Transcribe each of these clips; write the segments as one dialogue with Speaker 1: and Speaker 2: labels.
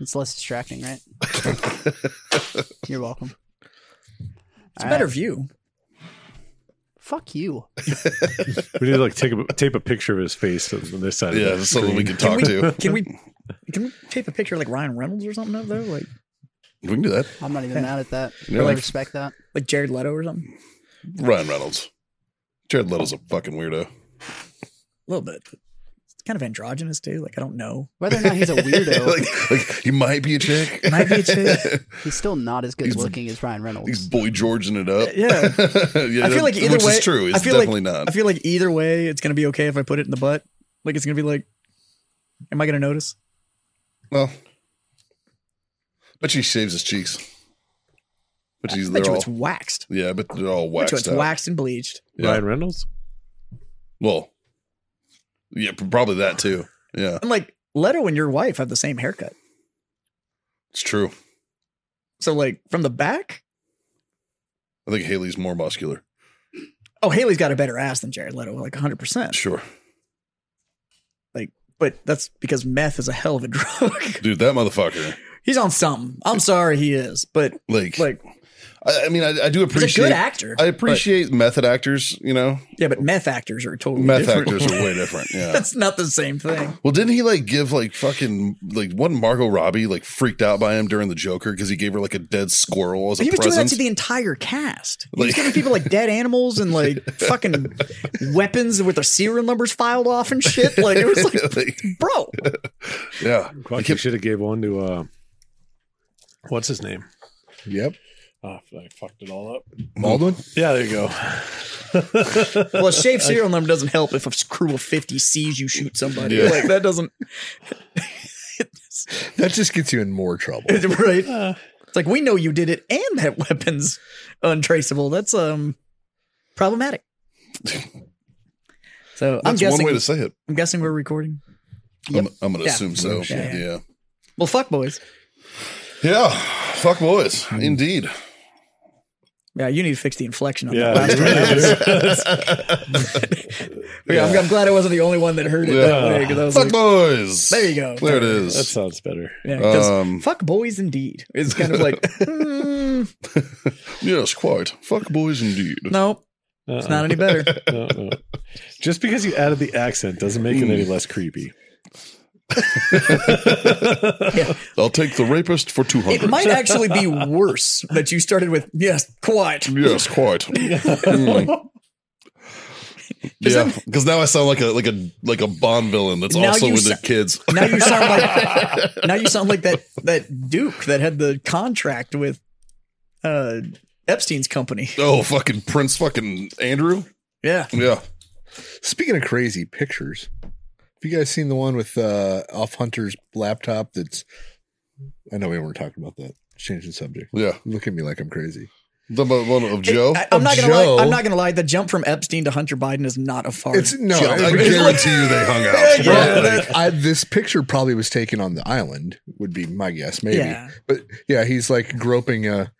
Speaker 1: It's less distracting, right? You're welcome.
Speaker 2: It's a
Speaker 1: Ah.
Speaker 2: better view.
Speaker 1: Fuck you.
Speaker 3: We need to like take a, tape a picture of his face on this side.
Speaker 4: Yeah,
Speaker 3: of the
Speaker 4: just so that we can
Speaker 3: screen.
Speaker 4: talk to.
Speaker 2: Can we can we tape a picture like Ryan Reynolds or something up there? Like
Speaker 4: We can do that.
Speaker 1: I'm not even mad at that.
Speaker 4: You're
Speaker 1: I
Speaker 4: like-
Speaker 1: respect that.
Speaker 2: like Jared Leto or something?
Speaker 4: Ryan Reynolds. Jared Leto's a fucking weirdo.
Speaker 2: A little bit. It's kind of androgynous too. Like I don't know.
Speaker 1: Whether or not he's a weirdo,
Speaker 4: like, like he might be a chick.
Speaker 2: Might be a chick.
Speaker 1: he's still not as good
Speaker 4: He's-
Speaker 1: looking as Ryan
Speaker 4: He's
Speaker 1: Reynolds.
Speaker 4: boy Georging it up.
Speaker 2: Yeah.
Speaker 4: yeah,
Speaker 2: I feel like either
Speaker 4: which
Speaker 2: way
Speaker 4: is true. It's
Speaker 2: I feel
Speaker 4: definitely
Speaker 2: like,
Speaker 4: not.
Speaker 2: I feel like either way, it's gonna be okay if I put it in the butt. Like it's gonna be like, am I gonna notice?
Speaker 4: well, but she shaves his cheeks. But she's
Speaker 2: I
Speaker 4: they're
Speaker 2: bet you
Speaker 4: all
Speaker 2: it's waxed.
Speaker 4: yeah, but they're all
Speaker 2: I bet
Speaker 4: waxed
Speaker 2: you it's
Speaker 4: out.
Speaker 2: waxed and bleached.
Speaker 4: Yeah.
Speaker 3: Ryan Reynolds.
Speaker 4: Well, yeah, p- probably that too. Yeah,
Speaker 2: And like Leto and your wife have the same haircut.
Speaker 4: it's true.
Speaker 2: So like from the back,
Speaker 4: I think Haley's more muscular.
Speaker 2: oh Haley's got a better ass than Jared Leto, like 100. percent
Speaker 4: Sure,
Speaker 2: Like, but that's because meth is a hell of a drug.
Speaker 4: dude, that motherfucker.
Speaker 2: He's on something. I'm sorry he is, but
Speaker 4: Like,
Speaker 2: like
Speaker 4: I, I mean, I, I do appreciate.
Speaker 2: he's a good actor.
Speaker 4: I appreciate method actors. You know,
Speaker 2: but- yeah, but meth actors are totally
Speaker 4: meth
Speaker 2: different.
Speaker 4: actors are way different. Yeah.
Speaker 2: That's not the same thing.
Speaker 4: Well, didn't he like give like fucking like one Margot Robbie like freaked out by him during the Joker because he gave her like a dead squirrel as a
Speaker 2: He was doing that
Speaker 4: present?
Speaker 2: to the entire cast. He
Speaker 4: Like-
Speaker 2: was giving people like dead animals and like fucking weapons with their serial numbers filed off and shit. Like it was like,
Speaker 4: Like,
Speaker 2: bro,
Speaker 4: yeah.
Speaker 3: Fuck,
Speaker 4: He
Speaker 3: you
Speaker 4: kept-
Speaker 3: should have gave one to uh, what's his name?
Speaker 4: yep.
Speaker 3: Oh, I fucked it all up.
Speaker 4: Baldwin.
Speaker 3: Yeah, there you go.
Speaker 2: well, a shaved serial number doesn't help if a crew of fifty sees you shoot somebody.
Speaker 4: Yeah.
Speaker 2: Like that doesn't
Speaker 5: That just gets you in more trouble.
Speaker 2: right. It's like we know you did it, and that weapon's untraceable. That's um problematic. So I'm
Speaker 4: That's
Speaker 2: guessing
Speaker 4: one way to say it.
Speaker 2: I'm guessing we're recording.
Speaker 4: I'm, I'm gonna
Speaker 2: Yeah.
Speaker 4: assume so.
Speaker 2: Yeah, yeah.
Speaker 4: yeah.
Speaker 2: Well, fuck boys.
Speaker 4: Yeah, fuck boys,
Speaker 2: Hmm.
Speaker 4: indeed.
Speaker 2: Yeah, you need to fix the inflection on
Speaker 3: Yeah,
Speaker 2: that. last
Speaker 3: you
Speaker 2: one.
Speaker 3: really do.
Speaker 2: Yeah, I'm, I'm glad I wasn't the only one that heard it that
Speaker 4: Yeah.
Speaker 2: way. 'cause I was
Speaker 4: Fuck
Speaker 2: like,
Speaker 4: boys.
Speaker 2: There you go.
Speaker 4: There it
Speaker 3: that
Speaker 4: is.
Speaker 3: sounds better.
Speaker 2: yeah, 'cause
Speaker 4: Um,
Speaker 2: fuck boys indeed. It's kind of like, mm,
Speaker 4: yes, quite. Fuck boys, indeed.
Speaker 2: no, it's not any better.
Speaker 3: No, no. Uh-uh, Just because you added the accent doesn't make it any less creepy.
Speaker 4: I'll take the rapist for two
Speaker 2: It
Speaker 4: hundred.
Speaker 2: might actually be worse that you started with, yes, quiet.
Speaker 4: Yes, quite. Mm. Yeah, because now I sound like a like a like a Bond villain that's
Speaker 2: Now
Speaker 4: also
Speaker 2: you
Speaker 4: into
Speaker 2: sa-
Speaker 4: kids.
Speaker 2: Now you sound like now you sound like that that Duke that had the contract with uh, Epstein's company.
Speaker 4: Oh, fucking Prince, fucking Andrew.
Speaker 2: Yeah,
Speaker 4: Yeah,
Speaker 5: Speaking of crazy pictures, have you guys seen the one with uh, Off Hunter's laptop? That's I know we weren't talking about that. Changing the subject.
Speaker 4: yeah.
Speaker 5: Look at me like I'm crazy.
Speaker 4: The mo- one of Joe. Oh,
Speaker 2: I, am not gonna
Speaker 5: Joe.
Speaker 2: lie. I'm not gonna lie. The jump from Epstein to Hunter Biden is not a far.
Speaker 5: It's no.
Speaker 4: Yeah, I,
Speaker 5: I-
Speaker 4: guarantee you they hung out.
Speaker 5: Well,
Speaker 4: Like,
Speaker 5: I, this picture probably was taken on the island, would be my guess, maybe.
Speaker 2: Yeah.
Speaker 5: But yeah, he's like groping a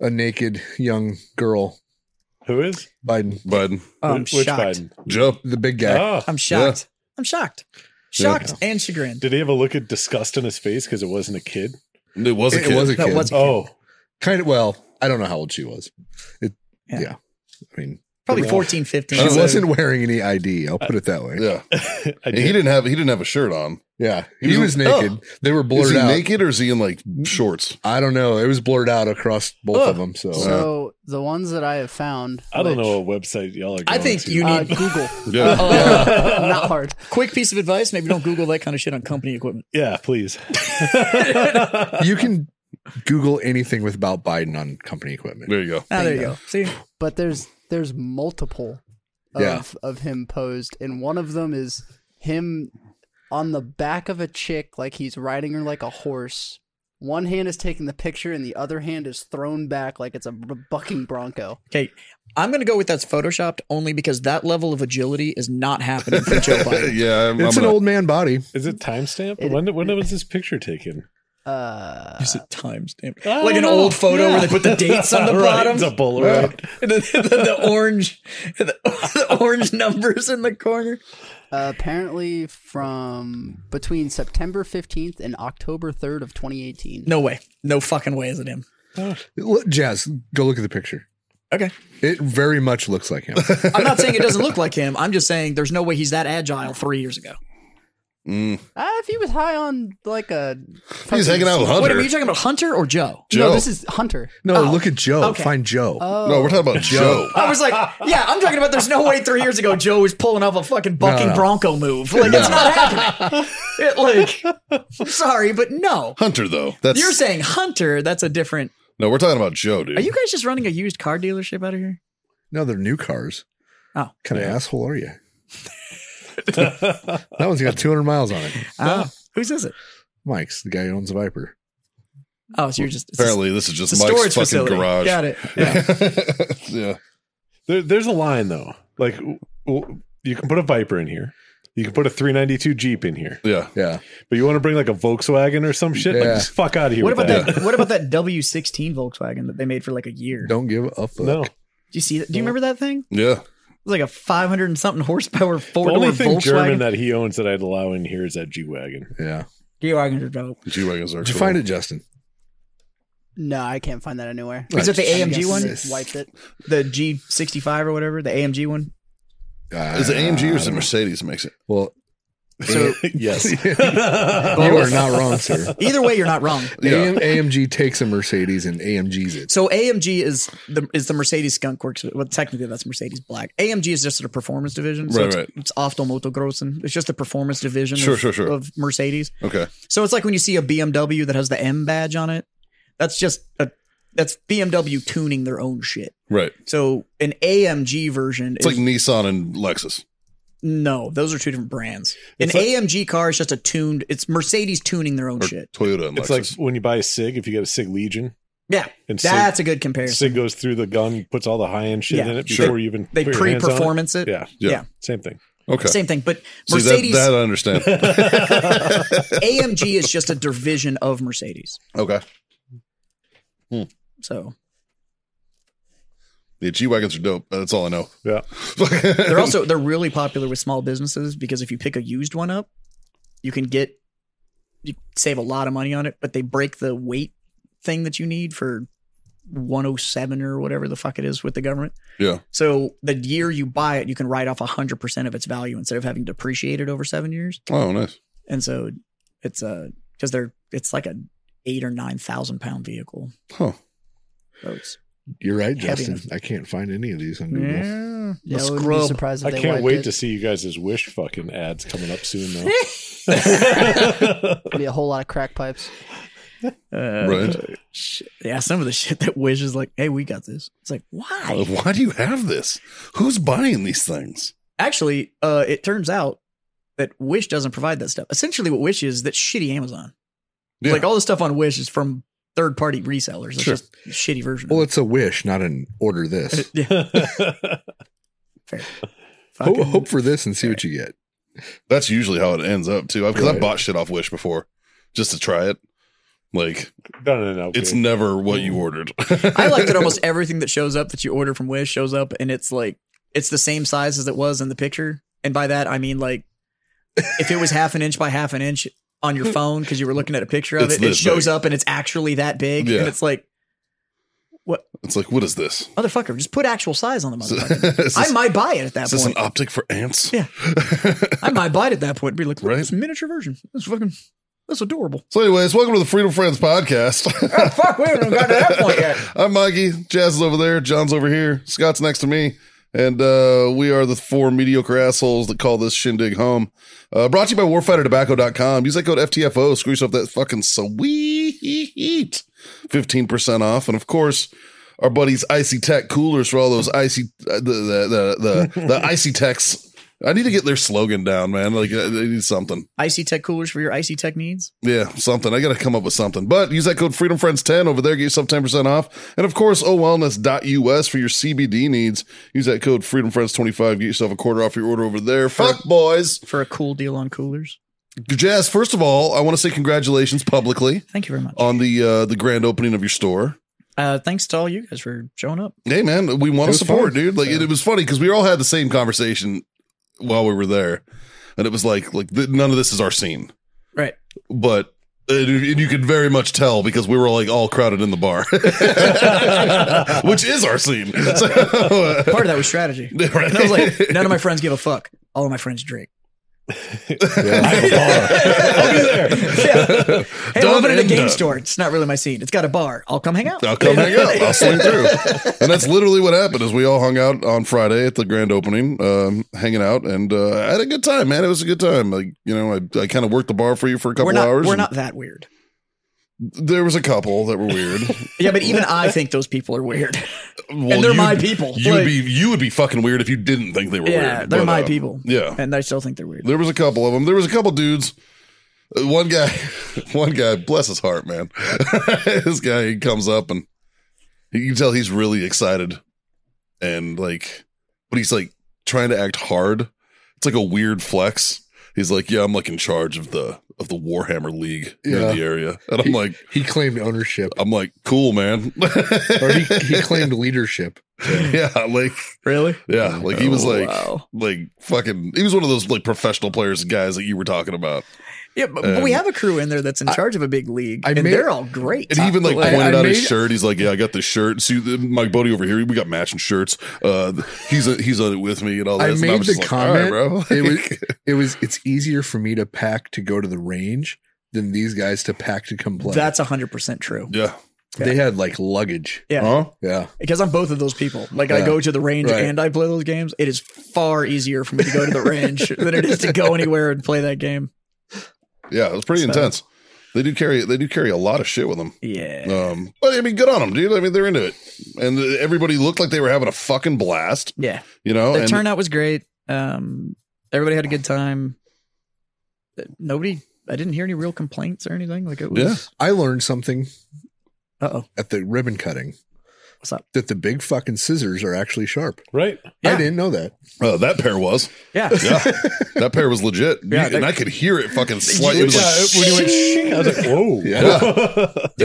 Speaker 5: a naked young girl,
Speaker 3: Who is?
Speaker 5: Biden,
Speaker 4: Biden,
Speaker 2: Oh, I'm
Speaker 3: Which which
Speaker 2: shocked.
Speaker 3: Biden?
Speaker 4: Joe.
Speaker 5: the big guy.
Speaker 3: Oh,
Speaker 2: I'm shocked. I'm shocked. Shocked and chagrined.
Speaker 3: did he have a look of disgust on his face because it wasn't a kid?
Speaker 4: It was a
Speaker 5: It-
Speaker 4: kid.
Speaker 5: it was a
Speaker 2: No,
Speaker 5: kid.
Speaker 2: what's-
Speaker 3: Oh,
Speaker 5: kind of well, I don't know how old she was. It,
Speaker 2: Yeah.
Speaker 5: yeah. I mean,
Speaker 2: Probably 14, 15.
Speaker 5: she
Speaker 4: don't know.
Speaker 5: wasn't wearing any ID. I'll put it that way.
Speaker 4: yeah,
Speaker 3: I
Speaker 4: he
Speaker 3: did.
Speaker 4: didn't have he didn't have a shirt on.
Speaker 5: Yeah,
Speaker 4: He
Speaker 5: he,
Speaker 4: was-
Speaker 5: was, naked. They were
Speaker 4: Is
Speaker 5: blurred
Speaker 4: he
Speaker 5: out.
Speaker 4: naked or is he in like shorts?
Speaker 5: I don't know. It was blurred out across both of them. So,
Speaker 1: So the ones that I have found,
Speaker 3: I don't
Speaker 1: which-
Speaker 3: know what website y'all are. Going
Speaker 2: I think
Speaker 3: to.
Speaker 2: you
Speaker 1: Uh,
Speaker 2: need
Speaker 1: Google,
Speaker 4: Yeah.
Speaker 5: Uh-huh.
Speaker 1: not hard.
Speaker 2: Uh, quick piece of advice. Maybe don't Google that kind of shit on company equipment.
Speaker 3: Yeah, please.
Speaker 5: uh, you can Google anything with about Biden on company equipment.
Speaker 4: there you go.
Speaker 2: Ah, there you go. See,
Speaker 1: But there's there's multiple of
Speaker 5: Yeah.
Speaker 1: of him posed, and one of them is him on the back of a chick, like he's riding her like a horse, One hand is taking the picture and the other hand is thrown back like it's a b- bucking bronco.
Speaker 2: Okay. I'm going to go with that's photoshopped only because that level of agility is not happening for Joe Biden.
Speaker 4: yeah, I'm,
Speaker 5: It's
Speaker 4: I'm
Speaker 5: an
Speaker 4: gonna-
Speaker 5: old man body.
Speaker 3: Is it timestamp?
Speaker 1: It-
Speaker 3: When when was this picture taken?
Speaker 1: Uh,
Speaker 2: Is it timestamped?
Speaker 3: I
Speaker 2: Like an
Speaker 3: don't know.
Speaker 2: old photo where
Speaker 3: Yeah.
Speaker 2: they put the dates on the
Speaker 3: Right,
Speaker 2: bottom.
Speaker 3: It's a Polaroid.
Speaker 2: And then the, the orange, the, the orange numbers in the corner.
Speaker 1: Uh, apparently, from between September 15th and October 3rd of 2018.
Speaker 2: No way. No fucking way is it him.
Speaker 5: Look, Jazz, go look at the picture.
Speaker 2: Okay.
Speaker 5: It very much looks like him.
Speaker 2: I'm not saying it doesn't look like him. I'm just saying there's no way he's that agile three years ago.
Speaker 4: Mm.
Speaker 1: Uh, if he was high on like a.
Speaker 4: He's hanging out with
Speaker 2: Wait,
Speaker 4: Hunter.
Speaker 2: are you talking about Hunter or Joe?
Speaker 4: Joe.
Speaker 1: No, this is Hunter.
Speaker 5: No, look at Joe.
Speaker 2: okay.
Speaker 5: Find Joe.
Speaker 4: no, we're talking about Joe.
Speaker 2: I was like, yeah, I'm talking about there's no way three years ago Joe was pulling off a fucking bucking
Speaker 5: no.
Speaker 2: bronco move. Like, it's not happening. It, like, I'm sorry, but no.
Speaker 4: Hunter though. That's
Speaker 2: You're saying Hunter, that's a different.
Speaker 4: no. We're talking about Joe, dude.
Speaker 2: Are you guys just running a used car dealership out of here?
Speaker 5: no, they're new cars.
Speaker 2: Oh.
Speaker 5: kind of asshole are you? that one's got 200 miles on it.
Speaker 2: Oh. Whose is it?
Speaker 5: Mike's the guy who owns the Viper.
Speaker 2: Oh, so you're just. It's a,
Speaker 4: Apparently, this is
Speaker 2: it's
Speaker 4: just
Speaker 2: a
Speaker 4: Mike's fucking
Speaker 2: storage facility.
Speaker 4: garage.
Speaker 2: Got it. Yeah.
Speaker 4: yeah.
Speaker 3: There, there's a line though. Like w- w- you can put a Viper in here. You can put a 392 Jeep in here,
Speaker 4: Yeah.
Speaker 5: Yeah.
Speaker 3: but you want to bring like a Volkswagen or some shit? Like,
Speaker 5: Yeah.
Speaker 3: just fuck out of here.
Speaker 2: What about
Speaker 3: with that?
Speaker 2: that? What about that W16 Volkswagen that they made for like a year? Do
Speaker 5: Don't give a fuck.
Speaker 3: No.
Speaker 2: you see that? Do you remember that thing? It
Speaker 4: Yeah.
Speaker 2: was like a 500 and something horsepower
Speaker 3: The
Speaker 2: four door
Speaker 3: only thing German
Speaker 2: Volkswagen.
Speaker 3: that he owns that I'd allow in here is that G wagon.
Speaker 5: Yeah.
Speaker 2: G-Wagons are dope.
Speaker 4: G wagons are.
Speaker 5: Did you
Speaker 4: cool.
Speaker 5: find it, Justin?
Speaker 1: No, I can't find that anywhere.
Speaker 2: Is it the
Speaker 1: I'm
Speaker 2: AMG
Speaker 1: guessing
Speaker 2: one?
Speaker 1: they Wiped it.
Speaker 2: The G65 or whatever, the AMG one.
Speaker 5: Uh,
Speaker 4: Is it AMG or is it Mercedes makes it?
Speaker 5: Well,
Speaker 3: yes.
Speaker 5: you are not wrong, sir.
Speaker 2: Either way, you're not wrong.
Speaker 5: AM, AMG takes a Mercedes and AMG's it.
Speaker 2: So AMG is the is the Mercedes Skunk Works. Well, technically that's Mercedes Black. AMG is just a performance division. So
Speaker 4: Right,
Speaker 2: it's,
Speaker 4: right.
Speaker 2: It's Auto Motocrossen. It's just a performance division.
Speaker 4: Sure,
Speaker 2: of,
Speaker 4: sure, sure.
Speaker 2: Of Mercedes.
Speaker 4: Okay.
Speaker 2: So it's like when you see a BMW that has the M badge on it. That's just a that's BMW tuning their own shit.
Speaker 4: Right.
Speaker 2: So an AMG version
Speaker 4: It's
Speaker 2: is
Speaker 4: like Nissan and Lexus.
Speaker 2: no, those are two different brands. An
Speaker 3: It's like-
Speaker 2: AMG car is just a tuned. It's Mercedes tuning their own
Speaker 4: Or
Speaker 2: shit.
Speaker 4: Toyota and
Speaker 3: It's like
Speaker 4: Lexus.
Speaker 3: when you buy a Sig, if you get a Sig Legion,
Speaker 2: Yeah,
Speaker 3: And so-
Speaker 2: that's a good comparison.
Speaker 3: Sig goes through the gun, puts all the high end shit
Speaker 2: Yeah.
Speaker 3: in it
Speaker 4: Sure.
Speaker 3: before you even
Speaker 2: They
Speaker 3: put your hands on it.
Speaker 2: pre-performance it.
Speaker 3: Yeah,
Speaker 4: Yeah.
Speaker 2: yeah.
Speaker 3: same thing.
Speaker 4: okay.
Speaker 2: Same thing, but
Speaker 4: See, that-
Speaker 2: Mercedes
Speaker 4: that, I understand.
Speaker 2: AMG is just a division of Mercedes.
Speaker 4: okay.
Speaker 2: So
Speaker 4: The G wagons are dope. That's all I know.
Speaker 3: Yeah,
Speaker 2: they're also they're really popular with small businesses because if you pick a used one up, you can get you save a lot of money on it, but they break the weight thing that you need for 107 or whatever the fuck it is with the government.
Speaker 4: Yeah.
Speaker 2: So the year you buy it, you can write off 100% of its value instead of having depreciated over 7 years.
Speaker 4: Oh, nice.
Speaker 2: And so it's a cuz they're it's like a 8 or 9,000 pound vehicle.
Speaker 4: Huh.
Speaker 2: So it's
Speaker 5: You're right,
Speaker 2: Heavy
Speaker 5: Justin.
Speaker 2: enough.
Speaker 5: I can't find any of these on Google.
Speaker 2: yeah.
Speaker 1: Yeah, I wouldn't be
Speaker 2: scrub.
Speaker 1: surprised
Speaker 3: I
Speaker 1: if they
Speaker 3: can't
Speaker 1: wiped
Speaker 3: wait
Speaker 1: it.
Speaker 3: to see you guys' wish fucking ads coming up soon though.
Speaker 1: It'd be a whole lot of crack pipes.
Speaker 2: Uh,
Speaker 4: Right.
Speaker 2: sh- yeah, some of the shit that Wish is like, hey, we got this. It's like, why?
Speaker 4: Uh, Why do you have this? Who's buying these things?
Speaker 2: Actually, uh, it turns out that Wish doesn't provide that stuff. Essentially, what Wish is that shitty Amazon. It's
Speaker 4: Yeah.
Speaker 2: Like all the stuff on Wish is from third party resellers. It's
Speaker 4: Sure.
Speaker 2: just a shitty version.
Speaker 5: Well,
Speaker 2: of
Speaker 5: it's a wish, not an order this.
Speaker 2: it. yeah, fair.
Speaker 5: Ho-
Speaker 2: Fucking-
Speaker 5: hope for this and see what you get.
Speaker 4: That's usually how it ends up too. Because I
Speaker 5: Right.
Speaker 4: bought shit off Wish before just to try it. Like
Speaker 3: no, no, no.
Speaker 4: it's
Speaker 3: dude.
Speaker 4: never what you ordered.
Speaker 2: Mm. I like that almost everything that shows up that you order from Wish shows up and it's like it's the same size as it was in the picture. And by that I mean like if it was half an inch by half an inch on your phone because you were looking at a picture of
Speaker 4: It's
Speaker 2: it, it
Speaker 4: this
Speaker 2: shows
Speaker 4: big.
Speaker 2: up and it's actually that big.
Speaker 4: Yeah.
Speaker 2: And it's like,
Speaker 4: It's like, what is this?
Speaker 2: motherfucker, just put actual size on the
Speaker 4: Is
Speaker 2: motherfucker.
Speaker 4: this,
Speaker 2: I might buy it at that
Speaker 4: is this an
Speaker 2: point.
Speaker 4: optic for ants?
Speaker 2: Yeah. I might buy it at that point and be like, look,
Speaker 4: Right?
Speaker 2: it's a miniature version. That's fucking that's adorable.
Speaker 4: So, anyways, welcome to the Freedom Friends podcast.
Speaker 2: Fuck, we haven't even got to that point yet.
Speaker 4: I'm Mikey. Jazz is over there. John's over here. Scott's next to me. And uh, we are the four mediocre assholes that call this shindig home. Uh, brought to you by warfightertobacco.com. Use that code FTFO. Screw yourself that fucking sweet 15% off. And of course, our buddies Icy Tech coolers for all those icy, uh, the, the, the, the, the Icy Techs I need to get their slogan down, man. Like uh, they need something.
Speaker 2: Icy Tech coolers for your Icy Tech needs.
Speaker 4: Yeah, something. I got to come up with something. But use that code FreedomFriends10 over there. Get yourself 10% off. And of course, owellness.us for your CBD needs. Use that code FreedomFriends25. Get yourself a quarter off your order over there. Fuck, boys.
Speaker 2: for a cool deal on coolers.
Speaker 4: Jazz, first of all, I want to say congratulations publicly
Speaker 2: Thank you very much.
Speaker 4: on the uh, the grand opening of your store.
Speaker 2: Uh, thanks to all you guys for showing up.
Speaker 4: Hey, man, we want to
Speaker 5: It was
Speaker 4: support,
Speaker 5: fun.
Speaker 4: dude. Like, it, it was funny because we all had the same conversation while we were there. And it was like, like th- none of this is our scene.
Speaker 2: Right.
Speaker 4: But and you and you could very much tell because we were like all crowded in the bar, which is our scene. So,
Speaker 2: Part of that was strategy.
Speaker 4: Right.
Speaker 2: And I was like, none of my friends give a fuck. All of my friends drink. Yeah. Hey,
Speaker 4: Done
Speaker 2: I'm opening a
Speaker 4: and
Speaker 2: game
Speaker 4: done.
Speaker 2: store. It's not really my scene. It's got a bar. I'll come hang out.
Speaker 4: I'll come hang out. I'll swing through. And that's literally what happened is we all hung out on Friday at the grand opening, um, hanging out and uh, I had a good time, man. It was a good time. Like, you know, I, I kind of worked the bar for you for a couple
Speaker 2: We're not.
Speaker 4: hours.
Speaker 2: We're
Speaker 4: and
Speaker 2: not that weird.
Speaker 4: There was a couple that were weird.
Speaker 2: Yeah, but even I think those people are weird.
Speaker 4: Well,
Speaker 2: they're
Speaker 4: you'd-
Speaker 2: my people.
Speaker 4: You would
Speaker 2: Like-
Speaker 4: be you would be fucking weird if you didn't think they were
Speaker 2: yeah,
Speaker 4: weird.
Speaker 2: they're
Speaker 4: but,
Speaker 2: my
Speaker 4: uh,
Speaker 2: people.
Speaker 4: Yeah.
Speaker 2: and I still think they're weird.
Speaker 4: There was a couple of them. There was a couple dudes. Uh, One guy, one guy, bless his heart, man. this guy he comes up and you can tell he's really excited and like, but he's like trying to act hard. It's like a weird flex. He's like, yeah, I'm like in charge of the of the Warhammer League here
Speaker 5: Yeah.
Speaker 4: in the area, and I'm like,
Speaker 5: He claimed ownership,
Speaker 4: I'm like, cool, man.
Speaker 5: or he, he claimed leadership.
Speaker 4: yeah, like,
Speaker 2: Really?
Speaker 4: yeah, like he was
Speaker 2: Oh,
Speaker 4: like,
Speaker 2: wow.
Speaker 4: like fucking, he was one of those like professional players guys that you were talking about.
Speaker 2: Yeah, but, but we
Speaker 4: Um,
Speaker 2: have a crew in there that's in charge of a big league,
Speaker 5: I
Speaker 2: and
Speaker 5: made-
Speaker 2: they're all great.
Speaker 4: And he even like
Speaker 5: I-
Speaker 4: pointed
Speaker 5: I
Speaker 4: out his
Speaker 5: made-
Speaker 4: shirt. He's like, "Yeah, I got this shirt." See, the, my buddy over here, we got matching shirts. Uh, he's a, he's on it with me and all that.
Speaker 5: I
Speaker 4: And
Speaker 5: made
Speaker 4: was
Speaker 5: the
Speaker 4: just like, "All right,
Speaker 5: comment. it was
Speaker 4: Like,
Speaker 5: it was it's easier for me to pack to go to the range than these guys to pack to come play.
Speaker 2: That's hundred percent true.
Speaker 4: yeah,
Speaker 5: they had like luggage.
Speaker 2: Yeah.
Speaker 4: huh?
Speaker 5: Yeah.
Speaker 2: Because I'm both of those people. Like I
Speaker 5: Yeah.
Speaker 2: go to the range
Speaker 5: Right.
Speaker 2: and I play those games. It is far easier for me to go to the range than it is to go anywhere and play that game.
Speaker 4: Yeah, it was pretty
Speaker 2: So-
Speaker 4: intense. They do carry they do carry a lot of shit with them.
Speaker 2: Yeah.
Speaker 4: Um, but I mean, good on them, dude. I mean, they're into it, and uh, everybody looked like they were having a fucking blast.
Speaker 2: Yeah.
Speaker 4: You know,
Speaker 2: The
Speaker 4: oh, and
Speaker 2: turnout was great. Um everybody had a good time. Uh, Nobody I didn't hear any real complaints or anything. Like it was
Speaker 5: I learned something
Speaker 2: uh oh.
Speaker 5: at the ribbon cutting
Speaker 2: What's up?
Speaker 5: that the big fucking scissors are actually sharp.
Speaker 3: right?
Speaker 2: Yeah.
Speaker 5: I didn't know that.
Speaker 4: uh, that pair was
Speaker 2: Yeah.
Speaker 4: yeah, that pair was legit.
Speaker 2: Yeah,
Speaker 4: and
Speaker 2: they-
Speaker 4: I could hear it fucking slightly. It was
Speaker 3: Yeah,
Speaker 4: like,
Speaker 3: when you went, "Shing," I was like, whoa.
Speaker 2: They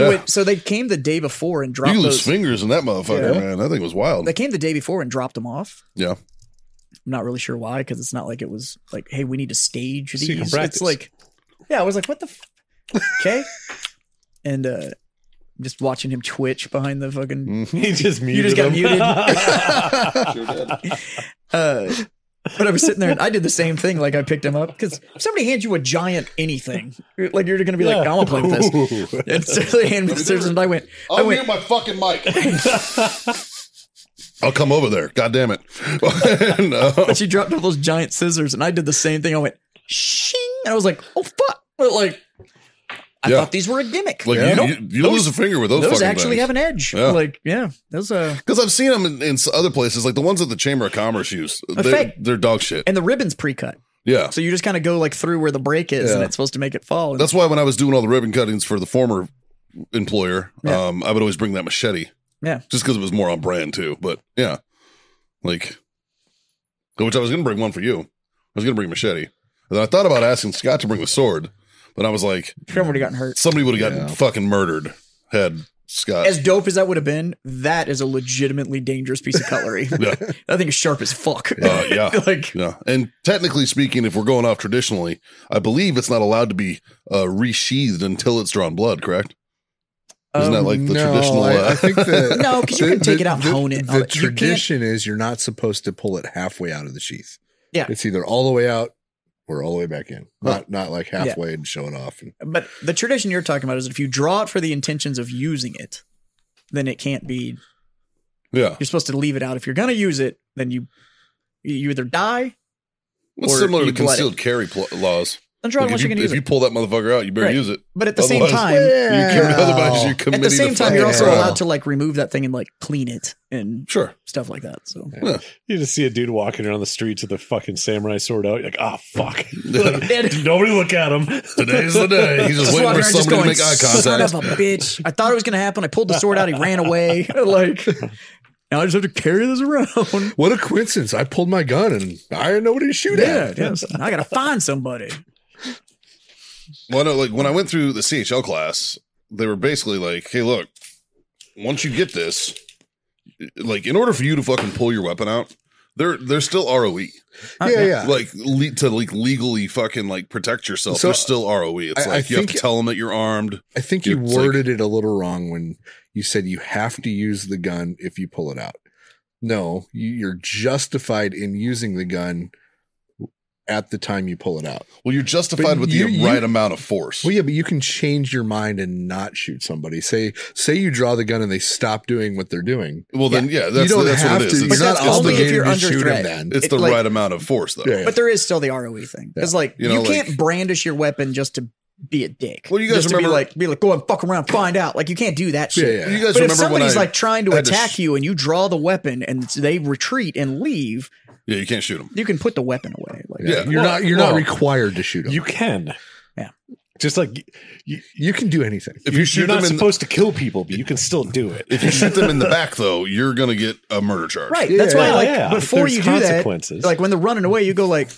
Speaker 4: yeah.
Speaker 2: went- so they came the day before and dropped
Speaker 4: you lose
Speaker 2: those
Speaker 4: fingers in that motherfucker, man. That thing was wild.
Speaker 2: they came the day before and dropped them off.
Speaker 4: yeah.
Speaker 2: I'm not really sure why, because it's not like it was like, hey, we need to stage
Speaker 3: So you can
Speaker 2: these.
Speaker 3: practice.
Speaker 2: it's like, yeah, I was like, what the, f-? okay, and uh just watching him twitch behind the fucking.
Speaker 3: He just muted.
Speaker 2: just got
Speaker 3: him.
Speaker 2: muted. Uh, but I was sitting there and I did the same thing. Like I picked him up because somebody hands you a giant anything, you're- like you're gonna be like, I want to play with this.
Speaker 3: Ooh.
Speaker 2: And so they handed me the scissors and I went, I
Speaker 4: I'll
Speaker 2: went,
Speaker 4: my fucking mic. I'll come over there. uh, God damn it. no.
Speaker 2: but she dropped all those giant scissors and I did the same thing. I went, shing, and I was like, oh fuck, but like. I
Speaker 4: Yeah.
Speaker 2: thought these were a gimmick.
Speaker 4: Like
Speaker 2: Nope.
Speaker 4: you, you, you lose a finger with those.
Speaker 2: those
Speaker 4: fucking
Speaker 2: actually have an edge.
Speaker 4: Yeah.
Speaker 2: Like, yeah, those. Uh,
Speaker 4: because I've seen them in, in s- other places, like the ones at the Chamber of Commerce use. They're,
Speaker 2: fake.
Speaker 4: they're dog shit.
Speaker 2: and the ribbon's pre-cut,
Speaker 4: Yeah,
Speaker 2: so you just kind of go like through where the break is, and it's supposed to make it fall. And
Speaker 4: that's why when I was doing all the ribbon cuttings for the former employer,
Speaker 2: Yeah.
Speaker 4: um, I would always bring that machete.
Speaker 2: Yeah.
Speaker 4: just because it was more on brand too. But yeah, like, which I was gonna bring one for you. I was gonna bring a machete, and then I thought about asking Scott to bring the sword, but I was like,
Speaker 2: Trevor would have gotten hurt.
Speaker 4: somebody would have gotten
Speaker 5: Yeah.
Speaker 4: fucking murdered had Scott.
Speaker 2: As dope as that would have been, that is a legitimately dangerous piece of cutlery.
Speaker 4: yeah,
Speaker 2: that thing is sharp as fuck.
Speaker 4: Uh, yeah.
Speaker 2: like,
Speaker 4: yeah. And technically speaking, if we're going off traditionally, I believe it's not allowed to be uh, resheathed until it's drawn blood. Correct? Isn't that
Speaker 2: um,
Speaker 4: like the
Speaker 5: No,
Speaker 4: traditional?
Speaker 5: I-
Speaker 4: uh,
Speaker 5: I think that-
Speaker 2: no, because you
Speaker 5: The-
Speaker 2: can take
Speaker 5: the-
Speaker 2: it out, and
Speaker 5: the-
Speaker 2: hone it.
Speaker 5: The
Speaker 2: all that. You can't-
Speaker 5: tradition is you're not supposed to pull it halfway out of the sheath.
Speaker 2: Yeah.
Speaker 5: It's either all the way out or all the way back in. Not not like
Speaker 2: Yeah.
Speaker 5: halfway and show it off. And,
Speaker 2: but the tradition you're talking about is if you draw it for the intentions of using it, then it can't be.
Speaker 4: yeah,
Speaker 2: You're supposed to leave it out. If you're gonna use it, then you you either die
Speaker 4: it's
Speaker 2: or
Speaker 4: similar to
Speaker 2: you blood it.
Speaker 4: concealed carry pl- laws.
Speaker 2: Uncharted
Speaker 4: Like,
Speaker 2: once
Speaker 4: if,
Speaker 2: you're
Speaker 4: you,
Speaker 2: gonna use
Speaker 4: if you
Speaker 2: it.
Speaker 4: pull that motherfucker out, you better
Speaker 2: Right.
Speaker 4: use it.
Speaker 2: But at the same
Speaker 4: Otherwise-
Speaker 2: time,
Speaker 4: You can, otherwise,
Speaker 5: Yeah.
Speaker 4: you're
Speaker 2: at
Speaker 4: committing
Speaker 2: the same time, you're also
Speaker 5: crime.
Speaker 2: allowed to like remove that thing and like clean it and
Speaker 4: Sure.
Speaker 2: stuff like that. So
Speaker 3: You just see a dude walking around the streets with a fucking samurai sword out. You're like, ah, fuck. Nobody look at him.
Speaker 4: Today's the day. He's just
Speaker 2: Just
Speaker 4: waiting
Speaker 2: walking
Speaker 4: for
Speaker 2: around, just
Speaker 4: somebody to
Speaker 2: going,
Speaker 4: make eye
Speaker 2: Son
Speaker 4: contact.
Speaker 2: of a bitch! I thought it was gonna happen. I pulled the sword out. He ran away. like now I just have to carry this around.
Speaker 5: What a coincidence! I pulled my gun and I had nobody to shoot
Speaker 2: Yeah,
Speaker 5: at.
Speaker 2: yes. I gotta find somebody.
Speaker 4: Well, no, like when I went through the CHL class, they were basically like, "Hey, look, once you get this, like, in order for you to fucking pull your weapon out, there, there's still ROE,
Speaker 5: Yeah, yeah.
Speaker 4: like, le- to like legally fucking like protect yourself.
Speaker 5: So,
Speaker 4: there's still ROE. It's
Speaker 5: I- I
Speaker 4: like you have to
Speaker 5: think-
Speaker 4: tell them that you're armed.
Speaker 5: I think you
Speaker 4: It's like-
Speaker 5: worded it a little wrong when you said you have to use the gun if you pull it out. No, you- you're justified in using the gun at the time you pull it out.
Speaker 4: Well, you're justified with
Speaker 5: you-
Speaker 4: the
Speaker 5: you-
Speaker 4: right amount of force.
Speaker 5: Well, yeah, but you can change your mind and not shoot somebody. Say, say you draw the gun and they stop doing what they're doing.
Speaker 4: Well, then, yeah, that's,
Speaker 5: you don't
Speaker 4: that's
Speaker 5: have
Speaker 4: what it
Speaker 5: to.
Speaker 4: is.
Speaker 5: You're
Speaker 4: It's,
Speaker 2: But
Speaker 5: not
Speaker 2: that's only if
Speaker 5: obligated
Speaker 2: you're
Speaker 5: to
Speaker 2: under
Speaker 5: shoot
Speaker 2: threat.
Speaker 5: him then.
Speaker 4: it's
Speaker 2: it,
Speaker 4: the
Speaker 2: like-
Speaker 4: right amount of force, though.
Speaker 5: Yeah, yeah.
Speaker 2: But there is still the ROE thing. It's like
Speaker 4: You
Speaker 2: you,
Speaker 4: know,
Speaker 2: can't
Speaker 4: like-
Speaker 2: brandish your weapon just to be a dick.
Speaker 4: Well, you guys
Speaker 2: Just to be
Speaker 4: remember-
Speaker 2: like be like go and fuck around, find out. Like you can't do that
Speaker 5: Yeah,
Speaker 2: shit.
Speaker 5: yeah.
Speaker 4: You guys
Speaker 2: But if
Speaker 4: remember when I
Speaker 2: somebody's like trying to
Speaker 4: had to
Speaker 2: attack
Speaker 4: sh-
Speaker 2: you and you draw the weapon and they retreat and leave,
Speaker 4: yeah, you can't shoot them.
Speaker 2: you can put the weapon away. Like,
Speaker 4: Yeah.
Speaker 5: You're
Speaker 3: Well,
Speaker 5: not you're not
Speaker 3: well,
Speaker 5: required to shoot him.
Speaker 3: You
Speaker 5: You,
Speaker 3: can.
Speaker 2: Yeah.
Speaker 3: Just like you,
Speaker 5: can do anything.
Speaker 4: If
Speaker 3: you
Speaker 4: you shoot
Speaker 3: are not
Speaker 4: them in, the-
Speaker 3: supposed to kill people, but you can still do it.
Speaker 4: if you shoot them in the back, though, you're gonna get a murder charge.
Speaker 2: Right. That's why
Speaker 3: Yeah,
Speaker 2: like
Speaker 3: yeah.
Speaker 2: before
Speaker 3: There's
Speaker 2: you do that,
Speaker 3: consequences.
Speaker 2: like when they're running away, you go like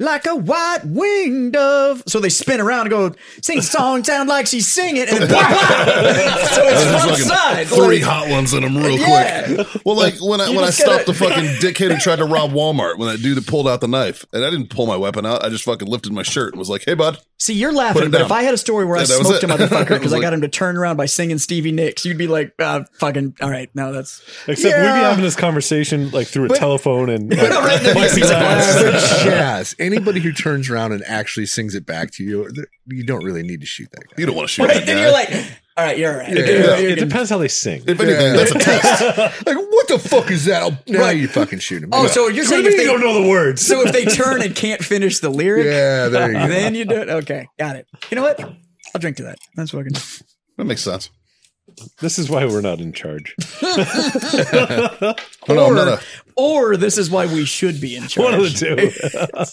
Speaker 2: like a white winged dove. So they spin around and go, sing song, sound like she's singing, and so it's one
Speaker 4: Fucking
Speaker 2: side.
Speaker 4: Three
Speaker 2: Like,
Speaker 4: hot ones in them real
Speaker 2: Yeah.
Speaker 4: quick. Well, like when I
Speaker 2: You
Speaker 4: when I
Speaker 2: just gotta-
Speaker 4: stopped the fucking dickhead who tried to rob Walmart when that dude that pulled out the knife and I didn't pull my weapon out. I just fucking lifted my shirt and was like, "Hey, bud."
Speaker 2: See, you're
Speaker 4: Put it
Speaker 2: laughing, but
Speaker 4: down.
Speaker 2: if I had a story where
Speaker 4: Yeah,
Speaker 2: I
Speaker 4: that was
Speaker 2: smoked a
Speaker 4: it.
Speaker 2: motherfucker
Speaker 4: It was
Speaker 2: because I
Speaker 4: like-
Speaker 2: got him to turn around by singing Stevie Nicks, you'd be like, ah, fucking, all right, no, that's.
Speaker 3: Except we'd be
Speaker 5: Yeah.
Speaker 3: having this conversation like through a telephone and like,
Speaker 2: right in the
Speaker 3: might be
Speaker 2: music
Speaker 3: loud.
Speaker 2: box.
Speaker 5: Average jazz. Anybody who turns around and actually sings it back to you, you don't really need to shoot that guy.
Speaker 4: You don't want to shoot
Speaker 2: Right?
Speaker 4: that
Speaker 2: Then
Speaker 4: guy.
Speaker 2: you're like, all right, you're all right. Okay,
Speaker 3: Yeah,
Speaker 2: you
Speaker 3: It
Speaker 2: can-
Speaker 3: depends how they sing.
Speaker 4: if anything,
Speaker 5: Yeah.
Speaker 4: that's a test.
Speaker 5: Like, what the fuck is that? Oh, now you fucking shoot him.
Speaker 2: Oh,
Speaker 5: yeah.
Speaker 2: so you're saying
Speaker 3: you
Speaker 2: if
Speaker 3: don't
Speaker 2: they,
Speaker 3: know the words.
Speaker 2: so if they turn and can't finish the lyric,
Speaker 5: yeah, there you go.
Speaker 2: then you do it. Okay, got it. You know what? I'll drink to that. That's fucking.
Speaker 4: That makes sense.
Speaker 3: this is why we're not in charge.
Speaker 4: No, no, Oh, I'm not a.
Speaker 2: Or this is why we should be in charge.
Speaker 3: One of the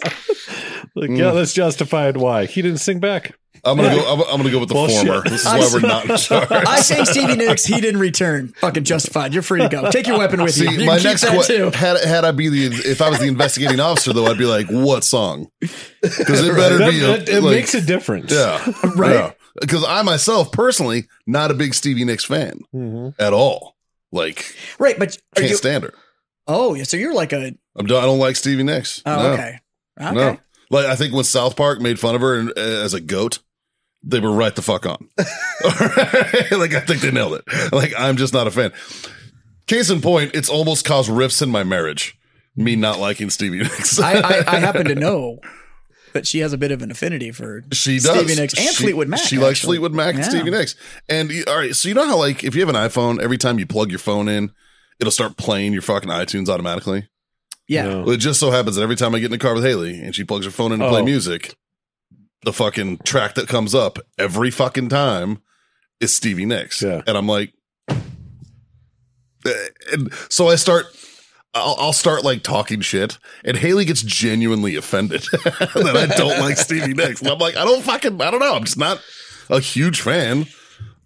Speaker 3: two. like, yeah, let's justify it. Why he didn't sing back?
Speaker 4: I'm gonna go. I'm, I'm gonna go with the
Speaker 3: Well, shit.
Speaker 4: former. This is why we're not in charge.
Speaker 2: I say Stevie Nicks, he didn't return. Fucking justified. You're free to go. Take your weapon with you. You
Speaker 4: See,
Speaker 2: can
Speaker 4: my
Speaker 2: keep
Speaker 4: next
Speaker 2: that
Speaker 4: question
Speaker 2: too.
Speaker 4: had had I be the if I was the investigating officer though, I'd be like, "What song?" Because it better
Speaker 3: That,
Speaker 4: be. A,
Speaker 3: that- it
Speaker 4: like-
Speaker 3: makes a difference.
Speaker 4: Yeah. right. Because I myself personally not a big Stevie Nicks fan at all. Like
Speaker 2: Right, but Mm-hmm. are
Speaker 4: can't
Speaker 2: you,
Speaker 4: stand her.
Speaker 2: oh, yeah, so you're like a
Speaker 4: I'm done. I don't like Stevie Nicks.
Speaker 2: oh,
Speaker 4: no.
Speaker 2: okay, okay.
Speaker 4: No. Like I think when South Park made fun of her and, uh, as a goat, they were right the fuck on. like I think they nailed it. Like I'm just not a fan. Case in point, it's almost caused rifts in my marriage. Me not liking Stevie Nicks.
Speaker 2: I, I, I happen to know that she has a bit of an affinity for
Speaker 4: She does.
Speaker 2: Stevie Nicks and
Speaker 4: She-
Speaker 2: Fleetwood Mac.
Speaker 4: She likes
Speaker 2: actually.
Speaker 4: Fleetwood Mac and
Speaker 2: Yeah.
Speaker 4: Stevie Nicks. And you- all right, so you know how like if you have an iPhone, every time you plug your phone in, it'll start playing your fucking iTunes automatically.
Speaker 2: Yeah,
Speaker 3: No.
Speaker 4: Well, it just so happens that every time I get in the car with Haley and she plugs her phone in to play
Speaker 3: Oh.
Speaker 4: music, the fucking track that comes up every fucking time is Stevie Nicks.
Speaker 3: Yeah.
Speaker 4: And I'm like, eh, and so I start. I'll, I'll start like talking shit, and Haley gets genuinely offended that I don't like Stevie Nicks. And I'm like, I don't fucking, I don't know. I'm just not a huge fan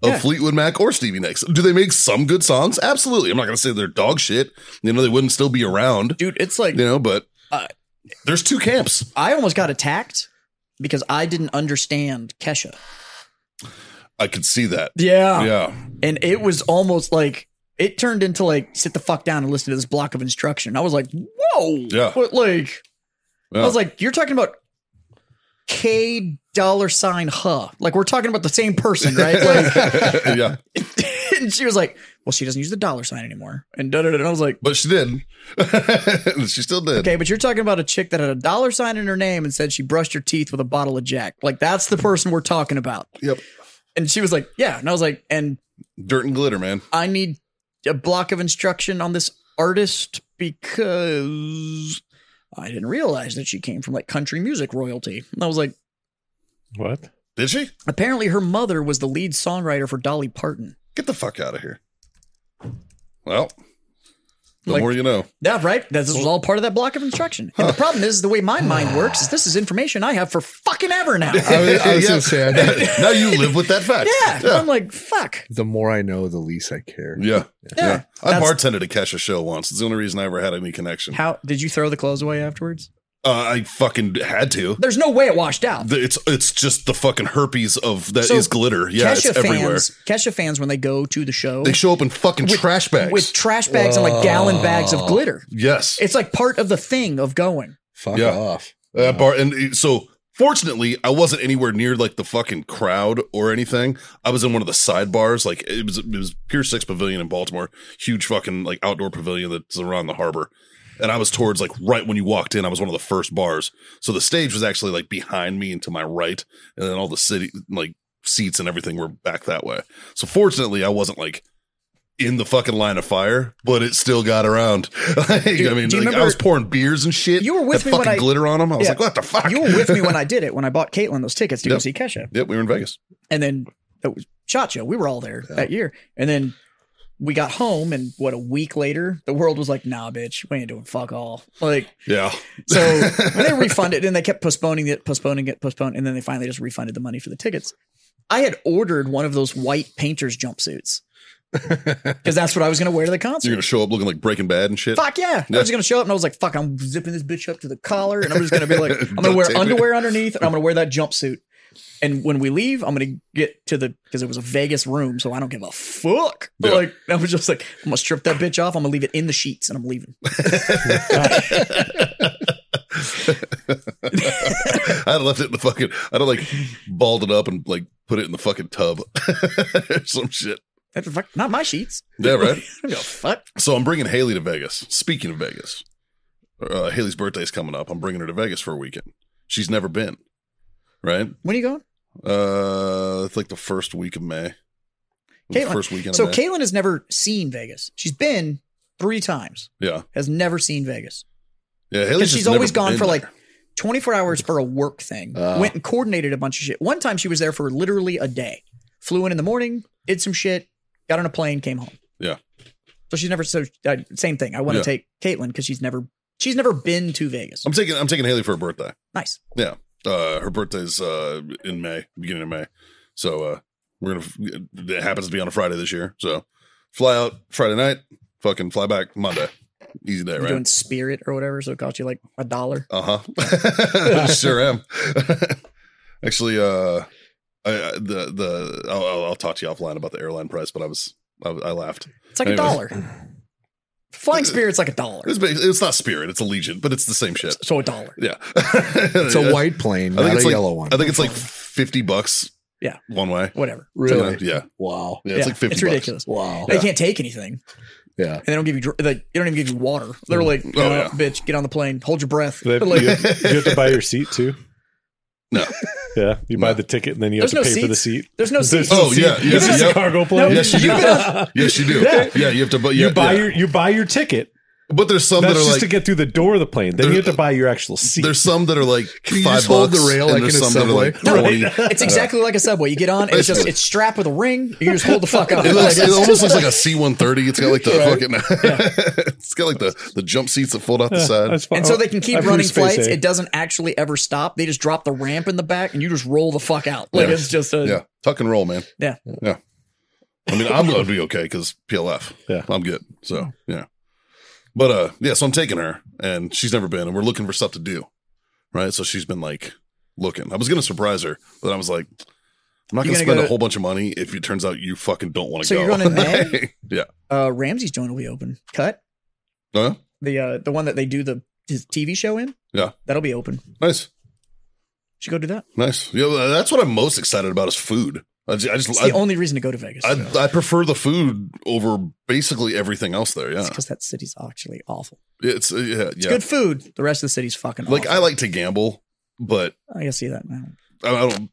Speaker 4: of Fleetwood Mac or Stevie Nicks. Do they make some good songs? Absolutely. I'm not gonna say they're dog shit. You know, they wouldn't still be around
Speaker 2: dude, it's like
Speaker 4: you know but
Speaker 2: Uh,
Speaker 4: there's two camps
Speaker 2: I almost got attacked because I didn't understand Kesha.
Speaker 4: i could see that
Speaker 2: Yeah,
Speaker 4: yeah
Speaker 2: and it was almost like it turned into like sit the fuck down and listen to this block of instruction. I was like, whoa,
Speaker 4: Yeah.
Speaker 2: What like
Speaker 4: Yeah.
Speaker 2: I was like, you're talking about K dollar sign huh? Like we're talking about the same person, right? Like,
Speaker 4: yeah
Speaker 2: and she was like, "Well, she doesn't use the dollar sign anymore." And da da da. And I was like,
Speaker 4: but she did she still did
Speaker 2: "Okay, but you're talking about a chick that had a dollar sign in her name and said she brushed her teeth with a bottle of Jack. Like that's the person we're talking about."
Speaker 4: yep
Speaker 2: And she was like, "Yeah." And I was like, "And
Speaker 4: dirt and glitter man
Speaker 2: I need a block of instruction on this artist because I didn't realize that she came from like country music royalty." And I was like,
Speaker 3: What?
Speaker 4: Did she?
Speaker 2: Apparently, her mother was the lead songwriter for Dolly Parton.
Speaker 4: Get the fuck out of here. Well, the
Speaker 2: Like-
Speaker 4: more you know.
Speaker 2: Yeah, right. That This was all part of that block of instruction. And the problem is, the way my mind works is this is information I have for fucking ever now.
Speaker 5: I was, I was
Speaker 4: Yeah.
Speaker 5: gonna say, I think
Speaker 4: now you live with that fact.
Speaker 2: yeah. I'm like, fuck.
Speaker 5: the more I know, the least I care.
Speaker 4: Yeah.
Speaker 2: Yeah.
Speaker 4: I
Speaker 2: That's-
Speaker 4: bartended at Kesha Show once. It's the only reason I ever had any connection. Uh,
Speaker 2: How did you throw the clothes away afterwards?
Speaker 4: I fucking had to.
Speaker 2: There's no way it washed out.
Speaker 4: The- It's it's just the fucking herpes of that is
Speaker 2: So,
Speaker 4: glitter. Yeah, it's
Speaker 2: Kesha
Speaker 4: everywhere.
Speaker 2: fans, Kesha fans, when they go to the show
Speaker 4: They show up in fucking trash bags.
Speaker 2: with trash bags and like gallon bags of glitter,
Speaker 4: yes.
Speaker 2: it's like part of the thing of going.
Speaker 5: Fuck
Speaker 4: Yeah.
Speaker 5: off.
Speaker 4: Uh, bar and uh, so fortunately I wasn't anywhere near like the fucking crowd or anything. I was in one of the side bars. Like it was it was Pier Six Pavilion in Baltimore, huge fucking like outdoor pavilion that's around the harbor. And I was towards like right when you walked in, I was one of the first bars. So the stage was actually like behind me and to my right, and then all the city like seats and everything were back that way. So fortunately I wasn't like in the fucking line of fire, but it still got around. Like, I mean, like, I
Speaker 2: do you remember-
Speaker 4: was pouring beers and shit.
Speaker 2: You were with
Speaker 4: had
Speaker 2: me when
Speaker 4: fucking
Speaker 2: I-
Speaker 4: glitter on them. I was
Speaker 2: Yeah.
Speaker 4: like, what the fuck?
Speaker 2: You were with me when I did it when I bought Caitlin those tickets to go
Speaker 4: Yep.
Speaker 2: see Kesha,
Speaker 4: Yep, we were in Vegas.
Speaker 2: and then that was Shot Show. We were all there that year, and then we got home, and what a week later, the world was like, "Nah, bitch, we ain't doing fuck all." Like
Speaker 4: Yeah.
Speaker 2: so they refunded, and they kept postponing it, postponing it, postponing, and then they finally just refunded the money for the tickets. I had ordered one of those white painters jumpsuits because that's what I was going to wear to the concert.
Speaker 4: You're gonna show up looking like Breaking Bad and shit.
Speaker 2: Fuck yeah. I was gonna show up and I was like, fuck, I'm zipping this bitch up to the collar and I'm just gonna be like, I'm gonna
Speaker 4: Duct
Speaker 2: wear
Speaker 4: tape it.
Speaker 2: underwear underneath and I'm gonna wear that jumpsuit. And when we leave, I'm gonna get to the because it was a Vegas room, so I don't give a fuck. But
Speaker 4: Yeah.
Speaker 2: like I was just like, I'm gonna strip that bitch off, I'm gonna leave it in the sheets and I'm leaving.
Speaker 4: I left it in the fucking. I don't like balled it up and like put it in the fucking tub or some shit.
Speaker 2: That's a fuck- not my sheets.
Speaker 4: Yeah, right.
Speaker 2: I don't give a fuck.
Speaker 4: So I'm bringing Haley to Vegas. Speaking of Vegas, uh, Haley's birthday's coming up. I'm bringing her to Vegas for a weekend. She's never been. Right.
Speaker 2: When are you going?
Speaker 4: Uh, it's like the first week of May. The
Speaker 2: Caitlin-
Speaker 4: first weekend.
Speaker 2: So
Speaker 4: of May.
Speaker 2: Caitlin has never seen Vegas. She's been three times,
Speaker 4: yeah,
Speaker 2: has never seen Vegas.
Speaker 4: yeah. Haley's
Speaker 2: Because
Speaker 4: just
Speaker 2: she's always
Speaker 4: never
Speaker 2: gone
Speaker 4: been
Speaker 2: for
Speaker 4: there. Uh.
Speaker 2: like 24 hours for a work thing. Went and coordinated a bunch of shit. One time she was there for literally a day. Flew in in the morning, did some shit, got on a plane, came home.
Speaker 4: Yeah.
Speaker 2: So she's never so uh, same thing. I want to
Speaker 4: Yeah.
Speaker 2: take Caitlin because she's never she's never been to Vegas.
Speaker 4: I'm taking. I'm taking Haley for her birthday.
Speaker 2: nice.
Speaker 4: Yeah. Uh, her birthday's uh, in May, beginning of May. So uh, we're going to, it happens to be on a Friday this year. So fly out Friday night, fucking fly back Monday. Easy day,
Speaker 2: You're doing
Speaker 4: right?
Speaker 2: Spirit or whatever, so it cost you like a dollar.
Speaker 4: Uh huh. sure am. Actually, uh, I, I, the, the, I'll, I'll, I'll talk to you offline about the airline price, but I was, I, I laughed.
Speaker 2: It's like
Speaker 4: Anyways.
Speaker 2: a dollar. Flying Spirit's like a dollar.
Speaker 4: It's, basi- it's not Spirit, it's Allegiant, but it's the same shit.
Speaker 2: So a dollar.
Speaker 4: Yeah.
Speaker 5: It's a white plane,
Speaker 4: Uh, I
Speaker 5: not
Speaker 4: think
Speaker 5: a
Speaker 4: it's like,
Speaker 5: yellow one.
Speaker 4: I think it's like 50 bucks.
Speaker 2: Yeah.
Speaker 4: One way.
Speaker 2: Whatever.
Speaker 5: really.
Speaker 4: Yeah.
Speaker 5: Wow.
Speaker 4: Yeah. It's
Speaker 2: Yeah,
Speaker 4: like 50
Speaker 2: It's
Speaker 4: bucks.
Speaker 2: ridiculous.
Speaker 5: Wow.
Speaker 2: They can't take anything.
Speaker 5: Yeah.
Speaker 2: And they don't give you dr- like they don't even give you water. They're like,
Speaker 4: Oh,
Speaker 2: "No,
Speaker 4: yeah.
Speaker 2: bitch, get on the plane, hold your breath.
Speaker 3: Do they-
Speaker 2: Like,
Speaker 3: you, have, you have to buy your seat too.
Speaker 4: No.
Speaker 3: Yeah, you buy the ticket and then you have
Speaker 2: There's
Speaker 3: to
Speaker 2: no
Speaker 3: pay for the
Speaker 2: seats.
Speaker 3: seat.
Speaker 2: There's no seats.
Speaker 4: Oh,
Speaker 3: seat.
Speaker 4: yeah, yeah,
Speaker 3: This is
Speaker 4: yeah.
Speaker 3: a cargo plane.
Speaker 4: Yes, you
Speaker 2: you
Speaker 4: do.
Speaker 2: better-
Speaker 4: Yes, you do. Yeah,
Speaker 3: Yeah.
Speaker 4: you have to. But yeah,
Speaker 3: you buy
Speaker 4: yeah.
Speaker 3: your you buy your ticket.
Speaker 4: But there's some that
Speaker 3: That's
Speaker 4: are
Speaker 3: just
Speaker 4: like.
Speaker 3: to get through the door of the plane. Then you have to buy your actual seat.
Speaker 4: there's some that are like
Speaker 5: Can you
Speaker 4: five
Speaker 5: just hold
Speaker 4: bucks,
Speaker 5: the rail
Speaker 4: and
Speaker 5: like
Speaker 4: there's
Speaker 5: in a
Speaker 4: some that are like
Speaker 5: subway?
Speaker 4: twenty.
Speaker 2: It's exactly like a subway. You get on, and it's just it's strapped with a ring. You can just hold the fuck up.
Speaker 4: It, looks,
Speaker 2: Like,
Speaker 4: it almost looks like a C-130. It's got like the fucking. it's got like the the jump seats that fold out the side.
Speaker 3: That's fine.
Speaker 2: and so they can keep
Speaker 3: I flew
Speaker 2: running
Speaker 3: Space
Speaker 2: flights.
Speaker 3: A.
Speaker 2: It doesn't actually ever stop. They just drop the ramp in the back, and you just roll the fuck out. Like
Speaker 4: Yeah.
Speaker 2: it's just a
Speaker 4: Yeah, tuck and roll, man.
Speaker 2: Yeah.
Speaker 4: yeah. I mean, I'm gonna be okay because PLF.
Speaker 3: Yeah.
Speaker 4: I'm good. So yeah, but uh, yeah. So I'm taking her, and she's never been, and we're looking for stuff to do, right? So she's been like looking. I was gonna surprise her, but then I was like, I'm not gonna,
Speaker 2: You're gonna
Speaker 4: spend
Speaker 2: go
Speaker 4: a
Speaker 2: to-
Speaker 4: whole bunch of money if it turns out you fucking don't want to
Speaker 2: So
Speaker 4: go.
Speaker 2: you're going in May?
Speaker 4: yeah.
Speaker 2: Uh, Ramsey's joint will be open. Cut
Speaker 4: Huh?
Speaker 2: the uh, the one that they do the his TV show in.
Speaker 4: Yeah.
Speaker 2: that'll be open.
Speaker 4: Nice.
Speaker 2: Should go do that.
Speaker 4: Nice. Yeah, well, that's what I'm most excited about is food. I just, I,
Speaker 2: It's
Speaker 4: just,
Speaker 2: the
Speaker 4: I,
Speaker 2: only reason to go to Vegas.
Speaker 4: I, I prefer the food over basically everything else there. Yeah,
Speaker 2: because that city's actually awful.
Speaker 4: it's uh, yeah,
Speaker 2: It's
Speaker 4: yeah.
Speaker 2: good food. The rest of the city's fucking
Speaker 4: Like
Speaker 2: awful.
Speaker 4: I like to gamble, but
Speaker 2: I can see that now.
Speaker 4: I I don't.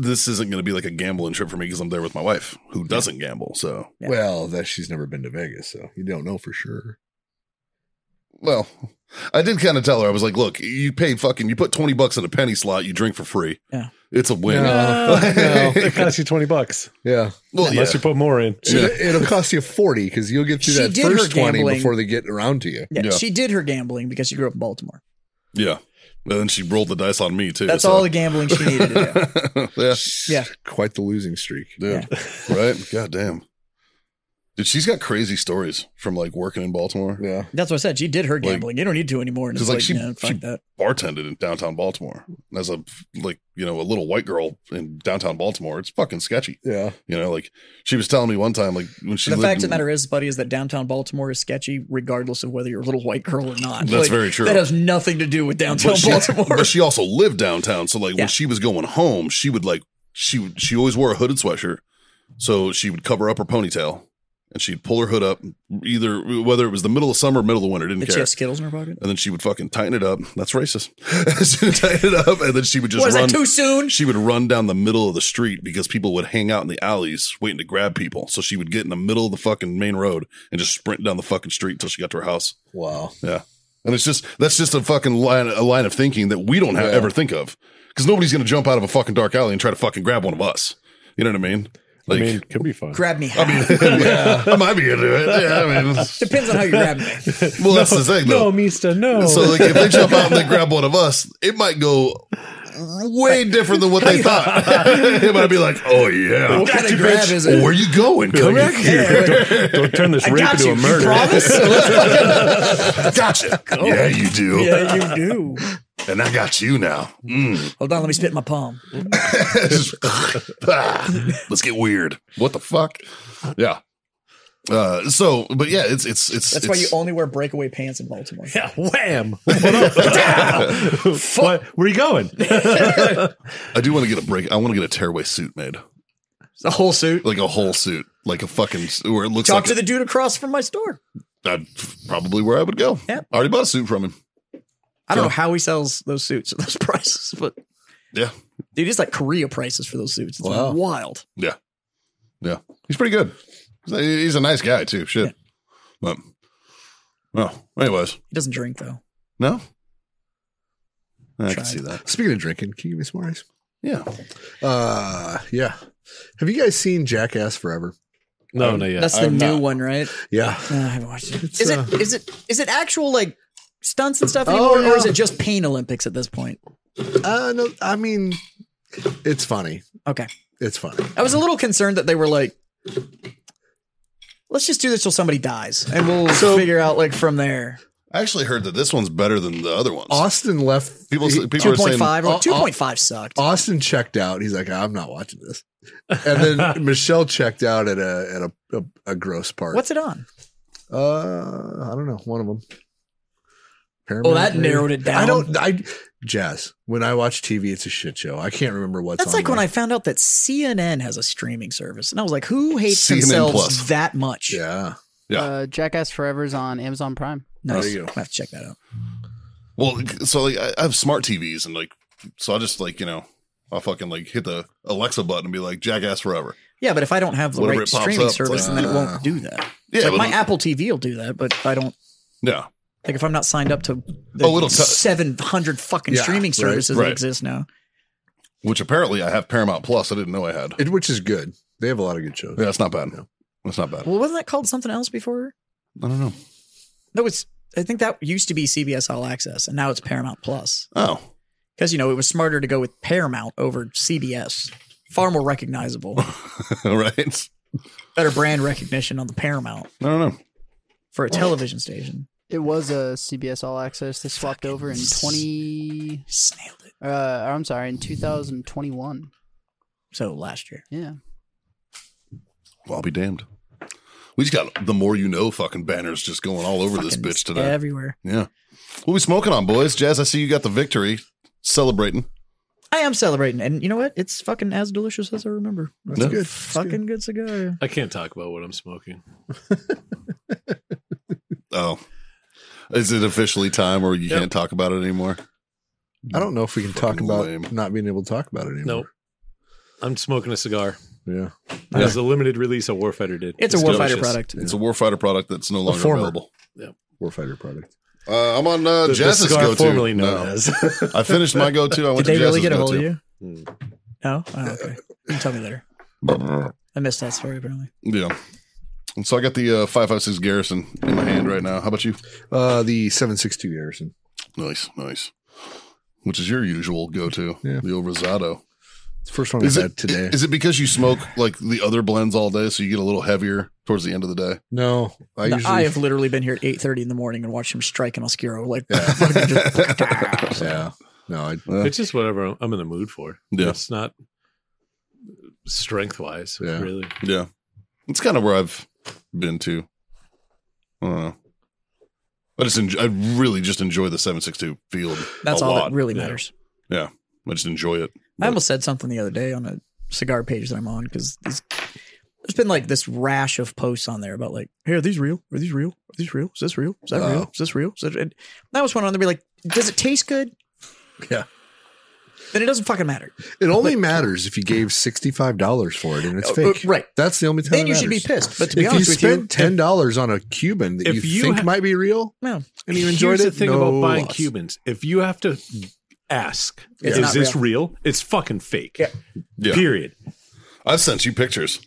Speaker 4: This isn't going to be like a gambling trip for me because I'm there with my wife who doesn't gamble. So
Speaker 2: Yeah.
Speaker 5: Well, that she's never been to Vegas, so you don't know for sure.
Speaker 4: Well, I did kind of tell her. I was like, "Look, you pay fucking. You put twenty bucks in a penny slot. You drink for free.
Speaker 2: Yeah.
Speaker 4: It's a win.
Speaker 5: No,
Speaker 2: Oh,
Speaker 5: no.
Speaker 3: It costs you 20 bucks
Speaker 5: Yeah.
Speaker 4: Well, yeah.
Speaker 3: unless you put more in.
Speaker 4: Yeah.
Speaker 5: It, will cost you 40 because you'll get through
Speaker 2: She
Speaker 5: that
Speaker 2: did her
Speaker 5: first 20
Speaker 2: gambling.
Speaker 5: before they get around to you.
Speaker 2: Yeah,
Speaker 4: Yeah.
Speaker 2: she did her gambling because she grew up in Baltimore.
Speaker 4: yeah. And then she rolled the dice on me too.
Speaker 2: That's
Speaker 4: so-
Speaker 2: all the gambling she needed to do.
Speaker 4: uh, yeah.
Speaker 2: Yeah.
Speaker 5: Quite the losing streak.
Speaker 4: Dude. right? God damn. Dude, she's got crazy stories from like working in Baltimore.
Speaker 5: Yeah.
Speaker 2: That's what I said. She did her
Speaker 4: Like-
Speaker 2: gambling. you don't need to anymore. And
Speaker 4: 'Cause,
Speaker 2: it's
Speaker 4: like,
Speaker 2: like,
Speaker 4: she-
Speaker 2: no, fuck
Speaker 4: she-
Speaker 2: that.
Speaker 4: Bartended in downtown Baltimore. And as a like, you know, a little white girl in downtown Baltimore, it's fucking sketchy.
Speaker 5: Yeah.
Speaker 4: You know, like she was telling me one time, like when she
Speaker 2: the
Speaker 4: lived
Speaker 2: fact of the
Speaker 4: in-
Speaker 2: matter is, buddy, is that downtown Baltimore is sketchy, regardless of whether you're a little white girl or not.
Speaker 4: That's very true.
Speaker 2: That has nothing to do with downtown
Speaker 4: but she,
Speaker 2: Baltimore.
Speaker 4: but she also lived downtown. So like
Speaker 2: Yeah.
Speaker 4: when she was going home, she would like she would- she always wore a hooded sweatshirt. So she would cover up her ponytail and she'd pull her hood up either whether it was the middle of summer or middle of winter, didn't
Speaker 2: Did
Speaker 4: care.
Speaker 2: she have Skittles in her pocket?
Speaker 4: and then she would fucking tighten it up. That's racist. she would tighten it up, and then she would just
Speaker 2: Was
Speaker 4: run.
Speaker 2: that too soon?
Speaker 4: she would run down the middle of the street because people would hang out in the alleys waiting to grab people. So she would get in the middle of the fucking main road and just sprint down the fucking street until she got to her house.
Speaker 5: Wow.
Speaker 4: Yeah, and it's just that's just a fucking line a line of thinking that we don't have,
Speaker 5: Yeah.
Speaker 4: ever think of because nobody's gonna jump out of a fucking dark alley and try to fucking grab one of us. You know what I mean?
Speaker 3: I
Speaker 4: Like I,
Speaker 3: mean, it could be fun.
Speaker 2: Grab me.
Speaker 4: might be into it. Yeah, I mean,
Speaker 2: Depends on how you grab me.
Speaker 4: well, that's the thing. though.
Speaker 3: no, Mista, no.
Speaker 4: So like if they jump out and they grab one of us, it might go way different than what they thought. it might be like, oh yeah,
Speaker 2: What kind of grab is it?
Speaker 4: where you going? Come back here.
Speaker 3: Don't turn this
Speaker 2: I
Speaker 3: rape
Speaker 2: got
Speaker 3: into
Speaker 2: you.
Speaker 3: a
Speaker 2: You
Speaker 3: murder.
Speaker 2: promise?
Speaker 4: gotcha. Yeah, you do.
Speaker 2: yeah, you do.
Speaker 4: And I got you now. Mm.
Speaker 2: Hold on, let me spit in my palm.
Speaker 4: Just, ah, let's get weird. What the fuck? Yeah. Uh, so, but yeah, it's it's it's
Speaker 2: That's
Speaker 4: it's,
Speaker 2: why you only wear breakaway pants in Baltimore.
Speaker 3: Yeah, wham! What up? what, where you going?
Speaker 4: I do want to get a break. I want to get a tearaway suit made,
Speaker 2: The whole suit.
Speaker 4: like a whole suit, like a fucking where it looks
Speaker 2: Talk
Speaker 4: like
Speaker 2: to the dude across from my store.
Speaker 4: I'd, probably where I would go.
Speaker 2: Yep.
Speaker 4: I already bought a suit from him.
Speaker 2: I don't
Speaker 4: Yeah.
Speaker 2: know how he sells those suits at those prices, but
Speaker 4: Yeah.
Speaker 2: dude, it's like Korea prices for those suits. It's
Speaker 5: Wow.
Speaker 2: wild.
Speaker 4: Yeah. Yeah. He's pretty good. He's a- He's a nice guy too. Shit. But well, anyways.
Speaker 2: He doesn't drink though.
Speaker 4: No? I can
Speaker 2: Tried.
Speaker 4: see that.
Speaker 5: Speaking of drinking, can you give me some more ice?
Speaker 4: Yeah.
Speaker 5: Uh, yeah. Have you guys seen Jackass Forever?
Speaker 3: No, no, yeah.
Speaker 2: That's the
Speaker 3: I'm
Speaker 2: new
Speaker 3: not-
Speaker 2: one, right?
Speaker 5: Yeah.
Speaker 2: No, Uh, I haven't watched it.
Speaker 5: It's,
Speaker 2: Is
Speaker 5: uh,
Speaker 2: it is it is it actual like stunts and stuff anymore,
Speaker 5: Oh,
Speaker 2: or is
Speaker 5: yeah.
Speaker 2: it just pain Olympics at this point?
Speaker 5: Uh, no, I mean, it's funny.
Speaker 2: Okay,
Speaker 5: It's funny.
Speaker 2: I was a little concerned that they were like, let's just do this till somebody dies, and we'll figure out like from there.
Speaker 4: I actually heard that this one's better than the other ones.
Speaker 5: Austin left.
Speaker 4: People
Speaker 5: he-
Speaker 4: say- people
Speaker 2: Two
Speaker 4: are
Speaker 2: point
Speaker 4: saying
Speaker 2: five or
Speaker 5: Oh,
Speaker 2: two point five sucked.
Speaker 5: Austin checked out. He's like, I'm not watching this. And then Michelle checked out at a at a, a, a gross part.
Speaker 2: What's it on?
Speaker 5: Uh, I don't know. One of them. Paramount,
Speaker 2: Oh, that
Speaker 5: maybe?
Speaker 2: narrowed it down.
Speaker 5: I don't. I jazz. When I watch TV, it's a shit show. I can't remember what's.
Speaker 2: That's
Speaker 5: on
Speaker 2: like when
Speaker 5: there.
Speaker 2: I found out that CNN has a streaming service, and I was like, who hates
Speaker 4: CNN+.
Speaker 2: themselves that much?
Speaker 5: Yeah.
Speaker 4: Yeah.
Speaker 1: Uh, Jackass Forever's on Amazon Prime.
Speaker 2: Nice.
Speaker 5: There you go.
Speaker 2: I have to check that out.
Speaker 4: Well, so like I I have smart TVs and like so I'll just like, you know, I'll fucking like hit the Alexa button and be like jackass forever.
Speaker 2: Yeah, but if I don't have the
Speaker 4: Whatever
Speaker 2: right
Speaker 4: it pops
Speaker 2: streaming
Speaker 4: up, it's
Speaker 2: service,
Speaker 4: like,
Speaker 2: then it
Speaker 5: uh,
Speaker 2: won't do that.
Speaker 4: Yeah,
Speaker 2: like
Speaker 4: but-
Speaker 2: my Apple TV will do that, but I don't.
Speaker 4: Yeah.
Speaker 2: Like if I'm not signed up to the
Speaker 4: Oh, it'll t-
Speaker 2: 700 fucking
Speaker 5: Yeah,
Speaker 2: streaming
Speaker 5: right,
Speaker 2: services
Speaker 4: right.
Speaker 2: that exist now.
Speaker 4: Which apparently I have Paramount Plus. I didn't know I had.
Speaker 5: It, which is good. They have a lot of good shows.
Speaker 4: Yeah, it's not bad.
Speaker 5: No.
Speaker 4: That's not bad.
Speaker 2: Well, wasn't that called something else before?
Speaker 4: I don't know.
Speaker 2: No, it's. I think that used to be CBS All Access, and now it's Paramount Plus.
Speaker 4: Oh.
Speaker 2: Because you know it was smarter to go with Paramount over CBS. Far more recognizable,
Speaker 4: All right.
Speaker 2: better brand recognition on the Paramount
Speaker 4: I don't know.
Speaker 2: for a television station.
Speaker 1: It was a CBS All Access. They swapped over in 20.
Speaker 2: Snailed it.
Speaker 1: Uh, I'm sorry, in 2021.
Speaker 2: So last year,
Speaker 1: Yeah.
Speaker 4: Well, I'll be damned. We just got the more you know fucking banners just going all over this
Speaker 2: Fucking
Speaker 4: bitch today.
Speaker 2: everywhere.
Speaker 4: yeah. What we smoking on, boys? Jazz, I see you got the victory. Celebrating.
Speaker 2: I am celebrating, and you know what? It's fucking as delicious as I remember. That's
Speaker 4: Yeah.
Speaker 2: a good, fucking good cigar.
Speaker 3: I can't talk about what I'm smoking.
Speaker 4: Oh. Is it officially time or you
Speaker 3: Yep.
Speaker 4: can't talk about it anymore?
Speaker 5: I don't know if we can talk
Speaker 4: Fucking
Speaker 5: about
Speaker 4: lame.
Speaker 5: not being able to talk about it anymore.
Speaker 3: I'm smoking a cigar.
Speaker 5: Nope.
Speaker 3: It was a limited release of Warfighter did.
Speaker 2: It's a
Speaker 4: It's
Speaker 2: Warfighter
Speaker 4: delicious.
Speaker 2: product.
Speaker 4: It's a warfighter product that's no longer
Speaker 5: former.
Speaker 4: available.
Speaker 5: Yeah. Warfighter product.
Speaker 4: Uh, I'm on uh,
Speaker 3: The- the
Speaker 4: Jazz's
Speaker 3: cigar
Speaker 4: go
Speaker 3: formerly
Speaker 4: to.
Speaker 3: known
Speaker 4: No.
Speaker 3: as.
Speaker 4: I finished my go to. I went
Speaker 2: Did they
Speaker 4: to
Speaker 2: really
Speaker 4: Jazz's
Speaker 2: get a
Speaker 4: go
Speaker 2: hold of
Speaker 4: to.
Speaker 3: go-to.
Speaker 2: you? No. Oh, okay. You can tell me later. I missed that story apparently.
Speaker 4: Yeah. And so I got the uh, 556 Garrison in my hand right now. How about you?
Speaker 5: Uh, the 762 Garrison.
Speaker 4: Nice, nice. Which is your usual go to,
Speaker 5: Yeah.
Speaker 4: the old Rosado.
Speaker 5: It's the first one
Speaker 4: Is
Speaker 5: I've
Speaker 4: it
Speaker 5: had today.
Speaker 4: Is it because you smoke like the other blends all day, so you get a little heavier towards the end of the day?
Speaker 5: no, I
Speaker 2: No,
Speaker 5: usually.
Speaker 2: I have literally been here at eight thirty in the morning and watched him strike an Oscuro like fucking just-
Speaker 4: yeah.
Speaker 5: yeah. No, I,
Speaker 3: it's just whatever I'm- I'm in the mood for.
Speaker 4: Yeah.
Speaker 3: It's not strength wise,
Speaker 5: Yeah.
Speaker 3: really.
Speaker 4: Yeah. It's kind of where I've been to. I don't know. I just enjoy, I really just enjoy the 762 field.
Speaker 2: that's
Speaker 4: a
Speaker 2: all
Speaker 4: lot.
Speaker 2: that really
Speaker 3: yeah.
Speaker 2: matters.
Speaker 4: I just enjoy it.
Speaker 2: I almost said something the other day on a cigar page that I'm on because there's been like this rash of posts on there about like, hey, are these real? Are these real? Are these real? Is this real? Is that real?
Speaker 5: Oh.
Speaker 2: Is this real? Is that, and that was one on there. Be like, does it taste good?
Speaker 5: Yeah.
Speaker 2: Then it doesn't fucking matter.
Speaker 5: it only matters if you gave $65 for it and it's
Speaker 2: Uh, uh,
Speaker 5: fake.
Speaker 2: right.
Speaker 5: That's the only time.
Speaker 2: Then
Speaker 5: it
Speaker 2: you should be
Speaker 5: matters.
Speaker 2: pissed. But to be
Speaker 5: if
Speaker 2: honest
Speaker 5: you
Speaker 2: with you,
Speaker 5: spent ten dollars on a Cuban that you,
Speaker 3: If you
Speaker 5: think
Speaker 3: ha-
Speaker 5: might be real,
Speaker 2: no,
Speaker 5: and you enjoyed
Speaker 3: Here's
Speaker 5: it,
Speaker 3: the thing
Speaker 5: no
Speaker 3: about buying
Speaker 5: loss.
Speaker 3: Cubans. If you have to ask,
Speaker 2: It's
Speaker 3: is
Speaker 2: not
Speaker 3: this real? It's fucking fake.
Speaker 2: Yeah.
Speaker 4: Yeah.
Speaker 3: Period.
Speaker 4: I've sent you pictures.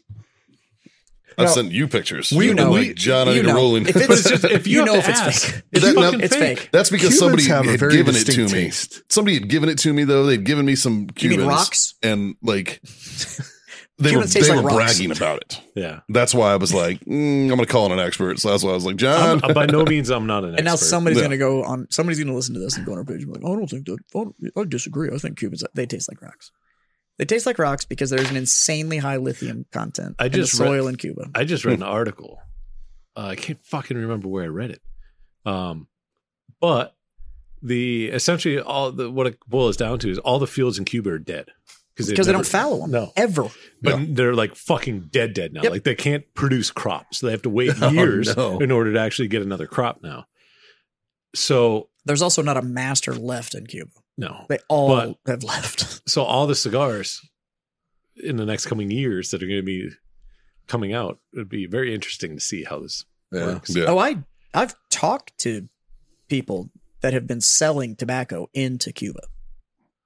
Speaker 4: I've sent you pictures.
Speaker 2: you
Speaker 4: You've been
Speaker 2: know
Speaker 4: like
Speaker 2: it.
Speaker 4: John, I
Speaker 2: You
Speaker 4: need a
Speaker 2: know.
Speaker 4: rolling.
Speaker 2: If it's,
Speaker 3: But it's just if you,
Speaker 2: you know
Speaker 3: have
Speaker 2: if
Speaker 3: to
Speaker 2: it's
Speaker 3: ask,
Speaker 2: fake.
Speaker 3: it's
Speaker 4: That- now-
Speaker 3: fucking
Speaker 2: It's
Speaker 3: fake.
Speaker 2: fake.
Speaker 4: That's because
Speaker 5: Cubans
Speaker 4: somebody
Speaker 5: have a
Speaker 4: had
Speaker 5: very
Speaker 4: given it to
Speaker 5: distinct
Speaker 4: me.
Speaker 5: taste.
Speaker 4: Somebody had given it to me though. They'd given me some
Speaker 2: You
Speaker 4: Cubans
Speaker 2: mean rocks?
Speaker 4: and like they were
Speaker 2: Cubans taste
Speaker 4: they
Speaker 2: like
Speaker 4: were
Speaker 2: rocks.
Speaker 4: bragging about it.
Speaker 3: Yeah.
Speaker 4: That's why I was like, mm, I'm gonna call in an expert. So that's why I was like, John,
Speaker 3: I'm, uh, by no means, I'm not an expert.
Speaker 2: And now somebody's
Speaker 4: No.
Speaker 2: gonna go on. Somebody's gonna listen to this and go on our page and be like, "I don't think that. I, don't- I disagree. I think Cubans they taste like rocks. They taste like rocks because there's an insanely high lithium content
Speaker 3: I
Speaker 2: in
Speaker 3: just
Speaker 2: the
Speaker 3: read-
Speaker 2: soil in Cuba.
Speaker 3: I just read an article. Uh, I can't fucking remember where I read it. Um, but the essentially all the what it boils down to is all the fields in Cuba are dead
Speaker 2: Because they don't fallow them
Speaker 3: No.
Speaker 2: ever.
Speaker 3: But they're like fucking dead, dead now.
Speaker 2: Yep.
Speaker 3: Like they can't produce crops. They have to wait
Speaker 5: Oh,
Speaker 3: years
Speaker 5: no.
Speaker 3: in order to actually get another crop now. So
Speaker 2: There's also not a master left in Cuba.
Speaker 3: no.
Speaker 2: They all
Speaker 3: But-
Speaker 2: have left.
Speaker 3: So all the cigars in the next coming years that are going to be coming out, it'd be very interesting to see how this
Speaker 5: Yeah.
Speaker 3: works.
Speaker 4: Yeah.
Speaker 2: Oh, I I've talked to people that have been selling tobacco into Cuba.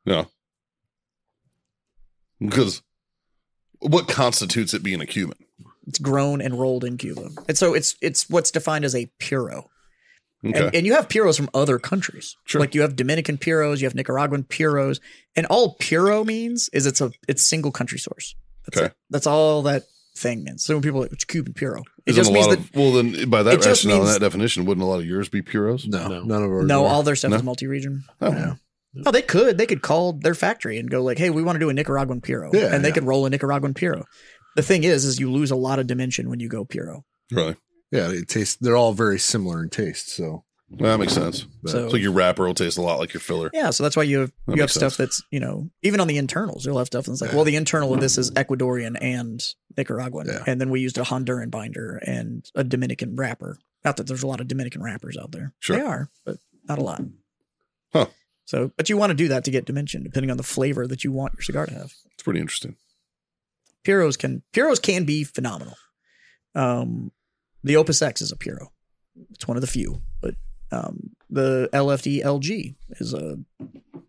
Speaker 4: Yeah. Because what constitutes it being a Cuban?
Speaker 2: It's grown and rolled in Cuba, and so it's it's what's defined as a puro.
Speaker 4: Okay.
Speaker 2: And, and you have puros from other countries.
Speaker 4: Sure.
Speaker 2: Like you have Dominican puros, you have Nicaraguan puros, and all puro means is it's a it's single country source. That's
Speaker 4: Okay.
Speaker 2: it. That's all that thing means. So when people are like, it's Cuban puro, it
Speaker 4: Isn't
Speaker 2: just
Speaker 4: a
Speaker 2: means
Speaker 4: lot
Speaker 2: that
Speaker 4: of, well, then by that
Speaker 2: it just
Speaker 4: rationale and
Speaker 2: means-
Speaker 4: that definition, wouldn't a lot of yours be puros?
Speaker 5: No,
Speaker 3: No.
Speaker 5: none of our
Speaker 2: no, all their stuff
Speaker 4: No.
Speaker 2: is multi-region.
Speaker 4: Oh.
Speaker 2: No. No, they could. They could call their factory and go like, "Hey, we want to do a Nicaraguan puro,"
Speaker 5: Yeah,
Speaker 2: and they
Speaker 5: yeah.
Speaker 2: could roll a Nicaraguan puro. The thing is, is you lose a lot of dimension when you go puro.
Speaker 4: Really?
Speaker 5: yeah, it tastes. They're all very similar in taste. So
Speaker 4: Well, that makes sense.
Speaker 2: So-
Speaker 4: So, your wrapper will taste a lot like your filler.
Speaker 2: Yeah, so that's why you have
Speaker 4: That
Speaker 2: you have
Speaker 4: makes
Speaker 2: stuff that's you know even on the internals you'll have stuff that's like well the internal of this is Ecuadorian and Nicaraguan
Speaker 5: Yeah.
Speaker 2: and then we used a Honduran binder and a Dominican wrapper. Not that there's a lot of Dominican wrappers out there.
Speaker 4: Sure.
Speaker 2: They are, but not a lot.
Speaker 4: Huh.
Speaker 2: So, but you want to do that to get dimension depending on the flavor that you want your cigar to have.
Speaker 4: It's pretty interesting.
Speaker 2: Puros can puros can be phenomenal. Um, the Opus X is a puro. It's one of the few, but um, the LFD LG is a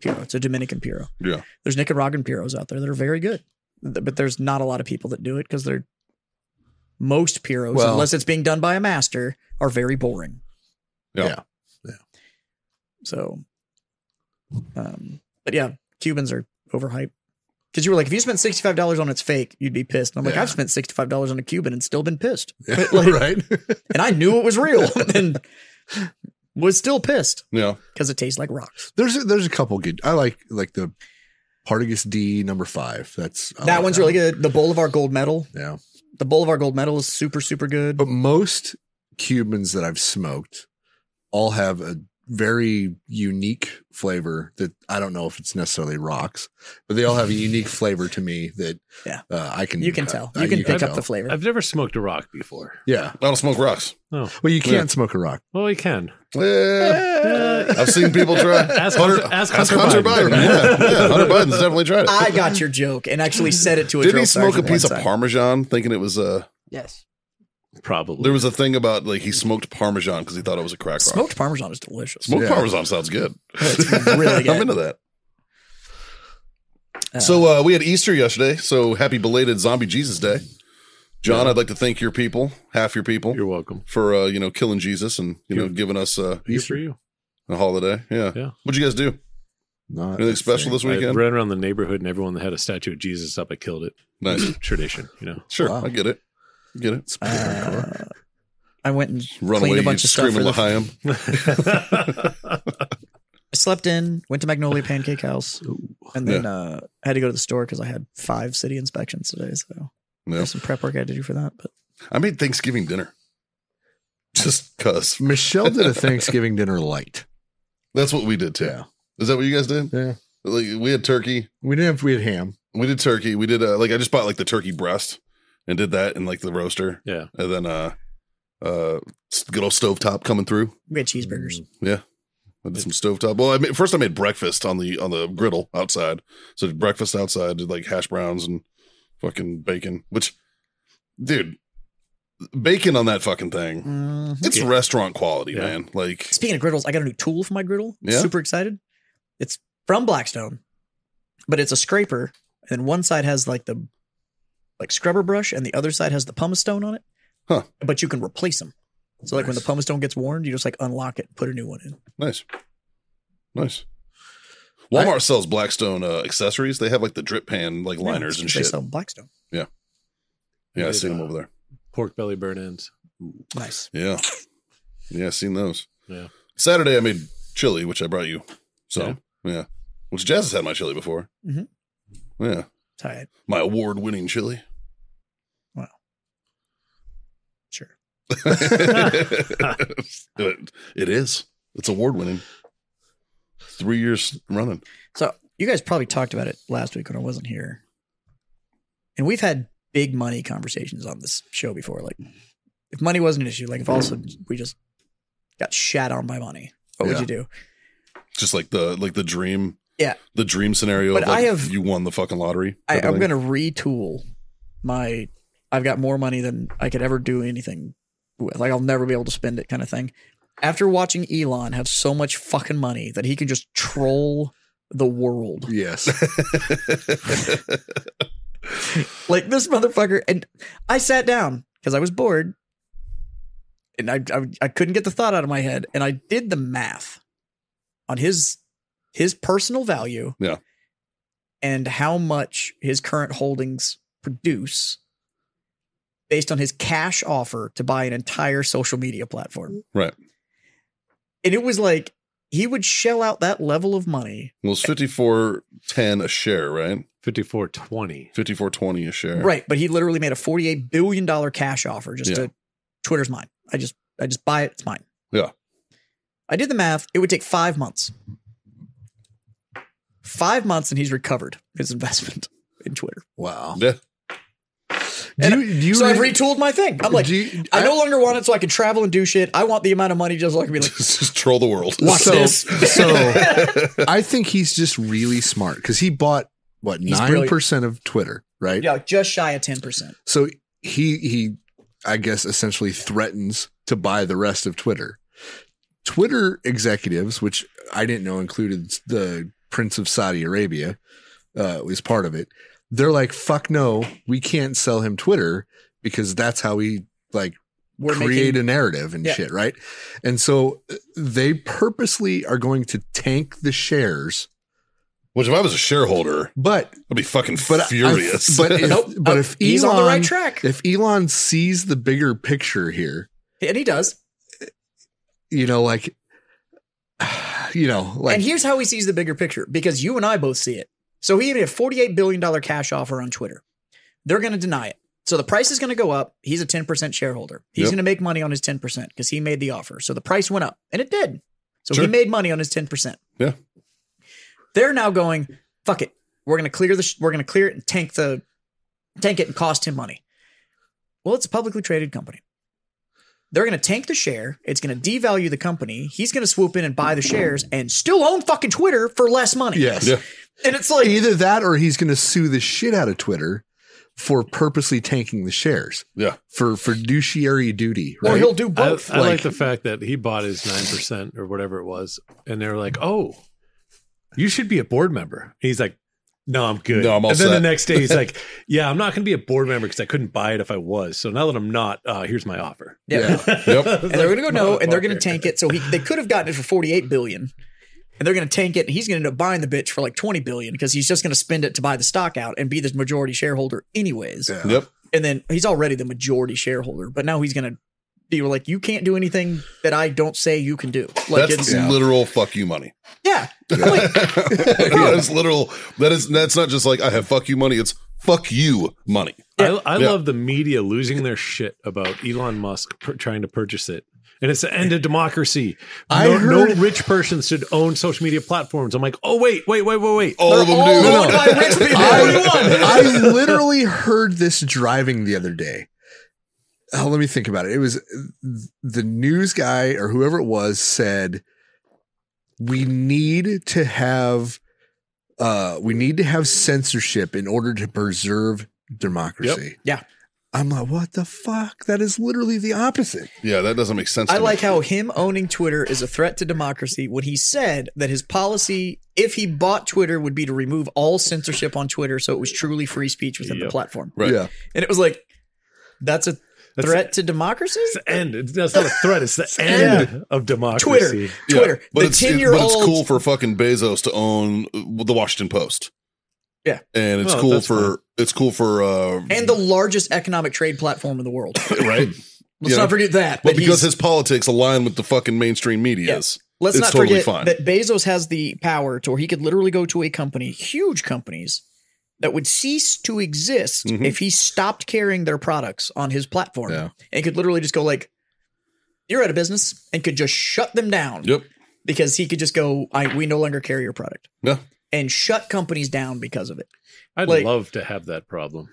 Speaker 2: puro. It's a Dominican puro.
Speaker 4: Yeah.
Speaker 2: There's Nicaraguan puros out there that are very good, Th- but there's not a lot of people that do it because they're most puros,
Speaker 5: Well-
Speaker 2: unless it's being done by a master, are very boring.
Speaker 4: Yeah.
Speaker 5: Yeah. Yeah.
Speaker 2: So, um, but yeah, Cubans are overhyped. Because you were like, if you spent sixty five dollars on it's fake, you'd be pissed. And I'm like,
Speaker 5: Yeah.
Speaker 2: I've spent sixty five dollars on a Cuban and still been pissed,
Speaker 5: right,
Speaker 2: and I knew it was real, and was still pissed
Speaker 4: Yeah.
Speaker 2: because it tastes like rocks.
Speaker 5: there's a, there's a couple good. I like like the Partagas D number five. That's I
Speaker 2: that
Speaker 5: like
Speaker 2: one's really good. The Bolivar Gold Medal,
Speaker 5: one. Yeah,
Speaker 2: the Bolivar Gold Medal is super super good.
Speaker 5: but most Cubans that I've smoked all have a very unique flavor that I don't know if it's necessarily rocks, but they all have a unique flavor to me that
Speaker 2: Yeah.
Speaker 5: uh, I can
Speaker 2: You can
Speaker 5: uh,
Speaker 2: tell.
Speaker 5: I-
Speaker 2: You can pick up
Speaker 5: tell.
Speaker 2: the flavor.
Speaker 3: I've never smoked a rock before. Oh,
Speaker 5: yeah.
Speaker 4: I don't smoke rocks.
Speaker 5: Well, you can't
Speaker 4: Yeah.
Speaker 5: smoke a rock.
Speaker 3: Well, we can.
Speaker 4: Yeah.
Speaker 3: Uh,
Speaker 4: I've seen people try.
Speaker 3: Ask Hunter- ask Hunter Biden.
Speaker 4: Yeah. yeah. Hunter Biden's definitely tried it.
Speaker 2: I got your joke and actually said it to a
Speaker 4: Didn't
Speaker 2: drill
Speaker 4: he smoke a
Speaker 2: sergeant one
Speaker 4: piece of
Speaker 2: time.
Speaker 4: Parmesan thinking it was uh,
Speaker 1: Yes.
Speaker 3: Probably.
Speaker 4: There was a thing about like he smoked Parmesan because he thought it was a crack rock.
Speaker 2: Smoked Parmesan is delicious.
Speaker 4: Smoked
Speaker 5: Yeah.
Speaker 4: Parmesan sounds good.
Speaker 2: It's really
Speaker 4: I'm
Speaker 2: good.
Speaker 4: into that.
Speaker 2: Uh,
Speaker 4: so uh, we had Easter yesterday. So happy belated Zombie Jesus Day, John. I'd like to thank your people, half your people,
Speaker 3: You're welcome.
Speaker 4: for uh, you know killing Jesus and you know
Speaker 3: You're-
Speaker 4: giving us uh,
Speaker 3: Good for you.
Speaker 4: a holiday. Yeah.
Speaker 3: Yeah.
Speaker 4: What'd you guys do?
Speaker 5: Not
Speaker 4: Anything special this
Speaker 3: I
Speaker 4: weekend?
Speaker 3: ran around the neighborhood and everyone that had a statue of Jesus up, I killed it.
Speaker 4: nice.
Speaker 3: Tradition, you know.
Speaker 4: Sure.
Speaker 5: Wow.
Speaker 4: I get it. I Get it.
Speaker 2: uh, I went and
Speaker 4: Run
Speaker 2: cleaned
Speaker 4: away,
Speaker 2: a bunch
Speaker 4: you
Speaker 2: of stuff. For
Speaker 4: screaming
Speaker 2: the, I
Speaker 4: L'chaim.
Speaker 2: slept in, went to Magnolia Pancake House, and then uh, had to go to the store because I had five city inspections today. So
Speaker 4: Yeah.
Speaker 2: there's some prep work I had to do for that. But
Speaker 4: I made Thanksgiving dinner. Just cuz.
Speaker 5: Michelle did a Thanksgiving dinner light.
Speaker 4: That's what we did too.
Speaker 5: Yeah.
Speaker 4: Is that what you guys did?
Speaker 5: Yeah.
Speaker 4: Like we had turkey.
Speaker 5: We didn't have we had ham.
Speaker 4: We did turkey. We did uh, like I just bought like the turkey breast and did that in like the roaster.
Speaker 3: yeah.
Speaker 4: And then uh uh s- good old stovetop coming through.
Speaker 2: we had
Speaker 4: Mm.
Speaker 2: cheeseburgers.
Speaker 4: I did some stovetop. Well, I made, first I made breakfast on the on the griddle outside. So did breakfast outside, did like hash browns and fucking bacon, which dude, bacon on that fucking thing.
Speaker 2: Mm.
Speaker 4: It's
Speaker 3: Yeah.
Speaker 4: restaurant quality,
Speaker 3: Yeah.
Speaker 4: man. Like
Speaker 2: Speaking of griddles, I got a new tool for my griddle.
Speaker 4: Yeah?
Speaker 2: Super excited. It's from Blackstone, but it's a scraper. And one side has like the like scrubber brush, and the other side has the pumice stone on it.
Speaker 4: Huh.
Speaker 2: But you can replace them. So like when the pumice stone gets worn, you just like unlock it, and put a new one in.
Speaker 4: Nice. Nice. Walmart sells Blackstone uh, accessories. They have like the drip pan like
Speaker 2: Yeah,
Speaker 4: liners
Speaker 2: that's
Speaker 4: and
Speaker 2: what They
Speaker 4: shit.
Speaker 2: sell in Blackstone.
Speaker 4: Yeah, I
Speaker 3: They've,
Speaker 4: seen them
Speaker 3: uh,
Speaker 4: over there.
Speaker 3: Pork belly burn ends.
Speaker 2: Nice.
Speaker 4: Yeah. Yeah, I seen those.
Speaker 3: Yeah.
Speaker 4: Saturday I made chili, which I brought you.
Speaker 3: Yeah.
Speaker 4: So yeah. Which Jazz has had my chili before.
Speaker 2: Mhm.
Speaker 4: Yeah.
Speaker 2: Tight.
Speaker 4: My award winning chili.
Speaker 2: Sure.
Speaker 4: it, it is. It's award winning. Three years running.
Speaker 2: So you guys probably talked about it last week when I wasn't here. And we've had big money conversations on this show before. Like if money wasn't an issue, like if also we just got shat on by money, what
Speaker 4: Yeah.
Speaker 2: would you do?
Speaker 4: Just like the like the dream.
Speaker 2: Yeah.
Speaker 4: The dream scenario
Speaker 2: But
Speaker 4: of like,
Speaker 2: I have-
Speaker 4: you won the fucking lottery.
Speaker 2: I,
Speaker 4: type of
Speaker 2: I'm
Speaker 4: thing.
Speaker 2: gonna retool my I've got more money than I could ever do anything with. Like I'll never be able to spend it kind of thing. After watching Elon have so much fucking money that he can just troll the world.
Speaker 5: Yes.
Speaker 2: like this motherfucker and i sat down because i was bored and I, I i couldn't get the thought out of my head and i did the math on his his personal value
Speaker 4: Yeah.
Speaker 2: and how much his current holdings produce based on his cash offer to buy an entire social media platform
Speaker 4: Right.
Speaker 2: and it was like he would shell out that level of money
Speaker 4: Well, it's fifty four ten a share, right?
Speaker 3: Fifty four twenty.
Speaker 4: Fifty four twenty a share.
Speaker 2: Right, but he literally made a forty-eight billion dollar cash offer just
Speaker 4: Yeah.
Speaker 2: to Twitter's mine. I just I just buy it. It's mine.
Speaker 4: Yeah.
Speaker 2: I did the math. It would take five months. Five months, and he's recovered his investment in Twitter.
Speaker 5: wow.
Speaker 4: Yeah.
Speaker 5: Do you, do you
Speaker 2: so I've
Speaker 5: re-
Speaker 2: retooled my thing. I'm like,
Speaker 5: do you-
Speaker 2: I no longer want it, so I can travel and do shit. I want the amount of money just so I can be like,
Speaker 4: Just troll the world.
Speaker 2: watch
Speaker 5: So-
Speaker 2: this.
Speaker 5: so I think he's just really smart because he bought what
Speaker 2: He's
Speaker 5: nine percent of Twitter, right?
Speaker 2: yeah, just shy of ten percent.
Speaker 5: So he he I guess essentially threatens to buy the rest of Twitter. Twitter executives, which I didn't know included the Prince of Saudi Arabia, uh, was part of it. They're like, fuck no, we can't sell him Twitter because that's how we like
Speaker 2: We're
Speaker 5: create
Speaker 2: making
Speaker 5: a narrative and
Speaker 2: Yeah.
Speaker 5: shit, right? And so uh, they purposely are going to tank the shares,
Speaker 4: Which, if I was a shareholder,
Speaker 5: but
Speaker 4: I'd be fucking
Speaker 5: but I-
Speaker 4: furious.
Speaker 5: but if,
Speaker 2: Nope.
Speaker 5: but
Speaker 2: Uh,
Speaker 5: if Elon,
Speaker 2: he's on the right track.
Speaker 5: if Elon sees the bigger picture here,
Speaker 2: and he does.
Speaker 5: you know, like, you know, like
Speaker 2: and here's how he sees the bigger picture because you and I both see it. So he made a $48 billion cash offer on Twitter. They're going to deny it. So the price is going to go up. He's a 10% shareholder. He's
Speaker 4: Yep.
Speaker 2: going to make money on his 10% because he made the offer. So the price went up and it did. So
Speaker 4: Sure.
Speaker 2: he made money on his 10%.
Speaker 4: Yeah.
Speaker 2: They're now going, fuck it. We're going to clear the, sh- we're going to clear it and tank the, tank it and cost him money. Well, it's a publicly traded company. They're going to tank the share. It's going to devalue the company. He's going to swoop in and buy the shares and still own fucking Twitter for less money.
Speaker 5: yes,
Speaker 4: Yeah.
Speaker 2: And it's like,
Speaker 5: either that or he's going to sue the shit out of Twitter for purposely tanking the shares
Speaker 4: Yeah.
Speaker 5: for fiduciary duty.
Speaker 2: Or
Speaker 5: Right?
Speaker 2: he'll do
Speaker 3: I,
Speaker 2: both.
Speaker 3: I like,
Speaker 5: like-
Speaker 3: the fact that he bought his nine percent or whatever it was, and they were like, "Oh, you should be a board member." And he's like, "No, I'm good."
Speaker 4: No, I'm all
Speaker 3: and then
Speaker 4: set.
Speaker 3: the next day, he's like, "Yeah, I'm not going to be a board member because I couldn't buy it if I was. So now that I'm not, uh, here's my offer."
Speaker 2: yeah.
Speaker 4: Yep.
Speaker 2: and they're gonna go no, and they're gonna tank it. So he, they could have gotten it for forty eight billion, and they're gonna tank it, and he's gonna end up buying the bitch for like twenty billion because he's just gonna spend it to buy the stock out and be the majority shareholder anyways.
Speaker 5: Yeah.
Speaker 4: Yep.
Speaker 2: And then he's already the majority shareholder, but now he's gonna be like, you can't do anything that I don't say you can do. Like
Speaker 4: that's
Speaker 2: it's yeah.
Speaker 4: literal fuck you money.
Speaker 2: Like,
Speaker 4: that's literal. That is that's not just like I have fuck you money. It's fuck you money.
Speaker 3: I, I
Speaker 4: Yeah.
Speaker 3: love the media losing their shit about Elon Musk pur- trying to purchase it. And it's the end of democracy. No,
Speaker 5: I heard-
Speaker 3: no rich person should own social media platforms. I'm like, oh wait, wait, wait, wait, wait.
Speaker 4: All of them
Speaker 2: all
Speaker 4: do.
Speaker 2: owned by rich people.
Speaker 5: I, I literally heard this driving the other day. Oh, let me think about it. It was the news guy or whoever it was said, "We need to have, uh, we need to have censorship in order to preserve democracy."
Speaker 2: Yeah.
Speaker 5: I'm like, what the fuck? That is literally the opposite.
Speaker 4: Yeah, that doesn't make sense.
Speaker 2: I
Speaker 4: to me.
Speaker 2: like how him owning Twitter is a threat to democracy when he said that his policy, if he bought Twitter, would be to remove all censorship on Twitter so it was truly free speech within the
Speaker 3: Yep.
Speaker 2: platform.
Speaker 4: Right.
Speaker 5: Yeah.
Speaker 2: And it was like, that's a
Speaker 3: That's-
Speaker 2: threat to democracy?
Speaker 3: It's the end. It's, that's not a threat. It's the end of
Speaker 2: Twitter.
Speaker 3: democracy.
Speaker 4: Yeah,
Speaker 2: Twitter.
Speaker 4: but
Speaker 2: the
Speaker 4: it's
Speaker 2: 10
Speaker 4: it-
Speaker 2: year
Speaker 4: but it's
Speaker 2: old.
Speaker 4: cool for fucking Bezos to own uh, the Washington Post.
Speaker 2: Yeah. Oh,
Speaker 4: and it's
Speaker 3: Well,
Speaker 4: cool
Speaker 3: that's
Speaker 4: for
Speaker 3: fine.
Speaker 4: it's cool for uh,
Speaker 2: and the largest economic trade platform in the world.
Speaker 4: right.
Speaker 2: Let's
Speaker 4: You know,
Speaker 2: not forget that.
Speaker 4: But
Speaker 2: that
Speaker 4: because
Speaker 2: he's-
Speaker 4: his politics align with the fucking mainstream media's,
Speaker 2: Let's
Speaker 4: it's
Speaker 2: not
Speaker 4: totally
Speaker 2: forget
Speaker 4: fine.
Speaker 2: that Bezos has the power to where he could literally go to a company, huge companies, that would cease to exist
Speaker 4: Mhm.
Speaker 2: if he stopped carrying their products on his platform.
Speaker 5: Yeah.
Speaker 2: And could literally just go like, You're out of business and could just shut them down.
Speaker 4: Yep.
Speaker 2: Because he could just go, I we no longer carry your product.
Speaker 4: Yeah.
Speaker 2: And shut companies down because of it.
Speaker 3: I'd
Speaker 2: Like-
Speaker 3: love to have that problem.